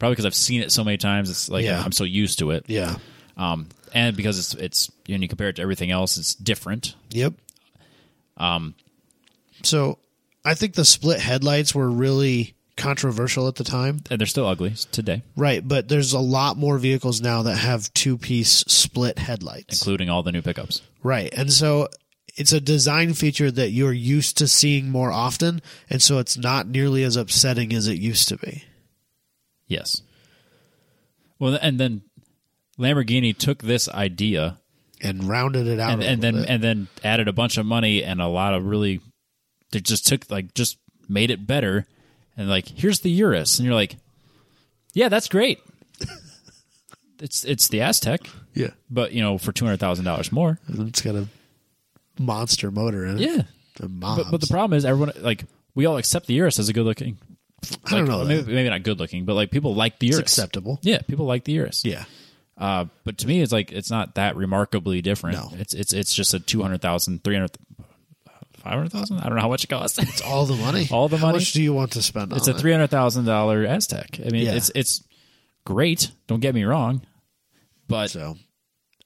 S1: probably because I've seen it so many times. It's like
S2: Yeah.
S1: I'm so used to it,
S2: Yeah.
S1: um, and because it's it's when you compare it to everything else, it's different.
S2: Yep. Um,
S1: Um,
S2: so I think the split headlights were really controversial at the time.
S1: And they're still ugly today,
S2: Right, but there's a lot more vehicles now that have two piece split headlights.
S1: including all the new pickups.
S2: Right. And so it's a design feature that you're used to seeing more often, and so it's not nearly as upsetting as it used to be.
S1: Yes. Well, and then Lamborghini took this idea
S2: And rounded it out.
S1: and,
S2: a
S1: and then
S2: little bit.
S1: and then added a bunch of money and a lot of really they just took like just made it better and like here's the Urus and you're like yeah that's great it's it's the Aztec
S2: yeah.
S1: but you know for two hundred thousand dollars more
S2: And it's got a monster motor in it.
S1: yeah
S2: The
S1: but but the
S2: mobs.
S1: problem is everyone like we all accept the Urus as a good looking
S2: I
S1: like,
S2: don't know. that.
S1: maybe, maybe not good looking but like people like the Urus
S2: It's acceptable.
S1: yeah people like the Urus
S2: Yeah.
S1: Uh, but to me, it's like it's not that remarkably different.
S2: No.
S1: It's it's it's just a 200,000, 300, 500,000? I don't know how much it costs. It's,
S2: All the money.
S1: All the
S2: How
S1: money?
S2: much do you want to spend on
S1: it's a
S2: it?
S1: three hundred thousand dollar Aztec. I mean,
S2: Oh, Yeah.
S1: it's it's great. Don't get me wrong, but
S2: So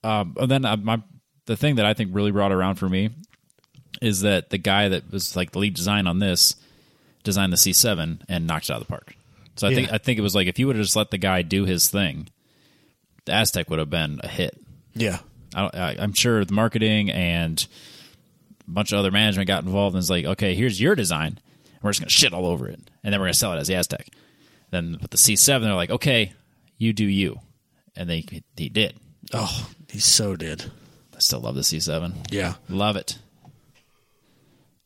S1: um, and then uh, my the thing that I think really brought around for me is that the guy that was like the lead design on this designed the C7 and knocked it out of the park. So I think
S2: Yeah.
S1: I think it was like if you would have just let the guy do his thing, the Aztec would have been a hit.
S2: yeah.
S1: I don't, I, I'm sure the marketing and a bunch of other management got involved and was like, okay, here's your design. And we're just going to shit all over it. And then we're going to sell it as the Aztec. Then with the C7, they're like, okay, you do you. And they he did.
S2: Oh, he so did.
S1: I still love the C7.
S2: Yeah.
S1: Love it.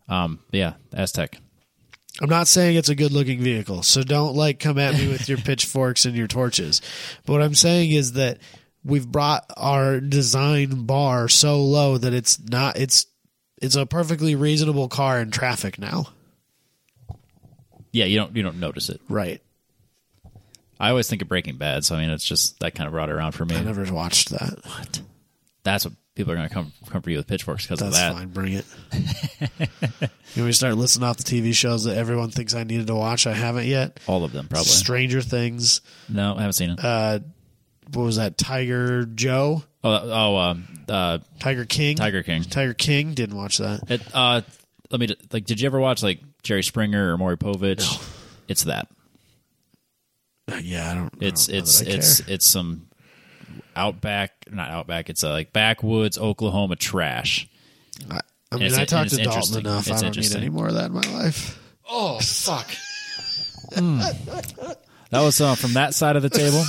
S1: Um, yeah, Aztec.
S2: I'm not saying it's a good looking vehicle, so don't like come at me with your pitchforks and your torches. But what I'm saying is that we've brought our design bar so low that it's not it's it's a perfectly reasonable car in traffic now.
S1: Yeah, you don't you don't notice it.
S2: Right.
S1: I always think of Breaking Bad, so I mean, it's just that kind of brought it around for
S2: I
S1: me.
S2: never watched that.
S1: That's what people are going to come come for you with pitchforks because of
S2: That's
S1: that.
S2: fine, bring it. you want me to start listing off the TV shows that everyone thinks I needed to watch? I haven't yet.
S1: All of them probably.
S2: Stranger Things.
S1: no, I haven't seen it.
S2: Uh, What was that? Tiger Joe?
S1: oh, oh, um, uh,
S2: Tiger King?
S1: Tiger King.
S2: Tiger King didn't watch that.
S1: It, uh, let me like. Did you ever watch like Jerry Springer or Maury Povich? It's that.
S2: Uh, Yeah, I don't. I
S1: It's
S2: don't know
S1: it's
S2: that I
S1: it's
S2: care.
S1: it's some outback, not outback. It's uh, like backwoods Oklahoma trash.
S2: I, I mean,
S1: it's-
S2: I talked
S1: it's
S2: to Dalton
S1: interesting.
S2: enough.
S1: It's
S2: I don't need
S1: interesting.
S2: any more of that in my life. Oh fuck!
S1: That was uh, from that side of the table.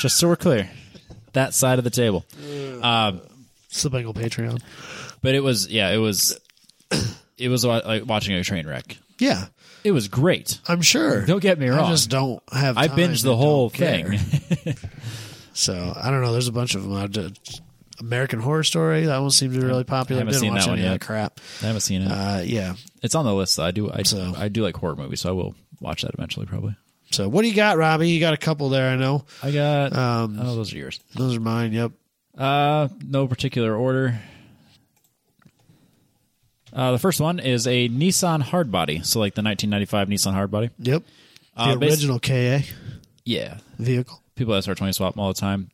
S1: just so we're clear, that side of the table.
S2: It's the Bengal Patreon.
S1: But it was yeah, it was it was wa- like watching a train wreck.
S2: Yeah,
S1: It was great.
S2: I'm sure.
S1: Don't get me
S2: I
S1: wrong.
S2: just don't have.
S1: I
S2: time
S1: binged the
S2: and
S1: whole
S2: don't care.
S1: thing.
S2: So I don't know. There's a bunch of them. I did American Horror Story. That one seemed to be really popular. I
S1: haven't
S2: didn't
S1: seen
S2: watch
S1: that
S2: any
S1: one
S2: of that
S1: yet.
S2: crap.
S1: I haven't seen it.
S2: Uh, yeah.
S1: it's on the list. though. I do I,
S2: So-
S1: I do like horror movies, so I will watch that eventually probably.
S2: So what do you got, Robbie? You got a couple there. I know.
S1: I got
S2: Um,
S1: oh those are yours.
S2: Those are mine. Yep.
S1: Uh, no particular order. Uh, the first one is a Nissan Hardbody, so like the 1995 Nissan Hardbody.
S2: Yep. The
S1: Uh, bas-
S2: original KA
S1: Yeah,
S2: vehicle.
S1: people SR20 swap 'em all the time.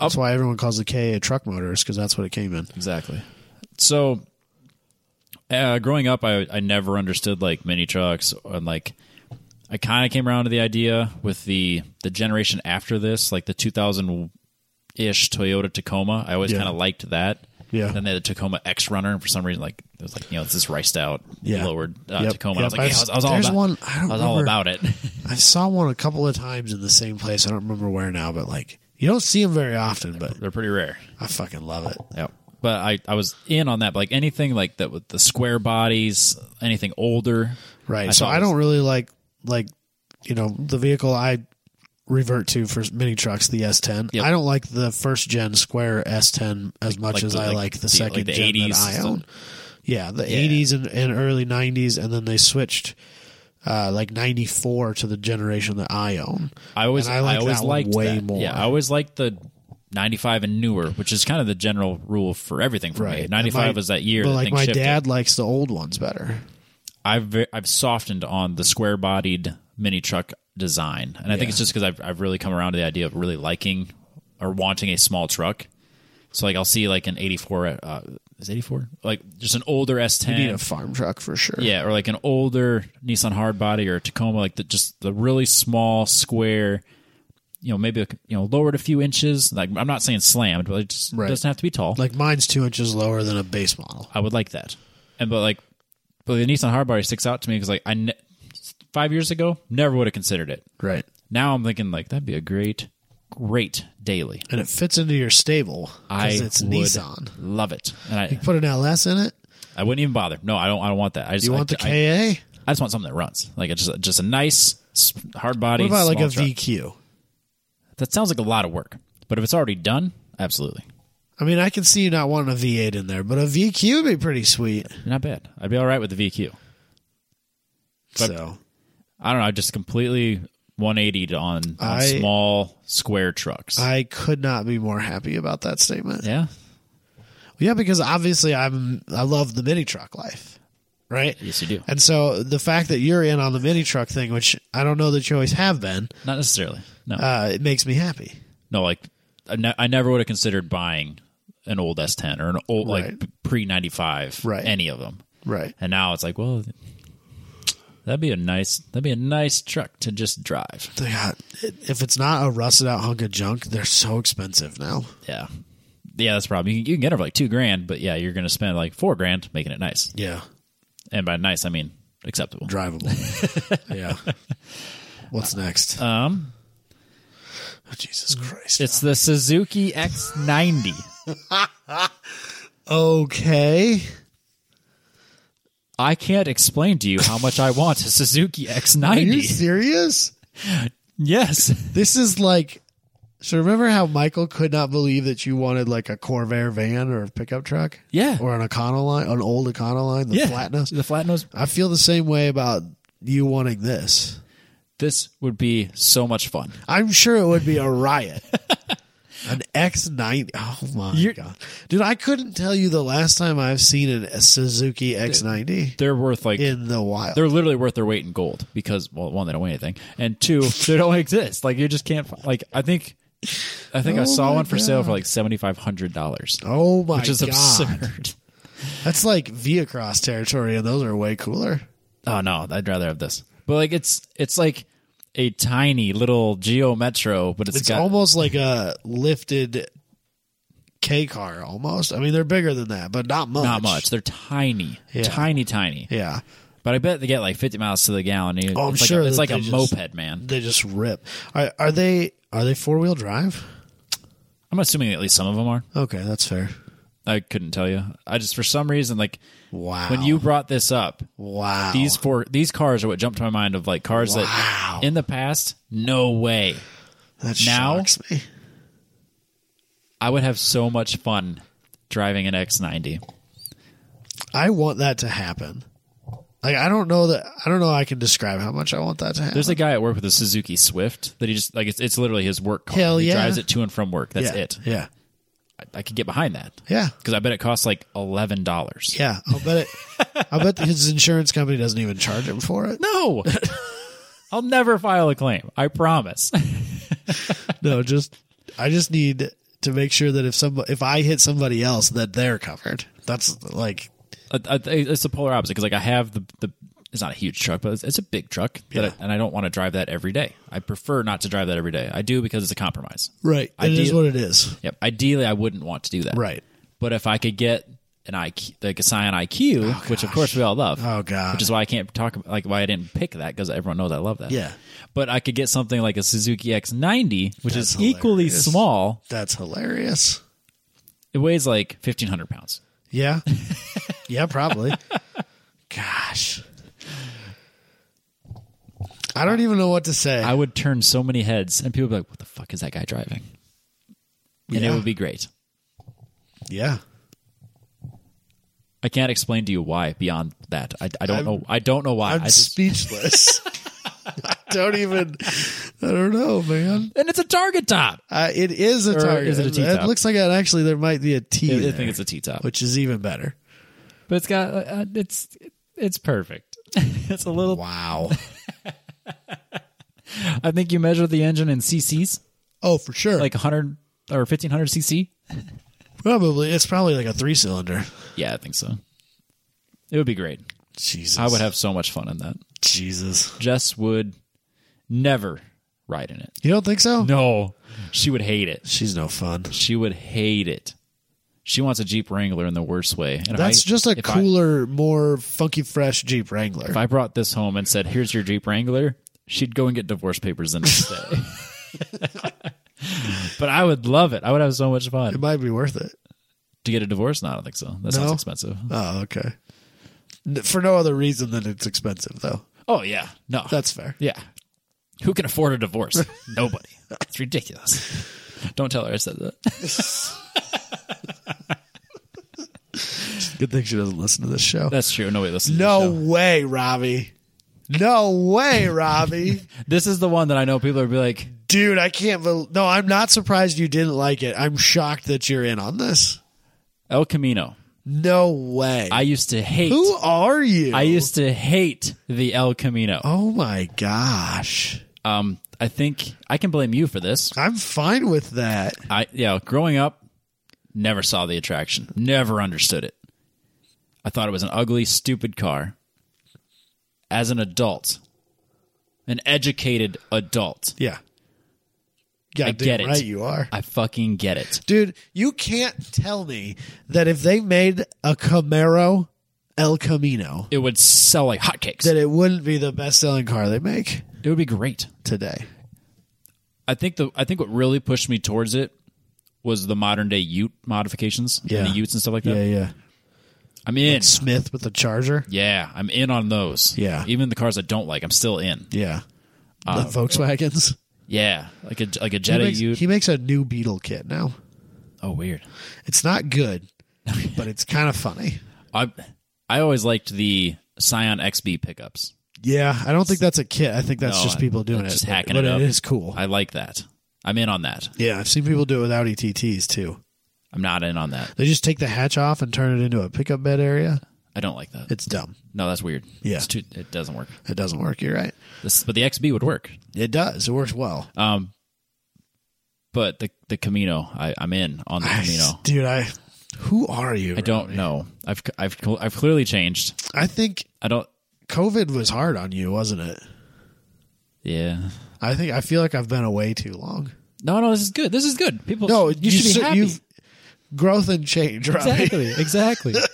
S2: That's why everyone calls the KA a truck motors because that's what it came in.
S1: Exactly. So, uh, growing up, I, I never understood like mini trucks and like I kind of came around to the idea with the the generation after this, like the 2000 ish Toyota Tacoma. I always
S2: Yeah.
S1: kind of liked that.
S2: Yeah.
S1: Then they had a Tacoma X Runner, and for some reason, like it was like you know it's this riced out,
S2: Yeah.
S1: lowered uh,
S2: Yep.
S1: Tacoma. I was
S2: Yep.
S1: like, yeah, I
S2: I've-
S1: was, I was all
S2: there's
S1: about.
S2: one- I
S1: I,
S2: don't
S1: was all
S2: remember-
S1: about it.
S2: I saw one a couple of times in the same place. I don't remember where now, but like you don't see them very often. But
S1: They're pretty rare.
S2: I fucking love it.
S1: Yep. But I, I was in on that. But like anything like that with the square bodies, anything older.
S2: Right. so
S1: thought
S2: I
S1: it was-
S2: don't really like like you know the vehicle I revert to for mini trucks, the S10.
S1: Yep.
S2: I don't like the first gen Square S10 as much
S1: like
S2: as
S1: the-
S2: I
S1: like
S2: like the
S1: the-
S2: second
S1: like the
S2: gen
S1: 80s
S2: that I
S1: stuff.
S2: own. Yeah, the 80s and, and early 90s, and then they switched. Uh, like ninety four to the generation that I own.
S1: I always
S2: And I
S1: I,
S2: like
S1: always
S2: that one
S1: liked
S2: way
S1: that.
S2: more.
S1: Yeah, I always liked the 95 and newer, which is kind of the general rule for everything for me.
S2: Right.
S1: 95
S2: And my-
S1: was that year
S2: But
S1: that
S2: like
S1: things
S2: my
S1: shifted.
S2: dad likes the old ones better.
S1: I've ve- I've softened on the square-bodied mini truck design, and I think
S2: Yeah.
S1: it's just because I've I've really come around to the idea of really liking or wanting a small truck. So like I'll see like an '84 uh, is '84 like just an older S10.
S2: You need a farm truck for sure.
S1: Yeah, or like an older Nissan Hardbody or a Tacoma, like the just the really small square. You know, maybe like, you know lowered a few inches. Like I'm not saying slammed, but it just
S2: Right.
S1: doesn't have to be tall.
S2: Like mine's two inches lower than a base model.
S1: I would like that. And but like, but the Nissan Hardbody sticks out to me because like I ne- five years ago never would have considered it.
S2: Right.
S1: Now I'm thinking like that'd be a great, great daily.
S2: And it fits into your stable
S1: I
S2: because it's
S1: would
S2: Nissan.
S1: love it, and I
S2: Put an LS in it.
S1: I wouldn't even bother. No, I don't. I don't want that. I just
S2: You
S1: I,
S2: want the
S1: I,
S2: KA?
S1: I just want something that runs like it's just just a nice s- hard body.
S2: What about like a
S1: small truck.
S2: VQ?
S1: That sounds like a lot of work, but if it's already done, absolutely
S2: I mean, I can see you not wanting a V8 in there, but a VQ would be pretty sweet.
S1: not bad. I'd be all right with the VQ. But-
S2: so
S1: I don't know. I just completely 180 on, on
S2: I-
S1: small square trucks.
S2: I could not be more happy about that statement.
S1: yeah,
S2: Yeah, because obviously I'm I love the mini truck life, right?
S1: yes, you do.
S2: And so the fact that you're in on the mini truck thing, which I don't know that you always have been,
S1: Not necessarily. No,
S2: uh, it makes me happy.
S1: no. Like I, ne- I never would have considered buying an old S10 or an old
S2: Right.
S1: like pre 95.
S2: Right.
S1: Any of them.
S2: Right.
S1: And now it's like, well, that'd be a nice that'd be a nice truck to just drive.
S2: They got- if it's not a rusted out hunk of junk, they're so expensive now.
S1: Yeah. Yeah, that's the problem. You can, you can get it for like two grand, but yeah, you're going to spend like four grand making it nice.
S2: Yeah.
S1: And by nice, I mean acceptable.
S2: Drivable. yeah. What's next?
S1: Um,
S2: Oh, Jesus Christ.
S1: it's the Suzuki X90.
S2: okay.
S1: I can't explain to you how much I want a Suzuki
S2: Are you
S1: X90.
S2: serious?
S1: Yes.
S2: This is like. So remember how Michael could not believe that you wanted like a Corvair van or a pickup truck?
S1: Yeah.
S2: Or an Econoline, an old Econoline, the
S1: yeah.
S2: Flatness?
S1: The flatnose
S2: I feel the same way about you wanting this.
S1: this would be so much fun.
S2: I'm sure it would be a riot. an X90. Oh my
S1: You're-
S2: god. Dude, I couldn't tell you the last time I've seen an, a Suzuki X90
S1: They're worth like
S2: in the wild.
S1: they're literally worth their weight in gold because well, one they don't weigh anything, and two they don't exist. Like you just can't fi- like I think I think I
S2: Oh
S1: saw
S2: my
S1: one for sale for like seventy five hundred dollars,
S2: oh my
S1: which is
S2: god.
S1: absurd.
S2: That's like Viacross territory and those are way cooler.
S1: Oh no, I'd rather have this. But like it's it's like a tiny little Geo Metro, but
S2: It's
S1: got
S2: almost like a lifted K car almost. I mean, they're bigger than that, but not much.
S1: not much. They're tiny,
S2: Yeah.
S1: tiny, tiny.
S2: Yeah.
S1: But I bet they get like fifty miles to the gallon. You-
S2: Oh, I'm
S1: it's like
S2: sure
S1: a, it's
S2: that
S1: like
S2: they
S1: a
S2: just-
S1: moped, man.
S2: They just rip. Are, are they are they four-wheel drive?
S1: I'm assuming at least some of them are.
S2: Okay, that's fair.
S1: I couldn't tell you. I just for some reason like
S2: Wow.
S1: when you brought this up,
S2: wow.
S1: these four these cars are what jumped to my mind of like cars
S2: Wow.
S1: that in the past no way
S2: that
S1: now-
S2: shocks me.
S1: i would have so much fun driving an x90
S2: I want that to happen. Like I don't know that I don't know I can describe how much I want that to happen.
S1: there's a guy at work with a suzuki swift that he just like it's, it's literally his work car
S2: Hell
S1: he
S2: yeah.
S1: drives it to and from work that's
S2: yeah,
S1: it
S2: Yeah.
S1: I, I could get behind that
S2: Yeah.
S1: because i bet it costs like $11
S2: Yeah. I'll bet it I bet his insurance company doesn't even charge him for it.
S1: no i'll never file a claim i promise
S2: No, just I just need to make sure that if some if I hit somebody else that they're covered. That's like
S1: I- I- it's the polar opposite because like I have the the it's not a huge truck, but it's, it's a big truck, that I- and I don't want to drive that every day. I prefer not to drive that every day. I do because it's a compromise.
S2: right. It is
S1: Ideal-
S2: what it is.
S1: Yep. Ideally, I wouldn't want to do that.
S2: Right.
S1: But if I could get an IQ, like a Scion IQ, which of course we all love.
S2: Oh, God.
S1: Which is why I can't talk about like why I didn't pick that because everyone knows I love that.
S2: Yeah.
S1: But I could get something like a Suzuki X90, which
S2: That's
S1: is equally
S2: hilarious.
S1: small.
S2: That's hilarious.
S1: It weighs like fifteen hundred pounds.
S2: Yeah. yeah, probably. Gosh. I don't even know what to say.
S1: I would turn so many heads, and people would be like, "What the fuck is that guy driving?" And
S2: Yeah.
S1: it would be great.
S2: yeah.
S1: I can't explain to you why beyond that. I, I don't know. I don't know why.
S2: I'm
S1: I just,
S2: speechless. I don't even I don't know, man.
S1: and it's a target top.
S2: Uh, it is a
S1: Or
S2: target.
S1: is it a T-top?
S2: It looks like it actually there might be a T.
S1: I
S2: there,
S1: think it's a T top,
S2: which is even better.
S1: but it's got uh, it's it's perfect. it's a little
S2: Wow.
S1: I think you measure the engine in CCs,
S2: Oh, for sure.
S1: like 100 or 1500 CC.
S2: probably it's probably like a three cylinder.
S1: Yeah, I think so. It would be great.
S2: Jesus,
S1: I would have so much fun in that.
S2: Jesus.
S1: Jess would never ride in it.
S2: You don't think so?
S1: No, she would hate it.
S2: She's no fun.
S1: She would hate it. She wants a Jeep Wrangler in the worst way. And if
S2: That's
S1: I-
S2: just a
S1: if I-
S2: cooler, more funky, fresh Jeep Wrangler.
S1: if I brought this home and said, "Here's your Jeep Wrangler," she'd go and get divorce papers the next day. but I would love it. I would have so much
S2: it
S1: fun
S2: might be worth it.
S1: to get a divorce. No, I don't think so. That sounds
S2: No?
S1: expensive.
S2: Oh, okay. N- For no other reason than it's expensive, though.
S1: Oh yeah, no,
S2: That's fair.
S1: yeah. Who can afford a divorce? Nobody. It's ridiculous. Don't tell her I said that.
S2: Good thing she doesn't listen to this show.
S1: That's true. Nobody listens.
S2: no
S1: to the show.
S2: way, Robbie. No way, Robbie.
S1: this is the one that I know people would be like,
S2: Dude, I can't. bel no, I'm not surprised you didn't like it. I'm shocked that you're in on this.
S1: El Camino.
S2: No way.
S1: I used to hate.
S2: Who are you?
S1: I used to hate the El Camino.
S2: oh my gosh.
S1: Um, I think I can blame you for this.
S2: I'm fine with that.
S1: I yeah, growing up, never saw the attraction. Never understood it. I thought it was an ugly, stupid car. As an adult, an educated adult,
S2: Yeah. God
S1: I
S2: damn
S1: get it.
S2: right you are.
S1: I fucking get it.
S2: Dude, you can't tell me that if they made a Camaro El Camino,
S1: It would sell like hotcakes.
S2: that it wouldn't be the best selling car they make
S1: It would be great.
S2: today.
S1: I think the I think what really pushed me towards it was the modern day Ute modifications, and
S2: Yeah.
S1: the Utes and stuff like that.
S2: yeah.
S1: I'm in.
S2: Smith with the Charger.
S1: Yeah, I'm in on those.
S2: Yeah.
S1: even the cars I don't like, I'm still in.
S2: Yeah. the Volkswagens.
S1: Yeah, like a like Um, a
S2: He
S1: Jetta
S2: makes,
S1: Ute.
S2: he makes a new Beetle kit now.
S1: oh, weird.
S2: It's not good, but it's kind of funny.
S1: I I always liked the Scion XB pickups.
S2: Yeah, I don't think that's a kit. I think that's
S1: No,
S2: just people
S1: I-
S2: doing it.
S1: just
S2: but-
S1: hacking
S2: but
S1: it up.
S2: it is cool.
S1: I like that. I'm in on that.
S2: yeah, I've seen people do it without ETTs too.
S1: I'm not in on that.
S2: They just take the hatch off and turn it into a pickup bed area.
S1: I don't like that.
S2: It's dumb.
S1: No, that's weird.
S2: Yeah.
S1: It's too, it doesn't work.
S2: It doesn't work. You're right.
S1: This, but the XB would work.
S2: It does. It works well.
S1: Um, but the the Camino, I, I'm in on the Camino.
S2: dude, I. Who are you?
S1: I don't know. I've I've I've clearly changed.
S2: I think
S1: I don't.
S2: COVID was hard on you, wasn't it?
S1: Yeah.
S2: I think I feel like I've been away too long.
S1: No, no, this is good. This is good. People,
S2: No,
S1: you, should be
S2: so-
S1: happy.
S2: you've- growth and change, right?
S1: exactly, exactly.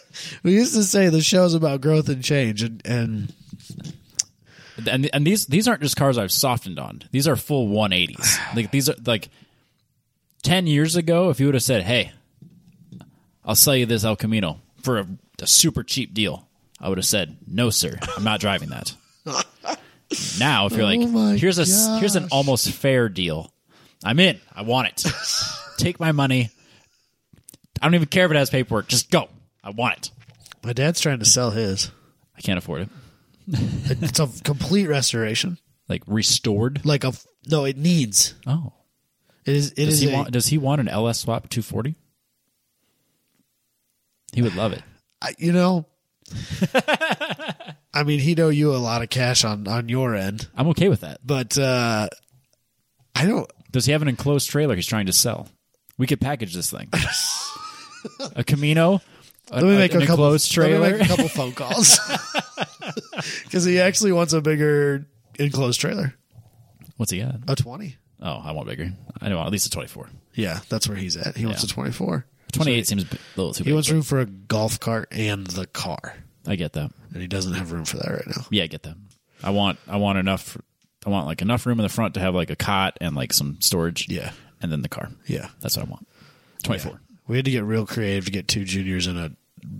S2: We used to say the show's about growth and change, and, and
S1: and and these these aren't just cars I've softened on. These are full 180s. Like these are like 10 years ago if you would have said, "Hey, I'll sell you this El Camino for a, a super cheap deal." I would have said, "No, sir. I'm not driving that." now, if you're
S2: Oh my
S1: like, "Here's a s- here's an
S2: gosh.
S1: almost fair deal." I'm in. I want it. Take my money. I don't even care if it has paperwork. Just go. I want it.
S2: my dad's trying to sell his.
S1: I can't afford it.
S2: It's a complete restoration.
S1: Like restored.
S2: Like a f- no, it needs.
S1: Oh.
S2: It is. It
S1: Does
S2: is
S1: he
S2: a-
S1: want? Does he want an LS swap 240? He would love it.
S2: I, you know. I mean, he'd owe you a lot of cash on on your end,
S1: I'm okay with that.
S2: but uh I don't.
S1: Does he have an enclosed trailer he's trying to sell? We could package this thing. a Camino. A,
S2: Let me make
S1: an
S2: a couple.
S1: enclosed
S2: Let me
S1: trailer.
S2: make a couple phone calls because he actually wants a bigger enclosed trailer.
S1: What's he got?
S2: A twenty.
S1: Oh, I want bigger. I want at least a 24.
S2: Yeah, that's where he's at. He wants a
S1: Yeah.
S2: twenty-four.
S1: 28 seems a little too
S2: He
S1: big.
S2: wants room for a golf cart and the car,
S1: I get that.
S2: and he doesn't have room for that right now.
S1: Yeah, I get that. I want. I want enough. I want like enough room in the front to have like a cot and like some storage.
S2: Yeah.
S1: and then the car.
S2: Yeah,
S1: That's what I want. 24.
S2: we had to get real creative to get two juniors in a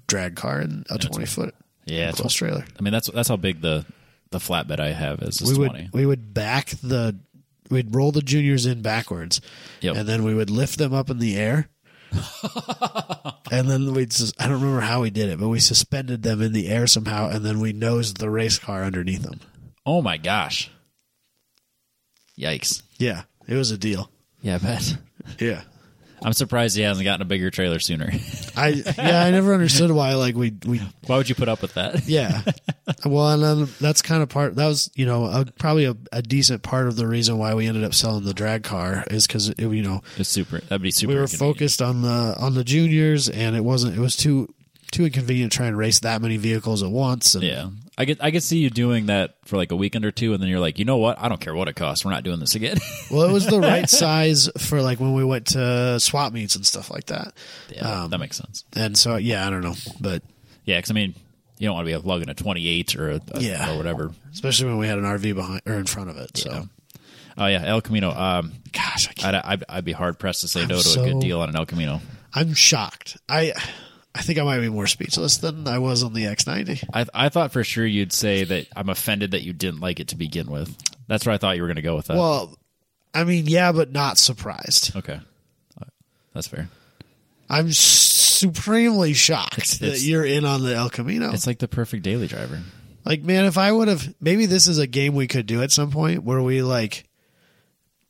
S2: drag car and a twenty-foot
S1: Yeah, it's-
S2: enclosed trailer.
S1: I mean, that's that's how big the the flatbed I have is. is
S2: we would
S1: 20.
S2: we would back the we'd roll the juniors in backwards,
S1: Yep.
S2: and then we would lift them up in the air, and then we'd sus- I don't remember how we did it, but we suspended them in the air somehow, and then we nosed the race car underneath them.
S1: Oh my gosh! Yikes!
S2: Yeah, it was a deal.
S1: Yeah, I bet.
S2: Yeah,
S1: I'm surprised he hasn't gotten a bigger trailer sooner.
S2: I yeah, I never understood why like we we
S1: Why would you put up with that?
S2: yeah. Well, and then that's kind of part. That was you know a, probably a, a decent part of the reason why we ended up selling the drag car is because you know
S1: It's super. That'd be super.
S2: we were
S1: inconvenient.
S2: focused on the on the juniors and it wasn't it was too too inconvenient to try and race that many vehicles at once and
S1: Yeah, I get. I could see you doing that for like a weekend or two, and then you're like, you know what? I don't care what it costs. We're not doing this again.
S2: well it was the right size for like when we went to swap meets and stuff like that
S1: yeah,
S2: Um,
S1: that makes sense.
S2: and so yeah i don't know but
S1: Yeah, because I mean, you don't want to be lugging a 28 or a, a-
S2: Yeah.
S1: or whatever.
S2: especially when we had an rv behind or in front of it so
S1: Oh yeah, El Camino. Um,
S2: gosh I can't,
S1: I'd, I'd, I'd be hard pressed to say no to
S2: so-
S1: a good deal on an El Camino.
S2: i'm shocked i i think i might be more speechless than i was on the x90
S1: I I thought for sure you'd say that I'm offended that you didn't like it to begin with. That's where I thought you were going to go with that.
S2: well i mean yeah but not surprised
S1: okay, Uh, that's fair.
S2: i'm supremely shocked that
S1: it's-
S2: you're in on the el camino
S1: It's like the perfect daily driver.
S2: Like, man, if I would have, maybe this is a game we could do at some point where we like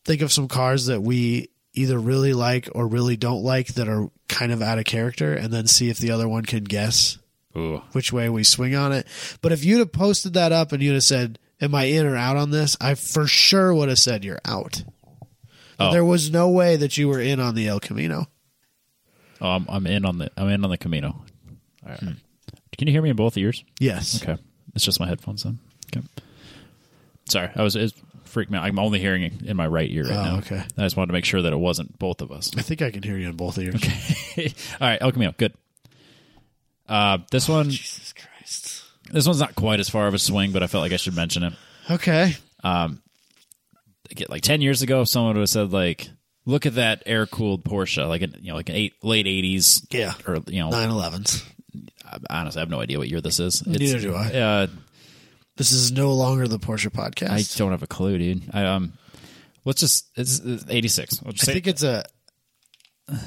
S2: think of some cars that we either really like or really don't like that are kind of out of character and then see if the other one can guess
S1: Ooh,
S2: which way we swing on it. But if you'd have posted that up and you'd have said, Am I in or out on this? I for sure would have said you're out. But
S1: Oh.
S2: There was no way that you were in on the El Camino.
S1: oh, I'm, I'm in on the I'm in on the Camino. All right. Can you hear me in both ears?
S2: Yes.
S1: Hmm. Okay, it's just my headphones then. Okay. Sorry, I was it freaked me out. I'm only hearing it in my right ear right
S2: Oh,
S1: now.
S2: okay.
S1: I just wanted to make sure that it wasn't both of us.
S2: I think I can hear you in both ears.
S1: All right, El Camino, good. Uh, this one,
S2: Oh, Jesus Christ.
S1: this one's not quite as far of a swing, but I felt like I should mention it.
S2: Okay.
S1: Like- Like ten years ago, someone would have said like, "Look at that air cooled Porsche," like an you know like an eight, late eighties,
S2: Yeah.
S1: or you know,
S2: 911s.
S1: I- honestly, I have no idea what year this is.
S2: Neither do I.
S1: Uh,
S2: This is no longer the Porsche
S1: I
S2: podcast.
S1: don't have a clue, dude. I um, let's just it's, it's eighty six.
S2: I, think it's a. I'm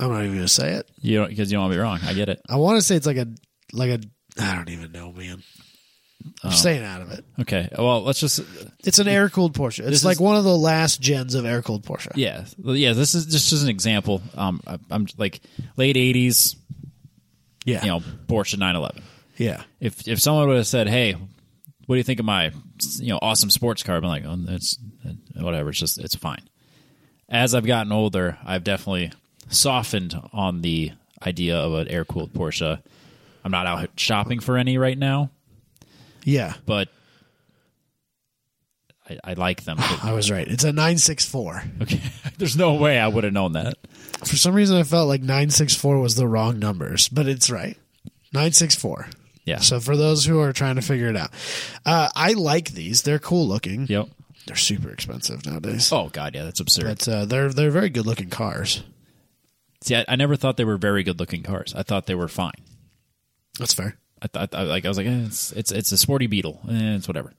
S2: not even gonna say it.
S1: you don't because you don't want to be wrong. I get it.
S2: I want to say it's like a like a. I don't even know, man. I'm staying out of it.
S1: Okay, well, let's just
S2: It's an air cooled Porsche. It's like one of the last gens of air cooled Porsche.
S1: yeah, yeah. This is just as an example. Um, I, I'm like late eighties,
S2: yeah,
S1: you know, Porsche 911.
S2: yeah.
S1: If if someone would have said, "Hey, what do you think of my you know awesome sports car?" I'm like, "Oh, it's whatever. It's just it's fine." As I've gotten older, I've definitely softened on the idea of an air cooled Porsche. I'm not out shopping for any right now,
S2: yeah.
S1: but I, I like them.
S2: I was right. It's a nine six four.
S1: okay, there's no way I would have known that.
S2: For some reason, I felt like nine six four was the wrong numbers, but it's right. Nine six four.
S1: Yeah.
S2: So for those who are trying to figure it out, uh, I like these. They're cool looking.
S1: Yep.
S2: They're super expensive nowadays.
S1: Oh god, yeah, that's absurd.
S2: But uh, they're they're very good looking cars.
S1: See, I, I never thought they were very good looking cars. I thought they were fine.
S2: That's fair.
S1: I thought I, like I was like, eh, it's it's it's a sporty Beetle. Eh, it's whatever.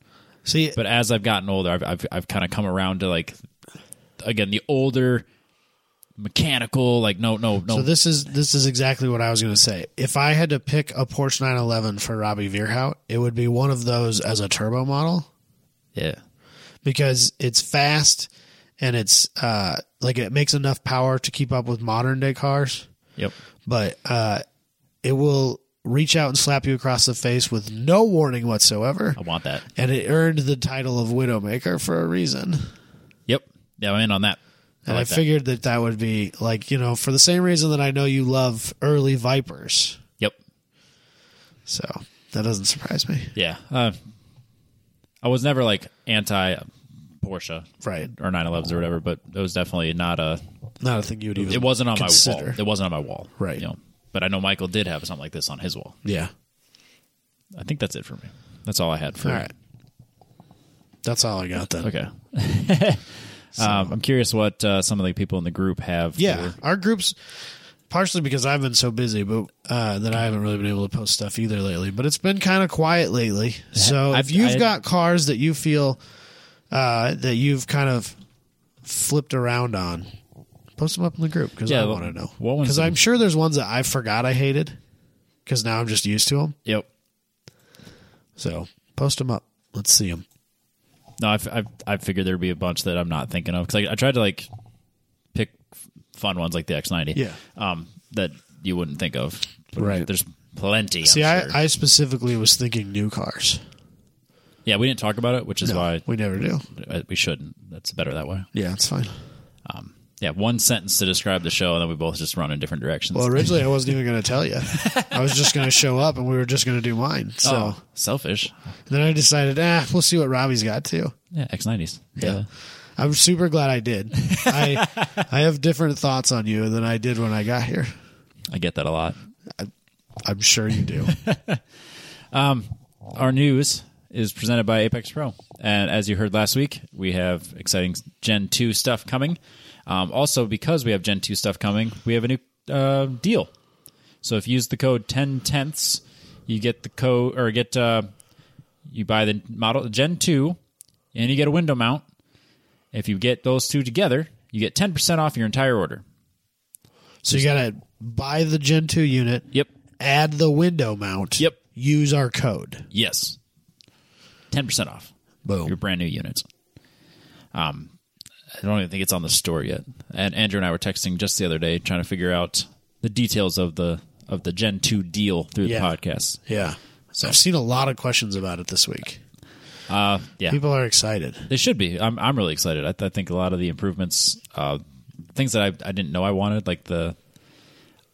S2: See,
S1: But as I've gotten older, I've I've, I've kind of come around to like again the older mechanical like no no no
S2: so this is this is exactly what I was going to say. If I had to pick a Porsche 911 for Robbie Vierhout, it would be one of those as a turbo model
S1: yeah
S2: because it's fast and it's uh, like it makes enough power to keep up with modern day cars,
S1: yep
S2: but uh, it will reach out and slap you across the face with no warning whatsoever.
S1: I want that
S2: And it earned the title of Widowmaker for a reason.
S1: yep yeah I'm in on that I
S2: And I,
S1: like that.
S2: figured that that would be like, you know, for the same reason that I know you love early Vipers.
S1: yep
S2: So that doesn't surprise me.
S1: yeah uh, I was never like anti Porsche
S2: Right.
S1: or 911s or whatever, but it was definitely not a
S2: Not a thing you would even
S1: it wasn't on my
S2: consider.
S1: wall. It wasn't on my wall.
S2: Right.
S1: You know? But I know Michael did have something like this on his wall.
S2: Yeah.
S1: I think that's it for me. That's all I had for
S2: All right. That's all I got then.
S1: Okay. um, I'm curious what uh, some of the people in the group have.
S2: Yeah.
S1: for-
S2: Our groups partially because I've been so busy, but uh, that I haven't really been able to post stuff either lately. But it's been kind of quiet lately. So
S1: I've-
S2: if you've
S1: I-
S2: got cars that you feel uh, that you've kind of flipped around on, post them up in the group because
S1: Yeah,
S2: I
S1: well,
S2: want to know.
S1: what ones
S2: Because
S1: do-
S2: I'm sure there's ones that I forgot I hated because now I'm just used to them.
S1: Yep.
S2: So post them up. Let's see them.
S1: No, I, f- I, I figured there'd be a bunch that I'm not thinking of because I, I tried to like pick fun ones like the X90.
S2: Yeah.
S1: Um, that you wouldn't think of.
S2: Right.
S1: There's plenty.
S2: See,
S1: I'm sure.
S2: I, I specifically was thinking new cars.
S1: yeah, we didn't talk about it, which is
S2: No,
S1: why
S2: we never do.
S1: uh, we shouldn't. That's better that way.
S2: Yeah, it's fine.
S1: Um, yeah, one sentence to describe the show, and then we both just run in different directions.
S2: Well, originally I wasn't even going to tell you. I was just going to show up, and we were just going to do mine. So
S1: Oh, selfish.
S2: then I decided, ah, we'll see what Robbie's got too.
S1: Yeah, X90s.
S2: Yeah. I'm super glad I did. I I have different thoughts on you than I did when I got here.
S1: I get that a lot.
S2: I'm sure you do.
S1: Our news is presented by Apex Pro. And as you heard last week, we have exciting Gen 2 stuff coming. Um, also, because we have Gen 2 stuff coming, we have a new uh, deal. So if you use the code 10 tenths, you get the code or get, uh, you buy the model Gen 2 and you get a window mount. If you get those two together, you get 10% off your entire order.
S2: So you got to buy the Gen 2 unit.
S1: Yep.
S2: Add the window mount.
S1: Yep.
S2: Use our code.
S1: Yes. 10% off.
S2: Boom.
S1: your brand new units. Um, I don't even think it's on the store yet. And Andrew and I were texting just the other day, trying to figure out the details of the of the Gen two deal through
S2: Yeah.
S1: the podcast.
S2: yeah. So I've seen a lot of questions about it this week.
S1: Uh, yeah,
S2: People are excited.
S1: they should be. I'm I'm really excited. I, th- I think a lot of the improvements, uh, things that I I didn't know I wanted, like the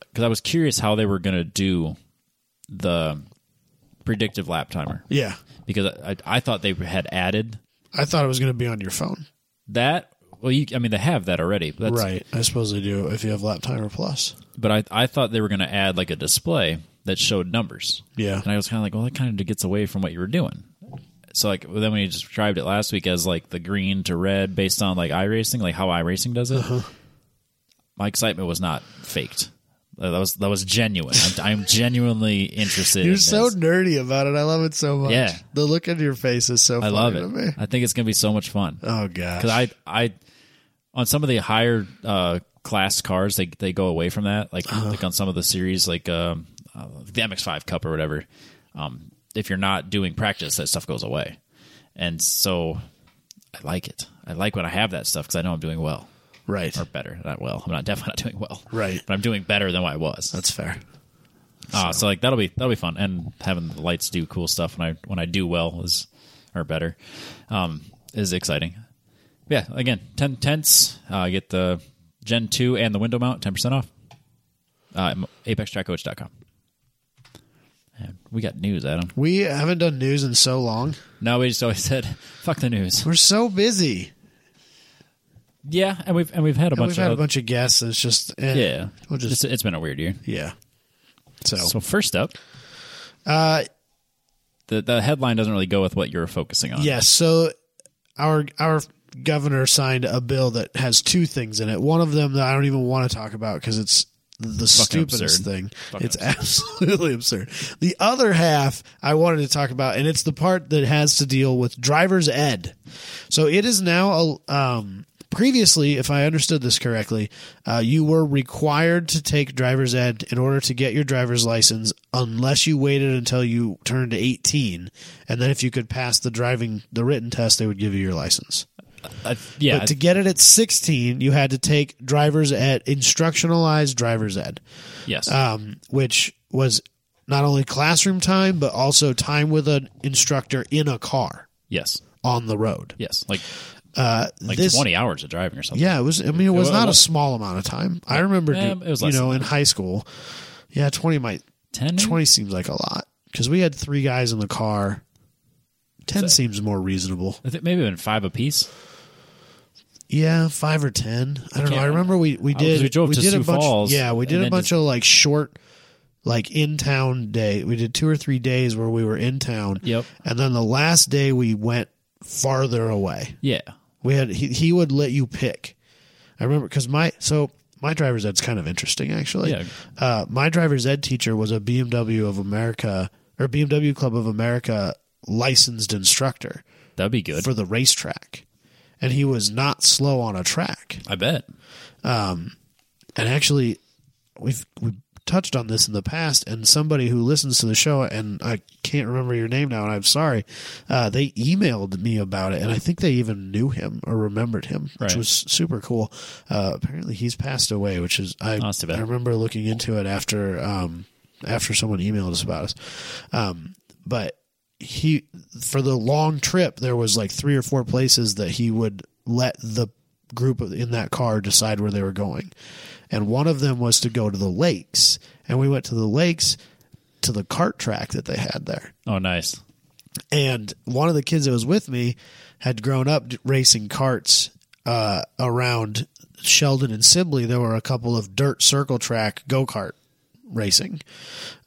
S1: because I was curious how they were going to do the predictive lap timer
S2: Yeah.
S1: because I, I thought they had added
S2: I thought it was going to be on your phone.
S1: that. Well, you, I mean, they have that already. But that's,
S2: right. I suppose they do if you have lap timer plus.
S1: but I, I thought they were going to add like a display that showed numbers.
S2: Yeah.
S1: And I was kind of like, well, that kind of gets away from what you were doing. So like well, then when you described it last week as like the green to red based on like iRacing, like how iRacing does it,
S2: Uh-huh.
S1: my excitement was not faked. Uh, That was that was genuine. I'm, I'm genuinely interested.
S2: You're
S1: in
S2: so
S1: this.
S2: nerdy about it. I love it so much.
S1: Yeah.
S2: The look on your face is so
S1: I love
S2: funny
S1: it.
S2: to me.
S1: I think it's going to be so much fun.
S2: Oh gosh.
S1: because I I on some of the higher uh, class cars they they go away from that like
S2: Uh-huh.
S1: like on some of the series like um, uh, the MX5 Cup or whatever. Um, if you're not doing practice, that stuff goes away, and so I like it. I like when I have that stuff because I know I'm doing well
S2: right.
S1: or better. Not well. I'm not definitely not doing well.
S2: Right.
S1: But I'm doing better than what I was.
S2: That's fair.
S1: Uh, so like that'll be that'll be fun, and having the lights do cool stuff when I when I do well is or better um, is exciting. Yeah, again, ten tenths. Uh, get the Gen two and the window mount, ten percent off. Uh, ApexTrackCoach.com. And we got news, Adam.
S2: We haven't done news in so long.
S1: No, we just always said fuck the news.
S2: We're so busy.
S1: Yeah, and we've and we've had a bunch
S2: We've had
S1: of
S2: a bunch of guests. It's just eh.
S1: yeah.
S2: We'll just-
S1: It's- it's been a weird year.
S2: yeah. So,
S1: So first up,
S2: uh,
S1: the the headline doesn't really go with what you're focusing on.
S2: yes. So our our governor signed a bill that has two things in it. One of them that I don't even want to talk about because it's the stupidest
S1: absurd.
S2: thing. it's absolutely absurd. The other half I wanted to talk about, and it's the part that has to deal with driver's ed. So it is now a. Um, Previously, if I understood this correctly, uh, you were required to take driver's ed in order to get your driver's license, unless you waited until you turned 18, and then if you could pass the driving the written test, they would give you your license.
S1: Uh, yeah.
S2: But to get it at 16, you had to take driver's ed, instructionalized driver's ed,
S1: yes.
S2: um, which was not only classroom time, but also time with an instructor in a car
S1: yes.
S2: on the road.
S1: Yes. Like
S2: Uh,
S1: like
S2: this,
S1: 20 hours of driving or something.
S2: Yeah, it was, I mean, it was
S1: wa-
S2: not
S1: wa-
S2: a small amount of time. I remember,
S1: Yeah,
S2: do-
S1: it was
S2: you
S1: less
S2: know,
S1: than
S2: in high school, yeah, 20 might,
S1: 10 maybe?
S2: 20 seems like a lot because we had three guys in the car. 10 seems more reasonable.
S1: I think maybe even five apiece.
S2: Yeah, five or ten. I don't know.
S1: can't-
S2: I remember we we
S1: Oh,
S2: did
S1: 'cause we drove to
S2: did a
S1: Sioux
S2: bunch.
S1: Falls
S2: yeah, we did
S1: and
S2: a
S1: then
S2: bunch of like short, like in town day. We did two or three days where we were in town.
S1: Yep.
S2: And then the last day we went farther away.
S1: Yeah.
S2: We had he he would let you pick. I remember because my so my driver's ed's kind of interesting actually.
S1: Yeah.
S2: Uh, my driver's ed teacher was a BMW of America or BMW Club of America licensed instructor
S1: That'd be good.
S2: for the racetrack, and he was not slow on a track.
S1: I bet.
S2: And actually, we've we touched on this in the past, and somebody who listens to the show, and I can't remember your name now, and I'm sorry, uh, they emailed me about it, and I think they even knew him or remembered him, which
S1: Right.
S2: was super cool. Uh, apparently, he's passed away, which is I,
S1: Oh, that's too bad.
S2: I remember looking into it after um, after someone emailed us about us, um, but he for the long trip there was like three or four places that he would let the group of- in that car decide where they were going and one of them was to go to the lakes and we went to the lakes to the cart track that they had there
S1: Oh, nice.
S2: and one of the kids that was with me had grown up d- racing carts uh, around Sheldon and Sibley. There were a couple of dirt circle track go kart racing,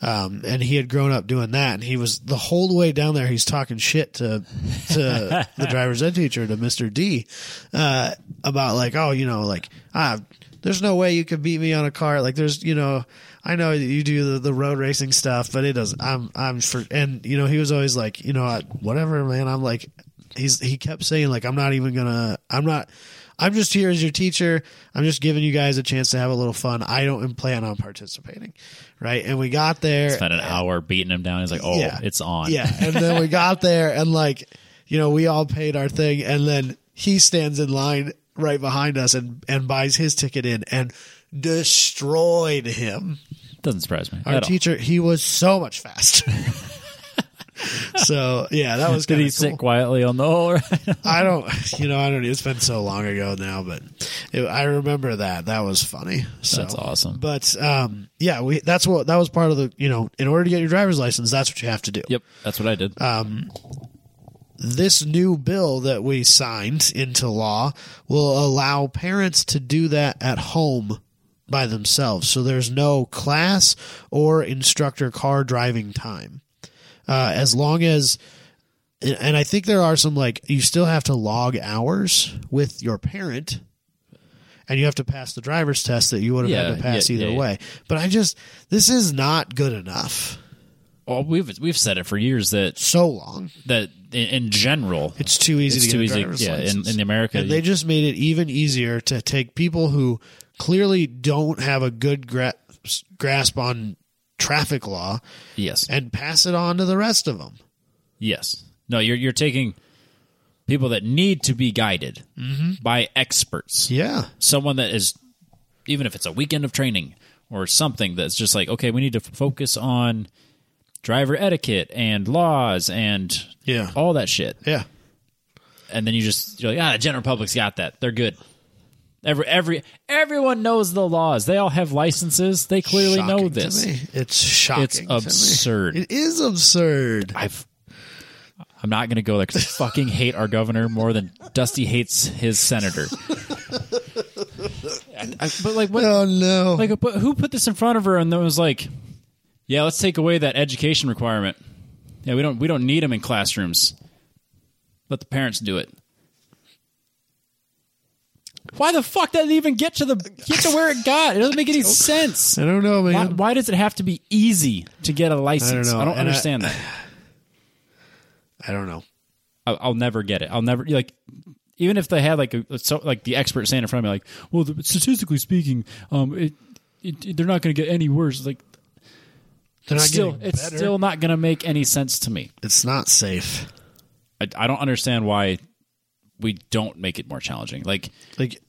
S2: um, and he had grown up doing that. And he was the whole way down there. He's talking shit to to the driver's ed teacher to Mister D uh, about like, oh, you know, like ah. There's no way you could beat me on a car. Like there's, you know, I know that you do the, the road racing stuff, but it doesn't. I'm, I'm for, and you know, he was always like, you know, I, whatever, man. I'm like, he's, he kept saying like, I'm not even gonna, I'm not, I'm just here as your teacher. I'm just giving you guys a chance to have a little fun. I don't plan on participating, right? And we got there,
S1: Spent an hour beating him down. He's like, oh,
S2: Yeah.
S1: it's on.
S2: yeah. And then we got there and like, you know, we all paid our thing and then he stands in line right behind us and, and buys his ticket in and destroyed him.
S1: Doesn't surprise me.
S2: Our
S1: at all.
S2: teacher, he was so much faster. so yeah, that was
S1: Did
S2: kind
S1: he
S2: of cool.
S1: sit quietly on the whole ride?
S2: I don't, you know, I don't. It's been so long ago now, but it, I remember that. That was funny. So.
S1: That's awesome.
S2: But um, yeah, we that's what that was part of the you know in order to get your driver's license, that's what you have to do.
S1: yep, that's what I did.
S2: Uh, This new bill that we signed into law will allow parents to do that at home by themselves. So there's no class or instructor car driving time. Uh, as long as and I think there are some like you still have to log hours with your parent, and you have to pass the driver's test that you would have had
S1: Yeah,
S2: to pass
S1: yeah,
S2: either
S1: yeah, yeah.
S2: way. But I just this is not good enough.
S1: well, we've we've said it for years that
S2: So long,
S1: that in, in general,
S2: it's too easy
S1: it's
S2: to
S1: too
S2: get a
S1: easy.
S2: driver's
S1: Yeah, in,
S2: license.
S1: in America,
S2: and they just made it even easier to take people who clearly don't have a good gra- grasp on traffic law
S1: yes,
S2: and pass it on to the rest of them.
S1: Yes. No, you're you're taking people that need to be guided
S2: Mm-hmm.
S1: by experts.
S2: Yeah,
S1: Someone that is even if it's a weekend of training or something that's just like, okay, we need to f- focus on driver etiquette and laws and
S2: Yeah.
S1: all that shit.
S2: yeah,
S1: And then you just you're like, ah, the general public's got that. They're good. Every every everyone knows the laws. They all have licenses. They clearly
S2: Shocking
S1: know
S2: to
S1: this.
S2: me. It's shocking.
S1: It's
S2: to me.
S1: absurd.
S2: It is absurd.
S1: I've I'm not going to go there because I fucking hate our governor more than Dusty hates his senator. I- I- but like, what,
S2: Oh no!
S1: like, but who put this in front of her and then was like, "Yeah, let's take away that education requirement. Yeah, we don't we don't need them in classrooms. Let the parents do it." Why the fuck did it even get to the get to where it got? It doesn't make any sense.
S2: I don't know,
S1: Why,
S2: man.
S1: why does it have to be easy to get a license?
S2: know.
S1: I don't
S2: And I-
S1: understand that.
S2: I don't know.
S1: I- I'll never get it. I'll never like even if they had like a, so, like the expert saying in front of me like, well, the, statistically speaking, um, it, it they're not going to get any worse. Like
S2: They're not
S1: still,
S2: getting
S1: it's
S2: better.
S1: still not going to make any sense to me.
S2: It's not safe.
S1: I, I don't understand why we don't make it more challenging. Like
S2: Like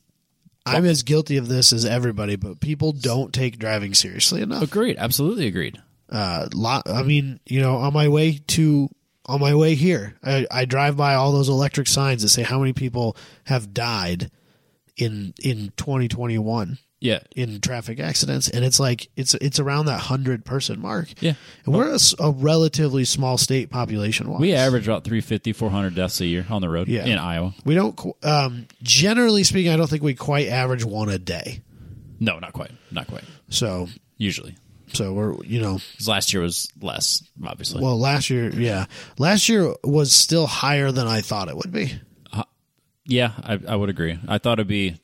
S2: I'm as guilty of this as everybody, but people don't take driving seriously enough.
S1: agreed, absolutely agreed.
S2: uh, lot. I mean, you know, on my way to on my way here, I, I drive by all those electric signs that say how many people have died in in 2021
S1: Yeah,
S2: in traffic accidents, and it's like it's it's around that hundred person mark.
S1: Yeah.
S2: and we're a, s- a relatively small state population wise.
S1: we average about 350, 400 deaths a year on the road
S2: Yeah.
S1: in Iowa.
S2: we don't qu- um, generally speaking, I don't think we quite average one a day.
S1: No, not quite, not quite.
S2: So
S1: Usually,
S2: so we're you know
S1: 'Cause last year was less, obviously.
S2: well last year yeah last year was still higher than I thought it would be.
S1: yeah, I, I would agree. I thought it'd be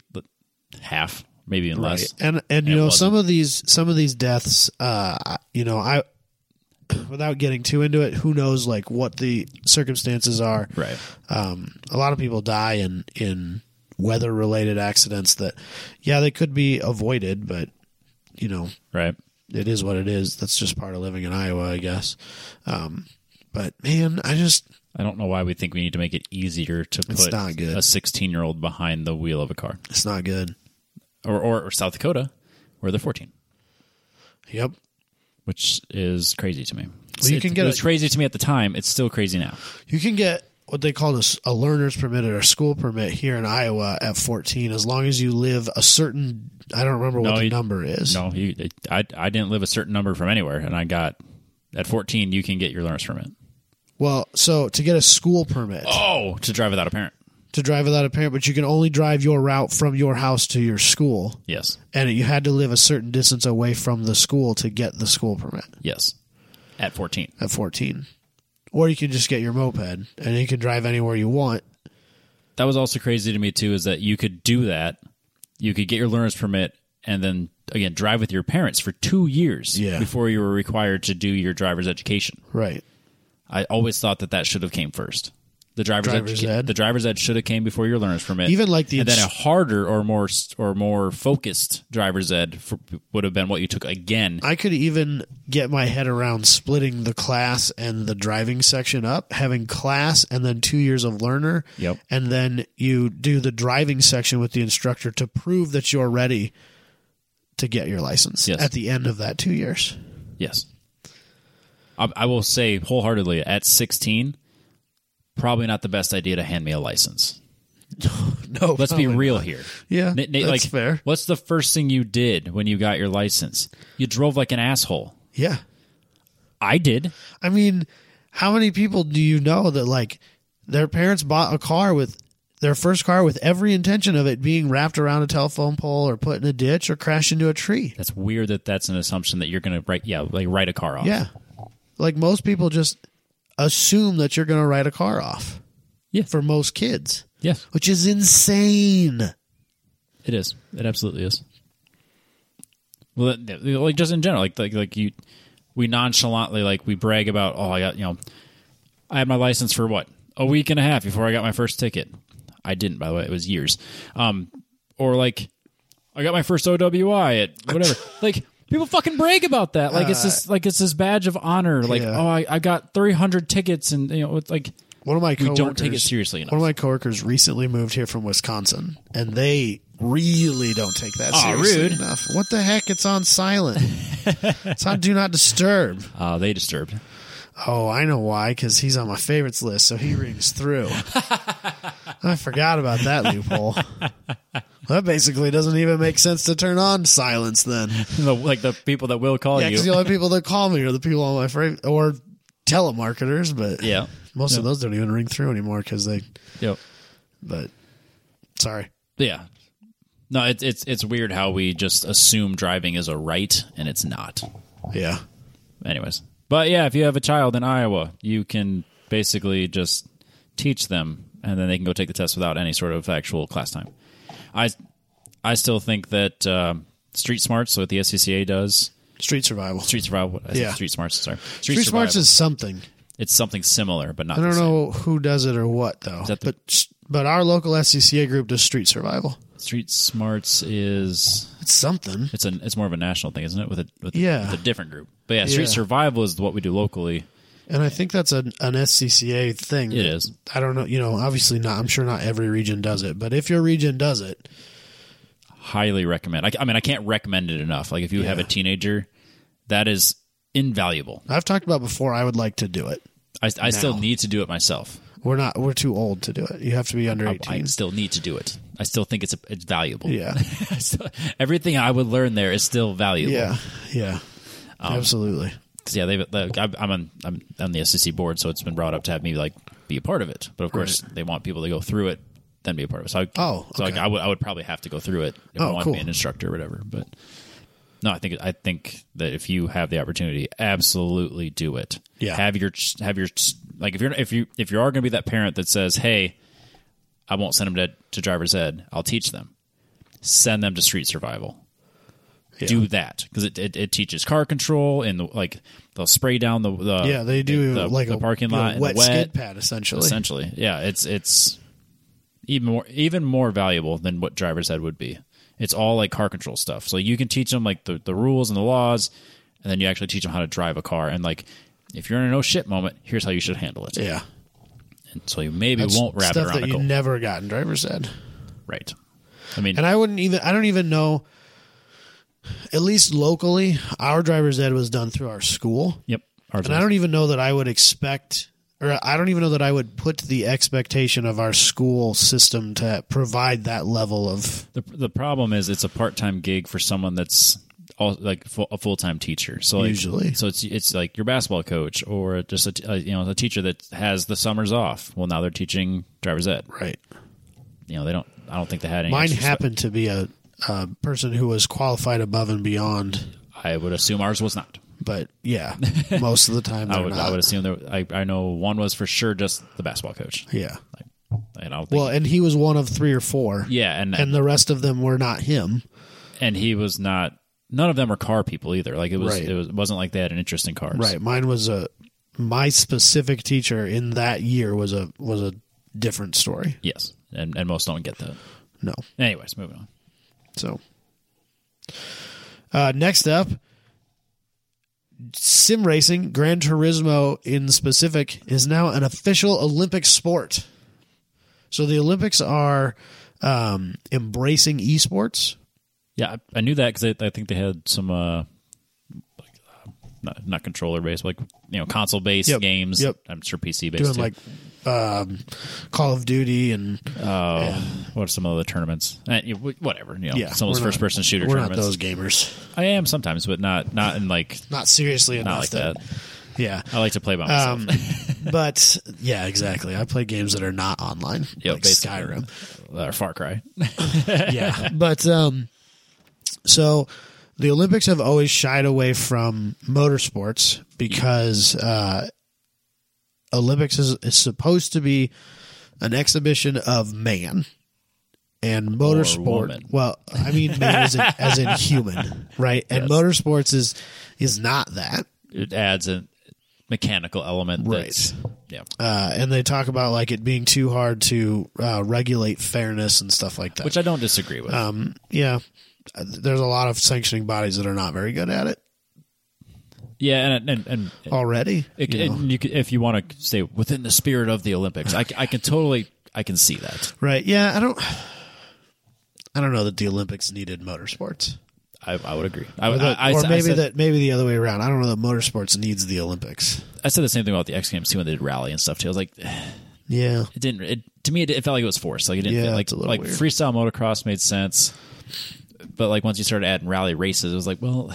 S1: half, maybe even less.
S2: And and you
S1: It
S2: know
S1: wasn't.
S2: some of these some of these deaths, uh, I- you know, I without getting too into it, who knows like what the circumstances are.
S1: Right.
S2: Um, a lot of people die in in weather related accidents that, yeah, they could be avoided, but you know
S1: Right.
S2: it is what it is. That's just part of living in Iowa, I guess. Um, but man, I just
S1: I don't know why we think we need to make it easier to
S2: It's
S1: put
S2: not good.
S1: a 16 year old behind the wheel of a car,
S2: it's not good.
S1: or, or or South Dakota, where they're 14,
S2: Yep.
S1: which is crazy to me.
S2: Well, you
S1: It-
S2: can get
S1: it was
S2: a-
S1: crazy to me at the time. It's still crazy now.
S2: You can get what they call a, s- a learner's permit or a school permit here in Iowa at 14 as long as you live a certain I don't remember what
S1: No,
S2: the
S1: you-
S2: number is.
S1: No, you, it, I I didn't live a certain number from anywhere, and I got at 14 you can get your learner's permit.
S2: Well, so to get a school permit
S1: Oh, to drive without a parent.
S2: to drive without a parent, but you can only drive your route from your house to your school.
S1: Yes,
S2: And you had to live a certain distance away from the school to get the school permit
S1: yes, at 14.
S2: at 14. Or you can just get your moped and you can drive anywhere you want.
S1: that was also crazy to me too is that you could do that you could get your learner's permit and then again drive with your parents for two years
S2: Yeah.
S1: before you were required to do your driver's education
S2: Right.
S1: i always thought that that should have came first the driver's,
S2: Driver's
S1: educa-
S2: ed?
S1: the driver's ed should have came before your learner's permit
S2: Even like the
S1: and then a
S2: ins-
S1: harder or more or more focused driver's ed for, would have been what you took again
S2: I could even get my head around splitting the class and the driving section up, having class and then two years of learner.
S1: Yep.
S2: And then you do the driving section with the instructor to prove that you're ready to get your license
S1: Yes.
S2: at the end of that two years.
S1: Yes. I, I will say wholeheartedly at 16, probably not the best idea to hand me a license.
S2: No,
S1: Let's be
S2: probably
S1: real here.
S2: Yeah,
S1: Nate- Nate,
S2: that's
S1: like,
S2: fair.
S1: What's the first thing you did when you got your license? You drove like an asshole.
S2: Yeah.
S1: I did.
S2: I mean, how many people do you know that like their parents bought a car with their first car with every intention of it being wrapped around a telephone pole or put in a ditch or crash into a tree?
S1: That's weird that that's an assumption that you're going to write, yeah, like write a car off.
S2: Yeah. Like most people just assume that you're going to write a car off.
S1: Yeah.
S2: For most kids,
S1: Yes,
S2: which is insane.
S1: it is. It absolutely is. Well, that- that- like just in general, like, like, like you, we nonchalantly, like we brag about, oh, I got, you know, I had my license for what? A week and a half before I got my first ticket. I didn't, by the way, it was years. Um, or like, I got my first OWI at whatever. like people fucking brag about that. Like it's this like it's this badge of honor. Like
S2: Uh, Yeah.
S1: oh, I, I got three hundred tickets and you know it's like
S2: One of my coworkers,
S1: don't take it seriously enough.
S2: One of my coworkers recently moved here from Wisconsin, and they really don't take that
S1: Aw,
S2: seriously
S1: rude.
S2: enough. What the heck? It's on silent. it's on do not disturb.
S1: uh, they disturbed.
S2: Oh, I know why. Because he's on my favorites list, so he rings through. I forgot about that loophole. That basically doesn't even make sense to turn on silence then.
S1: The- like the people that will call
S2: Yeah, because the
S1: you.
S2: only people that call me are the people on my favorite or telemarketers, but
S1: Yeah.
S2: most of
S1: No.
S2: those don't even ring through anymore because they.
S1: Yep.
S2: But sorry,
S1: Yeah. No, it's it's it's weird how we just assume driving is a right and it's not.
S2: yeah,
S1: Anyways, but yeah, if you have a child in Iowa, you can basically just teach them, and then they can go take the test without any sort of actual class time. I I still think that uh, street smarts, so what the SCCA does,
S2: street survival. Street,
S1: street survival, I said
S2: Yeah.
S1: street smarts, sorry, street,
S2: smarts
S1: survival.
S2: is something.
S1: it's something similar, but not.
S2: I
S1: the
S2: don't
S1: same.
S2: know who does it or what though,
S1: that the-
S2: but but our local SCCA group does street survival.
S1: Street smarts is
S2: It's something.
S1: it's an it's more of a national thing, isn't it? With a with, a-
S2: Yeah.
S1: with a different group, but yeah, street
S2: Yeah.
S1: survival is what we do locally.
S2: And I think that's an, an SCCA thing.
S1: It is.
S2: I don't know. You know, obviously not. I'm sure not every region does it, but if your region does it,
S1: highly recommend. I, I mean, I can't recommend it enough. Like if you have a
S2: Yeah.
S1: teenager, that is invaluable.
S2: I've talked about before. I would like to do it.
S1: I, I still
S2: Now.
S1: need to do it myself.
S2: We're not. We're too old to do it. You have to be under
S1: I,
S2: 18.
S1: I still need to do it. I still think it's it's valuable.
S2: Yeah.
S1: I still- everything I would learn there is still valuable.
S2: yeah. Yeah.
S1: Um,
S2: Absolutely.
S1: 'Cause, yeah. They've, like, I'm I'm on I'm on the SEC board, so it's been brought up to have me like be a part of it. But of course, they want people to go through it, then be a part of it. So I,
S2: Oh,
S1: so like,
S2: okay.
S1: I would I would probably have to go through it if I
S2: Oh,
S1: want to
S2: cool.
S1: be an instructor or whatever. But no, I think I think that if you have the opportunity, absolutely do it.
S2: Yeah.
S1: have your have your like if you're if you if you are going to be that parent that says, hey, I won't send them to to driver's ed. I'll teach them. Send them to street survival.
S2: Yeah.
S1: Do that because it, it, it teaches car control and the, like they'll spray down the, the
S2: Yeah, they do
S1: uh, the,
S2: like
S1: the
S2: a
S1: parking
S2: you know,
S1: lot and the
S2: wet, skid
S1: wet
S2: pad essentially.
S1: essentially. Yeah, it's it's even more even more valuable than what driver's ed would be. It's all like car control stuff. So you can teach them like the, the rules and the laws, and then you actually teach them how to drive a car. And like, if you're in an oh shit moment, here's how you should handle it.
S2: Yeah.
S1: And so you maybe won't wrap it
S2: stuff
S1: around
S2: that
S1: a
S2: you
S1: goal.
S2: never got in driver's ed.
S1: right. I mean,
S2: And I wouldn't even I don't even know at least locally, our driver's ed was done through our school.
S1: yep. Ours
S2: And I
S1: was.
S2: don't even know that I would expect or I don't even know that I would put the expectation of our school system to provide that level of
S1: the the problem is it's a part time gig for someone that's all, like full, a full time teacher. So like,
S2: Usually.
S1: so it's it's like your basketball coach or just a, t- a you know a teacher that has the summers off. Well, now they're teaching driver's ed.
S2: right.
S1: You know they don't. I don't think they had any.
S2: Mine
S1: extra spe-
S2: happened to be a, a person who was qualified above and beyond,
S1: I would assume ours was not.
S2: but yeah, most of the time
S1: I
S2: they're
S1: would
S2: not.
S1: I would assume there. I I know one was for sure just the basketball coach.
S2: yeah.
S1: And I don't think,
S2: Well, and he was one of three or four.
S1: yeah, and
S2: And the rest of them were not him.
S1: and he was not. None of them were car people either. Like it was,
S2: Right.
S1: it was, it wasn't like they had an interest in cars.
S2: Right. Mine was a my specific teacher in that year was a was a different story.
S1: Yes, and and most don't get that.
S2: No.
S1: Anyways, moving on.
S2: So uh, next up sim racing, Gran Turismo in specific, is now an official Olympic sport. So the Olympics are um, embracing esports.
S1: Yeah, I, I knew that because I, I think they had some, uh, like, uh, not, not controller based, like you know, console based
S2: Yep,
S1: games.
S2: yep.
S1: I'm sure PC
S2: doing
S1: based.
S2: like um, Call of Duty and
S1: Uh, Oh, what are some of the tournaments? Eh, you- wh- whatever, you know,
S2: yeah,
S1: some of those
S2: we're
S1: first
S2: not-
S1: person shooter
S2: We're not
S1: tournaments.
S2: those gamers,
S1: I am sometimes, but not not in like
S2: not seriously enough.
S1: not like that.
S2: Yeah, Um,
S1: I like to play by myself.
S2: but yeah, exactly. I play games that are not online,
S1: Yeah,
S2: like
S1: basically.
S2: Skyrim.
S1: or uh, Far Cry.
S2: yeah, but um, so the Olympics have always shied away from motorsports because uh, Olympics is, is supposed to be an exhibition of man. And
S1: woman.
S2: motorsport, well, I mean, man as in, as in human, right? And motorsports is is not that.
S1: It adds a mechanical element.
S2: Right.
S1: That's, yeah.
S2: uh, and they talk about like it being too hard to uh, regulate fairness and stuff like that.
S1: Which I don't disagree with.
S2: um, yeah, Uh, there's a lot of sanctioning bodies that are not very good at it
S1: yeah, and and, and
S2: already.
S1: it,
S2: you
S1: it-
S2: know.
S1: you could- if you want to stay within the spirit of the Olympics, I, c- I can totally I can see that.
S2: right? Yeah, I don't. I don't know that the Olympics needed motorsports,
S1: I, I would agree. I,
S2: or, that-
S1: I, I,
S2: or
S1: I
S2: maybe
S1: said,
S2: that maybe the other way around. I don't know that motorsports needs the Olympics.
S1: I said the same thing about the X Games too when they did rally and stuff too. I was like, it
S2: Yeah,
S1: didn't. It, to me, it, it felt like it was forced. Like it didn't
S2: Yeah,
S1: feel like
S2: it's a little
S1: like
S2: weird.
S1: freestyle motocross made sense, but like once you started adding rally races, it was like, well,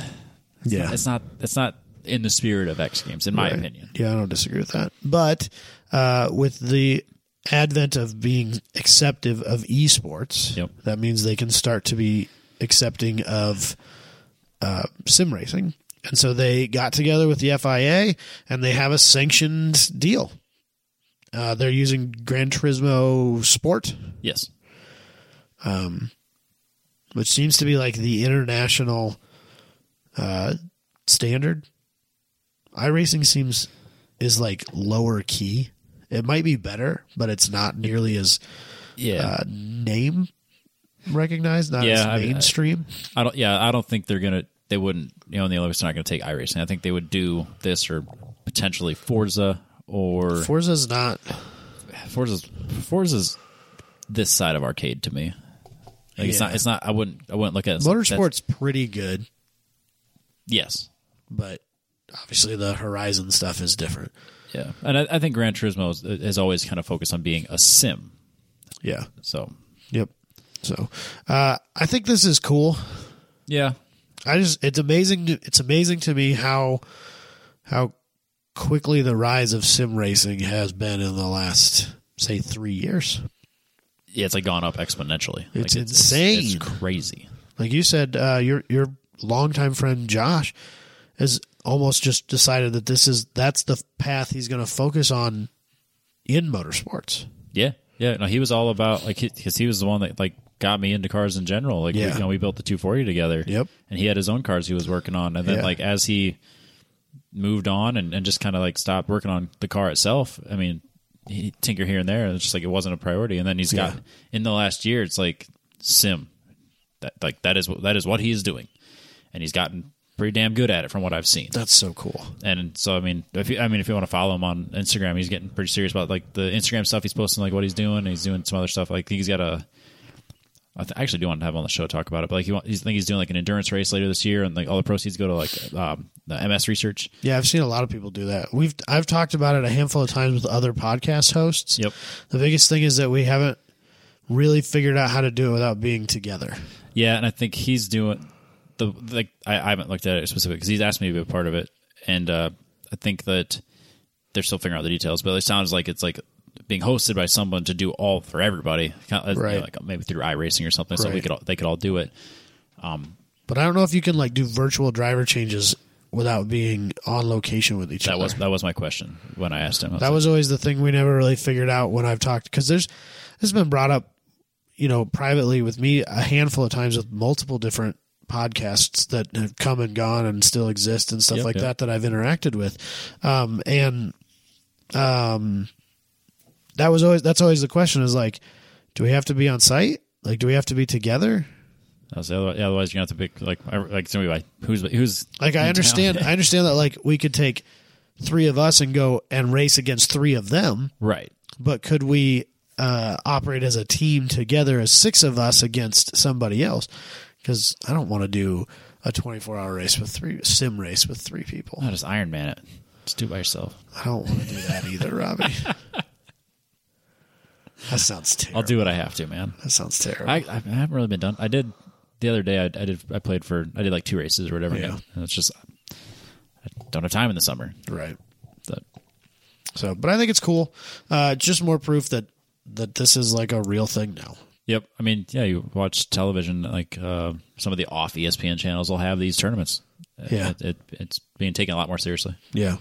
S2: yeah,
S1: it's not it's not in the spirit of X Games, in my
S2: Right.
S1: opinion.
S2: Yeah, I don't disagree with that. But uh, with the advent of being acceptive of esports,
S1: Yep.
S2: that means they can start to be accepting of uh, sim racing. And so they got together with the FIA and they have a sanctioned deal. Uh, they're using Gran Turismo Sport,
S1: Yes,
S2: which seems to be like the international uh, standard. iRacing seems is like lower key. It might be better, but it's not nearly as
S1: yeah.
S2: uh, name recognized, not
S1: Yeah,
S2: as
S1: I mean, I-
S2: mainstream.
S1: I don't. Yeah, I don't think they're gonna. They wouldn't. You know, in the Olympics, they're not gonna take iRacing. I think they would do this or potentially Forza or
S2: Forza's not.
S1: Forza's Forza's this side of arcade to me. Like it's
S2: Yeah.
S1: not. It's not. I wouldn't. I wouldn't look at it. as like, that's-
S2: Motorsport's pretty good,
S1: Yes.
S2: but obviously the Horizon stuff is different.
S1: Yeah, and I, I think Gran Turismo is, is always kind of focused on being a sim.
S2: Yeah.
S1: So
S2: Yep. So uh, I think this is cool.
S1: yeah,
S2: I just it's amazing to, it's amazing to me how how quickly the rise of sim racing has been in the last say 3 years.
S1: yeah, it's like gone up exponentially. Like,
S2: It's
S1: It's,
S2: insane.
S1: crazy.
S2: Like you said uh your your longtime friend Josh has almost just decided that this is that's the path he's going to focus on in motorsports.
S1: Yeah, yeah. No, he was all about like because he was the one that like got me into cars in general. Like we,
S2: Yeah.
S1: you know, we built the 240 together.
S2: Yep.
S1: And he had his own cars he was working on, and then
S2: Yeah.
S1: like as he moved on and, and just kind of like stopped working on the car itself. I mean, he tinker here and there. and It's just like it wasn't a priority. And then he's
S2: Yeah.
S1: got in the last year, it's like sim. That like that is what that is what he is doing, and he's gotten pretty damn good at it from what I've seen.
S2: That's so cool.
S1: And so I mean, if you, I mean, if you want to follow him on Instagram, he's getting pretty serious about like the Instagram stuff he's posting, like what he's doing. and He's doing some other stuff. Like he's got a. I th- actually do want to have him on the show to talk about it, but like he want, he's, I think he's doing like an endurance race later this year, and like all the proceeds go to like um, the MS research.
S2: Yeah, I've seen a lot of people do that. We've I've talked about it a handful of times with other podcast hosts.
S1: Yep.
S2: The biggest thing is that we haven't really figured out how to do it without being together.
S1: Yeah, and I think he's doing the like. I, I haven't looked at it specifically because he's asked me to be a part of it, and uh, I think that they're still figuring out the details. But it sounds like it's like being hosted by someone to do all for everybody, kind of, you know,
S2: Right.
S1: like maybe through iRacing or something, so we
S2: Right.
S1: could all, they could all do it.
S2: But I don't know if you can like do virtual driver changes without being on location with each
S1: That
S2: other.
S1: was that was my question when I asked him. I was
S2: that was always the thing we never really figured out when I've talked because there's this has been brought up, you know, privately with me a handful of times with multiple different podcasts that have come and gone and still exist and stuff
S1: Yep,
S2: like
S1: yep.
S2: that that I've interacted with, um, and um, that was always that's always the question is like, do we have to be on site? Like, do we have to be together?
S1: I was, otherwise, yeah, otherwise you're gonna have to pick like I- like somebody like who's who's
S2: Like I
S1: in
S2: understand,
S1: town.
S2: I understand that like we could take three of us and go and race against three of them,
S1: right?
S2: but could we uh, operate as a team together as six of us against somebody else? Because I don't want to do a twenty-four hour race with three sim race with three people.
S1: Not just Iron Man it. Just do it by yourself.
S2: I don't want to do that either, Robbie. that sounds terrible.
S1: I'll do what I have to, man.
S2: that sounds terrible.
S1: I, I haven't really been done. I did the other day. I, I did. I played for. I did like two races or whatever.
S2: Yeah.
S1: And it's just I don't have time in the summer.
S2: right.
S1: But
S2: So, but I think it's cool. Uh, just more proof that that this is like a real thing now.
S1: yep. I mean, yeah. You watch television. Like uh, some of the off ESPN channels will have these tournaments.
S2: Yeah.
S1: It, it, it's being taken a lot more seriously.
S2: Yeah.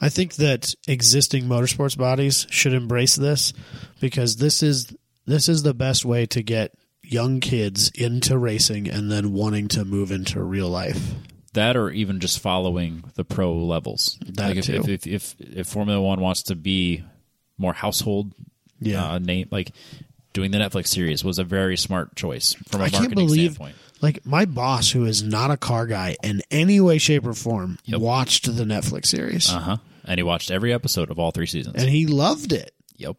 S2: I think that existing motorsports bodies should embrace this because this is this is the best way to get young kids into racing and then wanting to move into real life.
S1: that or even just following the pro levels.
S2: That
S1: like if,
S2: too.
S1: If, if, if if Formula One wants to be more household,
S2: Yeah.
S1: uh, name like doing the Netflix series was a very smart choice from a
S2: I
S1: marketing
S2: can't believe
S1: standpoint.
S2: like my boss who is not a car guy in any way shape or form watched the Netflix series
S1: Uh huh. And he watched every episode of all three seasons.
S2: and he loved it.
S1: yep.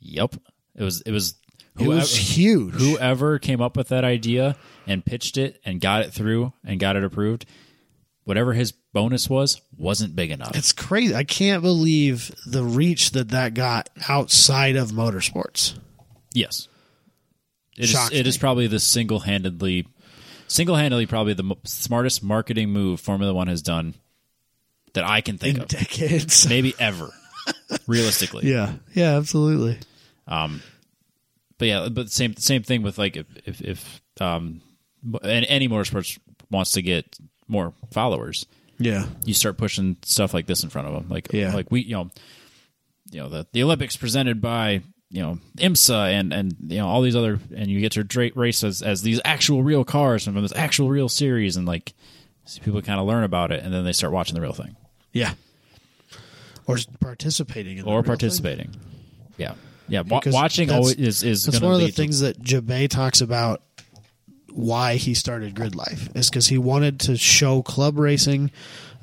S1: Yep. It was it was
S2: It
S1: whoever
S2: was huge.
S1: whoever came up with that idea and pitched it and got it through and got it approved. Whatever his bonus was wasn't big enough.
S2: it's crazy. I can't believe the reach that that got outside of motorsports.
S1: Yes. It is,
S2: Shocked
S1: it
S2: me.
S1: is probably the single-handedly, single-handedly probably the mo- smartest marketing move Formula One has done that I can think
S2: In
S1: of,
S2: decades.
S1: maybe ever, realistically.
S2: Yeah. Yeah, absolutely.
S1: But yeah, but same same thing with like if if, if um mo- and any motorsports wants to get more followers,
S2: Yeah.
S1: you start pushing stuff like this in front of them. Like
S2: Yeah.
S1: like we you know you know the the Olympics presented by you know IMSA and and you know all these other and you get to dra- race as, as these actual real cars from this actual real series and like so people kind of learn about it and then they start watching the real thing
S2: Yeah. Or s- participating in the
S1: or
S2: real thing.
S1: participating. Yeah, yeah. Wa-
S2: Because
S1: watching
S2: that's-
S1: always is is
S2: That's
S1: gonna
S2: one of the
S1: lead to-
S2: things that Jabe talks about why he started grid life is because he wanted to show club racing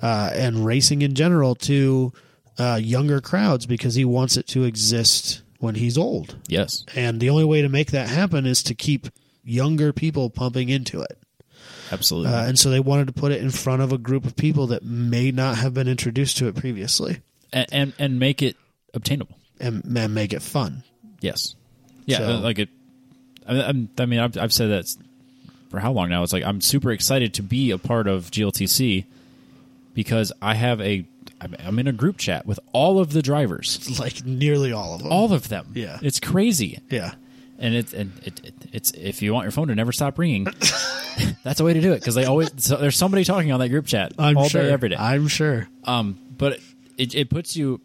S2: uh, and racing in general to uh, younger crowds because he wants it to exist when he's old.
S1: yes,
S2: And the only way to make that happen is to keep younger people pumping into it.
S1: absolutely.
S2: Uh, and so they wanted to put it in front of a group of people that may not have been introduced to it previously
S1: and, and and make it obtainable.
S2: and, and make it fun.
S1: Yes. Yeah,
S2: So-
S1: like it. I, I'm, I mean, I've, I've said that s- for how long now? It's like I'm super excited to be a part of GLTC because I have a. I'm- I'm in a group chat with all of the drivers,
S2: like nearly all of them.
S1: all of them.
S2: Yeah.
S1: it's crazy,
S2: yeah,
S1: and it's and it, it, it's if you want your phone to never stop ringing, that's a way to do it because they always so there's somebody talking on that group chat
S2: I'm
S1: all
S2: sure.
S1: day every day.
S2: I'm sure.
S1: Um, but it, it puts you.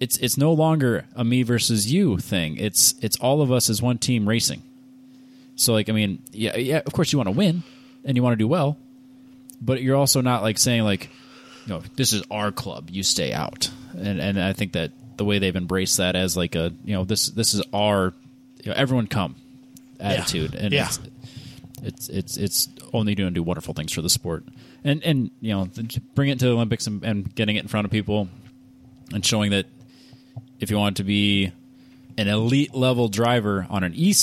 S1: It's it's no longer a me versus you thing. It's it's all of us as one team racing. So like I mean, yeah, yeah. Of course you want to win and you want to do well, but you're also not like saying like, you know, this is our club. You stay out. And and I think that the way they've embraced that as like a you know this this is our you know, everyone come attitude and
S2: Yeah.
S1: it's, It's it's it's only going to do wonderful things for the sport, and and you know to bring it to the Olympics and, and getting it in front of people, and showing that if you want to be an elite level driver on an e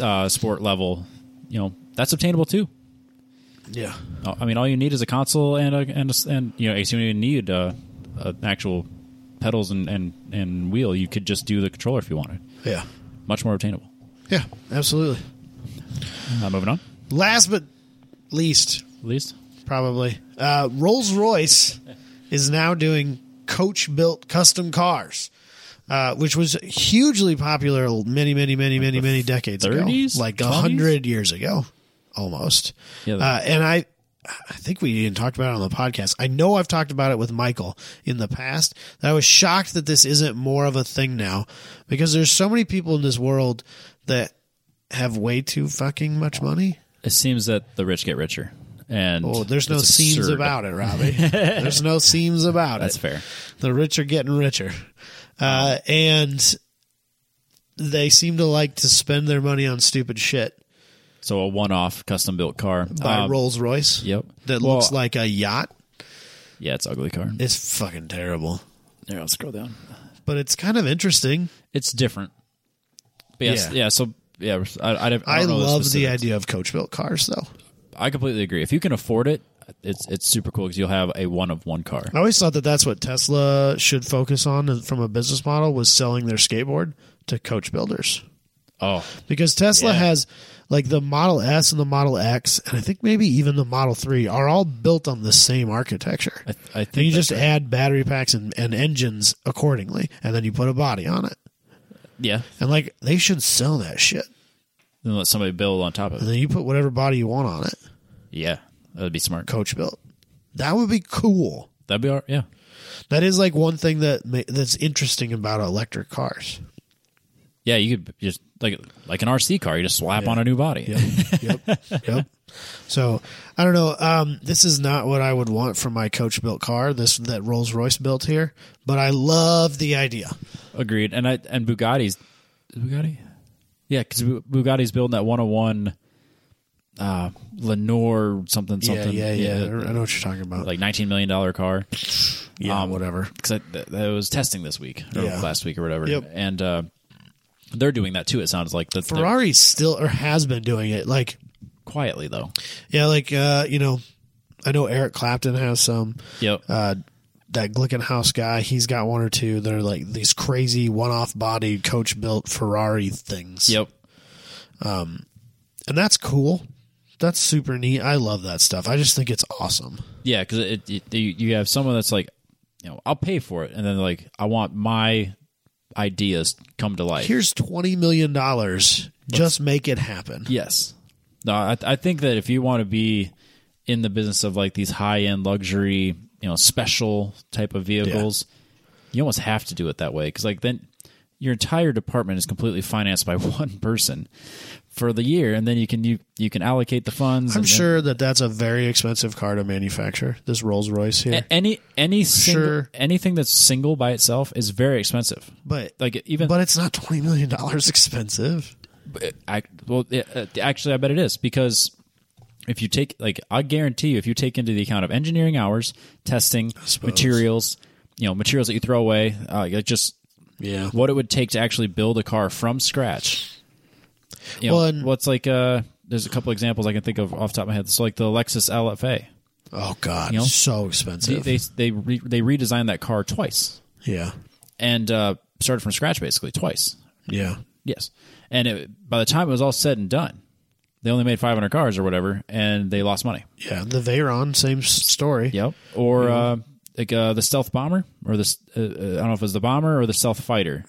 S1: uh, sport level, you know that's obtainable too. Uh,
S2: Yeah.
S1: I mean, all you need is a console and a and a, and you know, you don't even need uh, an actual pedals and, and and wheel. You could just do the controller if you wanted.
S2: Yeah.
S1: Much more obtainable.
S2: Yeah, absolutely.
S1: Uh, moving on,
S2: Last but least,
S1: at least.
S2: probably, uh, Rolls Royce is now doing coach built custom cars. Uh, which was hugely popular many, many, many, many, many decades ago,
S1: 30s?
S2: like a
S1: 20s?
S2: hundred years ago, almost.
S1: Yeah, the-
S2: uh, and I, I think we even talked about it on the podcast. I know I've talked about it with Michael in the past. That I was shocked that this isn't more of a thing now, because there's so many people in this world that have way too fucking much money.
S1: It seems that the rich get richer, and
S2: Oh, there's no
S1: it's
S2: seams
S1: absurd.
S2: about it, Robbie. there's no seams about
S1: That's
S2: it.
S1: fair.
S2: The rich are getting richer. Uh, and they seem to like to spend their money on stupid shit
S1: So a one-off custom-built car
S2: by
S1: Um,
S2: Rolls Royce.
S1: Yep.
S2: That
S1: Well,
S2: looks like a yacht.
S1: Yeah, it's an ugly car.
S2: It's fucking terrible.
S1: There, I'll scroll down.
S2: But it's kind of interesting.
S1: It's different. But yes,
S2: Yeah.
S1: yeah. So yeah, I, I, I, don't
S2: I
S1: know
S2: love the
S1: specifics.
S2: idea of coach built cars, though.
S1: I completely agree. If you can afford it, it's it's super cool because you'll have a one-of-one car.
S2: I always thought that that's what Tesla should focus on from a business model was selling their skateboard to coach builders.
S1: Oh,
S2: because Tesla
S1: Yeah.
S2: has like the Model S and the Model X, and I think maybe even the Model Three are all built on the same architecture.
S1: I, I think
S2: and you
S1: that's
S2: just add battery packs and, and engines accordingly, and then you put a body on it.
S1: Yeah.
S2: And like they should sell that shit,
S1: Then let somebody build on top of
S2: and
S1: it.
S2: then you put whatever body you want on it.
S1: Yeah. That'd be smart.
S2: Coach built. That would be cool.
S1: That'd be all right. Yeah.
S2: That is like one thing that ma- that's interesting about electric cars.
S1: Yeah. You could just like like an RC car, you just slap on a new body.
S2: yep, yep. So I don't know. Um, this is not what I would want from my coach built car. This that Rolls Royce built here, but I love the idea.
S1: Agreed. And I and Bugatti's is Bugatti. Yeah, because Bugatti's building that 101 uh, Lenore something something.
S2: yeah, yeah, yeah. I know what you're talking about.
S1: Like 19 million dollar car.
S2: yeah, whatever.
S1: because I, th- I was testing this week or
S2: Yeah.
S1: last week or whatever,
S2: Yep.
S1: and uh, they're doing that too. It sounds like that's they're-
S2: Ferrari still or has been doing it. Like
S1: quietly though.
S2: yeah, like uh, you know, I know Eric Clapton has some.
S1: Yep.
S2: Uh, that Glickenhaus guy, he's got one or two that are like these crazy one-off body coach-built Ferrari things.
S1: yep.
S2: and that's cool. That's super neat. I love that stuff. I just think it's awesome.
S1: Yeah, because it, it, you you have someone that's like, you know, I'll pay for it, and then like, I want my ideas come to life.
S2: Here's twenty million dollars. Just make it happen.
S1: yes. No, I, I think that if you want to be in the business of like these high end luxury, you know, special type of vehicles, you almost have to do it that way because like then your entire department is completely financed by one person for the year, and then you can you you can allocate the funds.
S2: I'm
S1: and-
S2: sure that that's a very expensive car to manufacture. This Rolls Royce here,
S1: and any any single,
S2: Sure.
S1: anything that's single by itself is very expensive.
S2: but
S1: Like even
S2: but it's not twenty million dollars expensive.
S1: I, well, yeah, uh, actually, I bet it is because if you take, like, I guarantee you, if you take into the account of engineering hours, testing,
S2: suppose.
S1: materials, you know, materials that you throw away, uh, like just
S2: Yeah.
S1: what it would take to actually build a car from scratch. You know,
S2: Well, and-
S1: what's like, uh, there's a couple examples I can think of off the top of my head. It's like the Lexus LFA.
S2: Oh God,
S1: You know?
S2: so
S1: They
S2: expensive.
S1: they they, re, they redesigned that car twice
S2: yeah,
S1: and uh, started from scratch basically twice.
S2: yeah,
S1: Yes, and it, by the time it was all said and done, they only made 500 cars or whatever, and they lost money.
S2: yeah. The Veyron, same s- story.
S1: Yep. Or uh, like uh, the stealth bomber, or the s- uh, uh, I don't know if it was the bomber or the stealth fighter.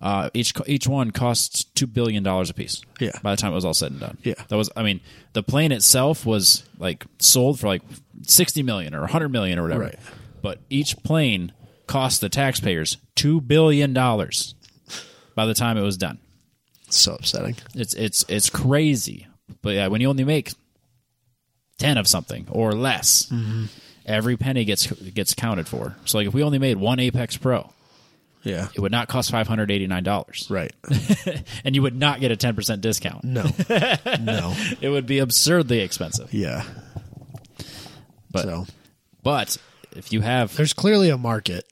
S1: Uh, each co- each one costs two billion dollars a piece.
S2: Yeah.
S1: By the time it was all said and done.
S2: Yeah.
S1: That was. I mean, the plane itself was like sold for like 60 million or 100 million or whatever.
S2: Right.
S1: But each plane cost the taxpayers two billion dollars by the time it was done.
S2: So upsetting.
S1: It's it's it's crazy. But yeah, when you only make ten of something or less, every penny gets gets counted for. So like if we only made one Apex Pro,
S2: Yeah.
S1: It would not cost five hundred eighty nine dollars,
S2: Right.
S1: and you would not get a ten percent discount.
S2: No. no.
S1: It would be absurdly expensive.
S2: Yeah.
S1: But
S2: so
S1: but if you have
S2: there's clearly a market.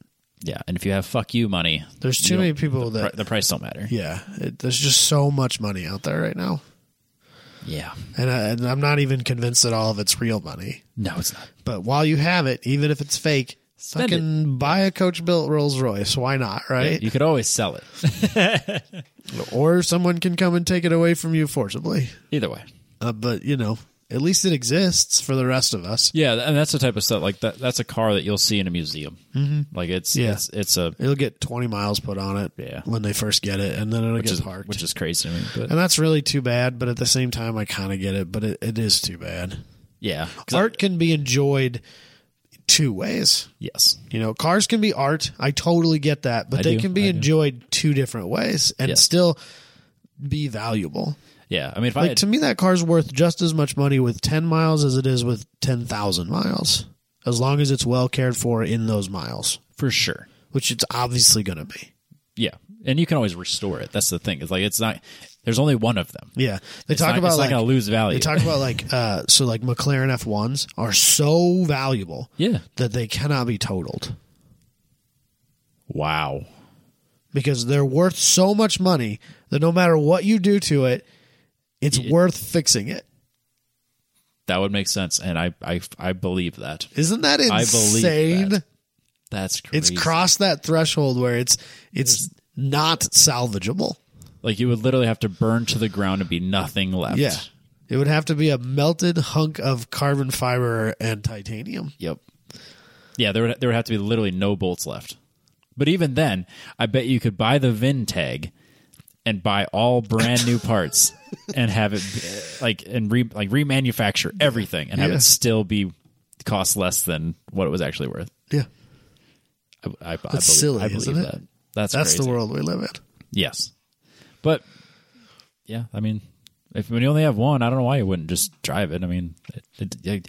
S1: yeah, and if you have fuck you money,
S2: There's
S1: you
S2: too many
S1: don't-
S2: people
S1: pri-
S2: that
S1: the price don't matter.
S2: yeah. It, there's just so much money out there right now,
S1: Yeah,
S2: and, I, and I'm not even convinced that all of it's real money.
S1: no, it's not.
S2: But while you have it, even if it's fake,
S1: Spend it.
S2: fucking buy a Coach Built Rolls Royce. Why not? Right?
S1: You could always sell it.
S2: Or someone can come and take it away from you forcibly.
S1: Either way.
S2: Uh, but you know, at least it exists for the rest of us.
S1: Yeah, and that's the type of stuff like that. That's a car that you'll see in a museum. Mm-hmm. Like it's
S2: Yeah.
S1: it's it's a
S2: It'll get 20 miles put on it
S1: Yeah.
S2: when they first get it, and then it'll
S1: which
S2: get
S1: is
S2: parked.
S1: which is crazy to me. But
S2: and that's really too bad, but at the same time, I kind of get it, but it, it is too bad.
S1: yeah, 'Cause I-
S2: Art can be enjoyed two ways.
S1: yes,
S2: You know, cars can be art. I totally get that, but
S1: I
S2: they
S1: do,
S2: can be
S1: I do.
S2: enjoyed two different ways and
S1: Yes.
S2: still be valuable.
S1: yeah. I mean, if I
S2: Like
S1: had,
S2: to me, that car's worth just as much money with ten miles as it is with ten thousand miles, as long as it's well cared for in those miles,
S1: for sure.
S2: which it's obviously going to be.
S1: Yeah, and you can always restore it. That's the thing. It's like it's not. There's only one of them.
S2: Yeah, they
S1: It's
S2: talk
S1: not,
S2: about
S1: it's
S2: like
S1: not going to lose value.
S2: they talk about like uh, so like McLaren F ones are so valuable
S1: yeah.
S2: that they cannot be totaled
S1: Wow.
S2: because they're worth so much money that no matter what you do to it, it's worth fixing it.
S1: That would make sense, and I I I believe that.
S2: Isn't that insane?
S1: I believe that. That's crazy.
S2: It's crossed that threshold where it's it's not salvageable.
S1: like you would literally have to burn to the ground and be nothing left.
S2: Yeah. It would have to be a melted hunk of carbon fiber and titanium.
S1: Yep. Yeah, there would there would have to be literally no bolts left. But even then, I bet you could buy the VIN tag and buy all brand new parts and have it like and re, like remanufacture everything and have
S2: Yeah.
S1: it still be cost less than what it was actually worth.
S2: Yeah.
S1: I, I, I believe,
S2: silly,
S1: I believe
S2: isn't it?
S1: that. That's
S2: That's
S1: crazy.
S2: the world we live in.
S1: Yes, but yeah, I mean, if when you only have one, I don't know why you wouldn't just drive it. I mean, it, it, it-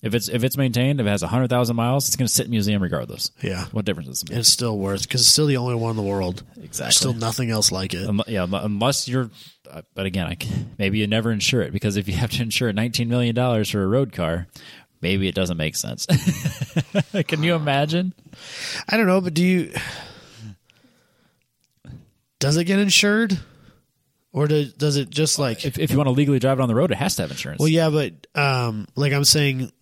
S1: if it's if it's maintained, if it has hundred thousand miles, it's going to sit in a museum regardless.
S2: Yeah.
S1: what difference does it make?
S2: It's still worth because it's still the only one in the world.
S1: Exactly.
S2: There's still nothing else like it.
S1: Um, yeah, um, unless you're, uh, but again, I, can- maybe you never insure it because if you have to insure nineteen million dollars for a road car, maybe it doesn't make sense. can you imagine?
S2: I don't know, but do you? Does it get insured, or do, does it just like?
S1: If, if you want to legally drive it on the road, it has to have insurance.
S2: Well, yeah, but um, like I'm saying,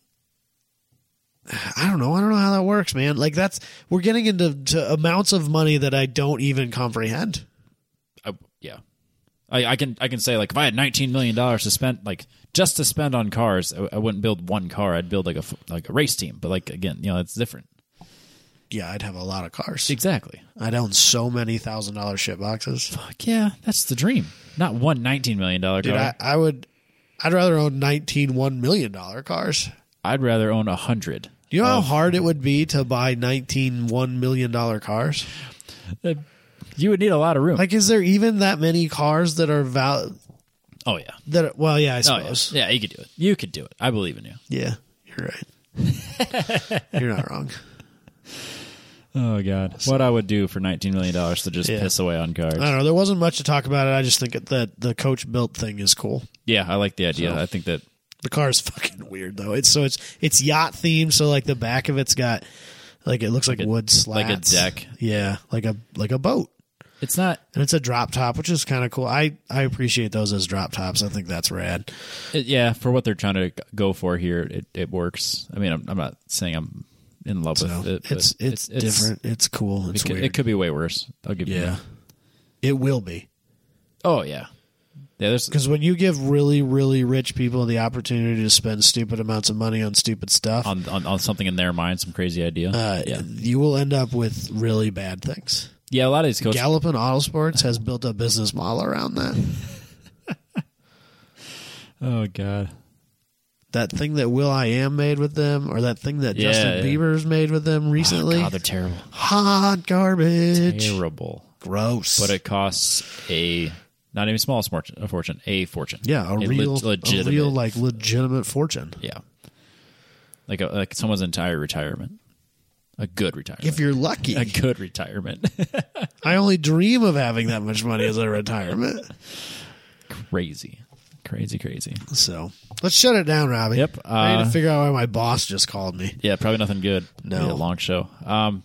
S2: I don't know. I don't know how that works, man. Like that's we're getting into to amounts of money that I don't even comprehend.
S1: I, yeah, I, I can I can say like if I had nineteen million dollars to spend like just to spend on cars, I, I wouldn't build one car. I'd build like a f- like a race team. But like again, you know, it's different.
S2: Yeah, I'd have a lot of cars.
S1: Exactly.
S2: I'd own so many thousand dollar shit boxes.
S1: Fuck yeah, that's the dream. Not one nineteen million dollar
S2: Dude, I,
S1: car.
S2: I would. I'd rather own 19 one million dollar cars.
S1: I, would rather own a hundred.
S2: Do you know how hard it would be to buy 19 one million dollar cars?
S1: Uh, You would need a lot of room.
S2: Like, is there even that many cars that are val
S1: oh yeah.
S2: that? Are, well, yeah,
S1: Oh
S2: I
S1: yeah.
S2: suppose.
S1: yeah, you could do it. You could do it. I believe in you.
S2: yeah. you're right. you're not wrong.
S1: Oh god, what I would do for nineteen million dollars to just
S2: Yeah.
S1: piss away on cars?
S2: I don't know. There wasn't much to talk about it. I just think that the coach built thing is cool.
S1: yeah, I like the idea. I think that
S2: The car is fucking weird though. It's so it's it's yacht themed. So like the back of it's got like it looks like,
S1: a-
S2: wood
S1: like a
S2: slats,
S1: deck.
S2: Yeah, like a like a boat,
S1: it's not.
S2: and it's a drop top, which is kind of cool. I I appreciate those as drop tops. I think that's rad.
S1: It- yeah, for what they're trying to g- go for here, it, it works. I mean, I'm, I'm not saying I'm in love
S2: So
S1: with it. but
S2: it's, it's different. It's cool. It's
S1: it, could,
S2: weird.
S1: it could be way worse. I'll give you.
S2: yeah,
S1: that.
S2: it will be.
S1: Oh yeah. Yeah. There's.
S2: Because when you give really, really rich people the opportunity to spend stupid amounts of money on stupid stuff,
S1: On, on, on something in their mind, some crazy idea.
S2: uh,
S1: yeah,
S2: you will end up with really bad things.
S1: yeah. A lot of these coaches,
S2: Gallopin Autosports has built a business model around that.
S1: Oh god.
S2: That thing that Will I Am made with them, or that thing that
S1: Yeah,
S2: Justin
S1: yeah. Oh,
S2: Bieber's made with them recently,
S1: God, they're terrible.
S2: hot garbage,
S1: Terrible.
S2: gross.
S1: But it costs a not even small fortune, a fortune, a fortune.
S2: yeah, a
S1: leg-
S2: real,
S1: legitimate,
S2: a real like legitimate fortune.
S1: yeah, like a, like someone's entire retirement. A good retirement.
S2: If you're lucky,
S1: a good retirement.
S2: I only dream of having that much money as a retirement.
S1: crazy. Crazy, crazy.
S2: So let's shut it down, Robbie.
S1: Yep,
S2: I need to
S1: uh,
S2: figure out why my boss just called me.
S1: Yeah, probably nothing good.
S2: No.
S1: Maybe a long show. Um,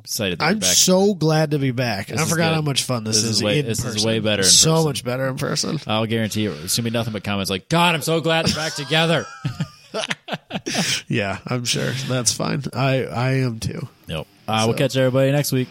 S1: excited that
S2: I'm
S1: you're back.
S2: so glad to be back. I
S1: is
S2: forgot
S1: good.
S2: how much fun this,
S1: This is
S2: is.
S1: way-
S2: in
S1: this is
S2: person.
S1: way better in
S2: so
S1: person.
S2: much better in person.
S1: I'll guarantee you, it's gonna be nothing but comments like, "God, I'm so glad they're back together."
S2: Yeah, I'm sure that's fine. I I am too.
S1: Nope. Uh, We'll catch everybody next week.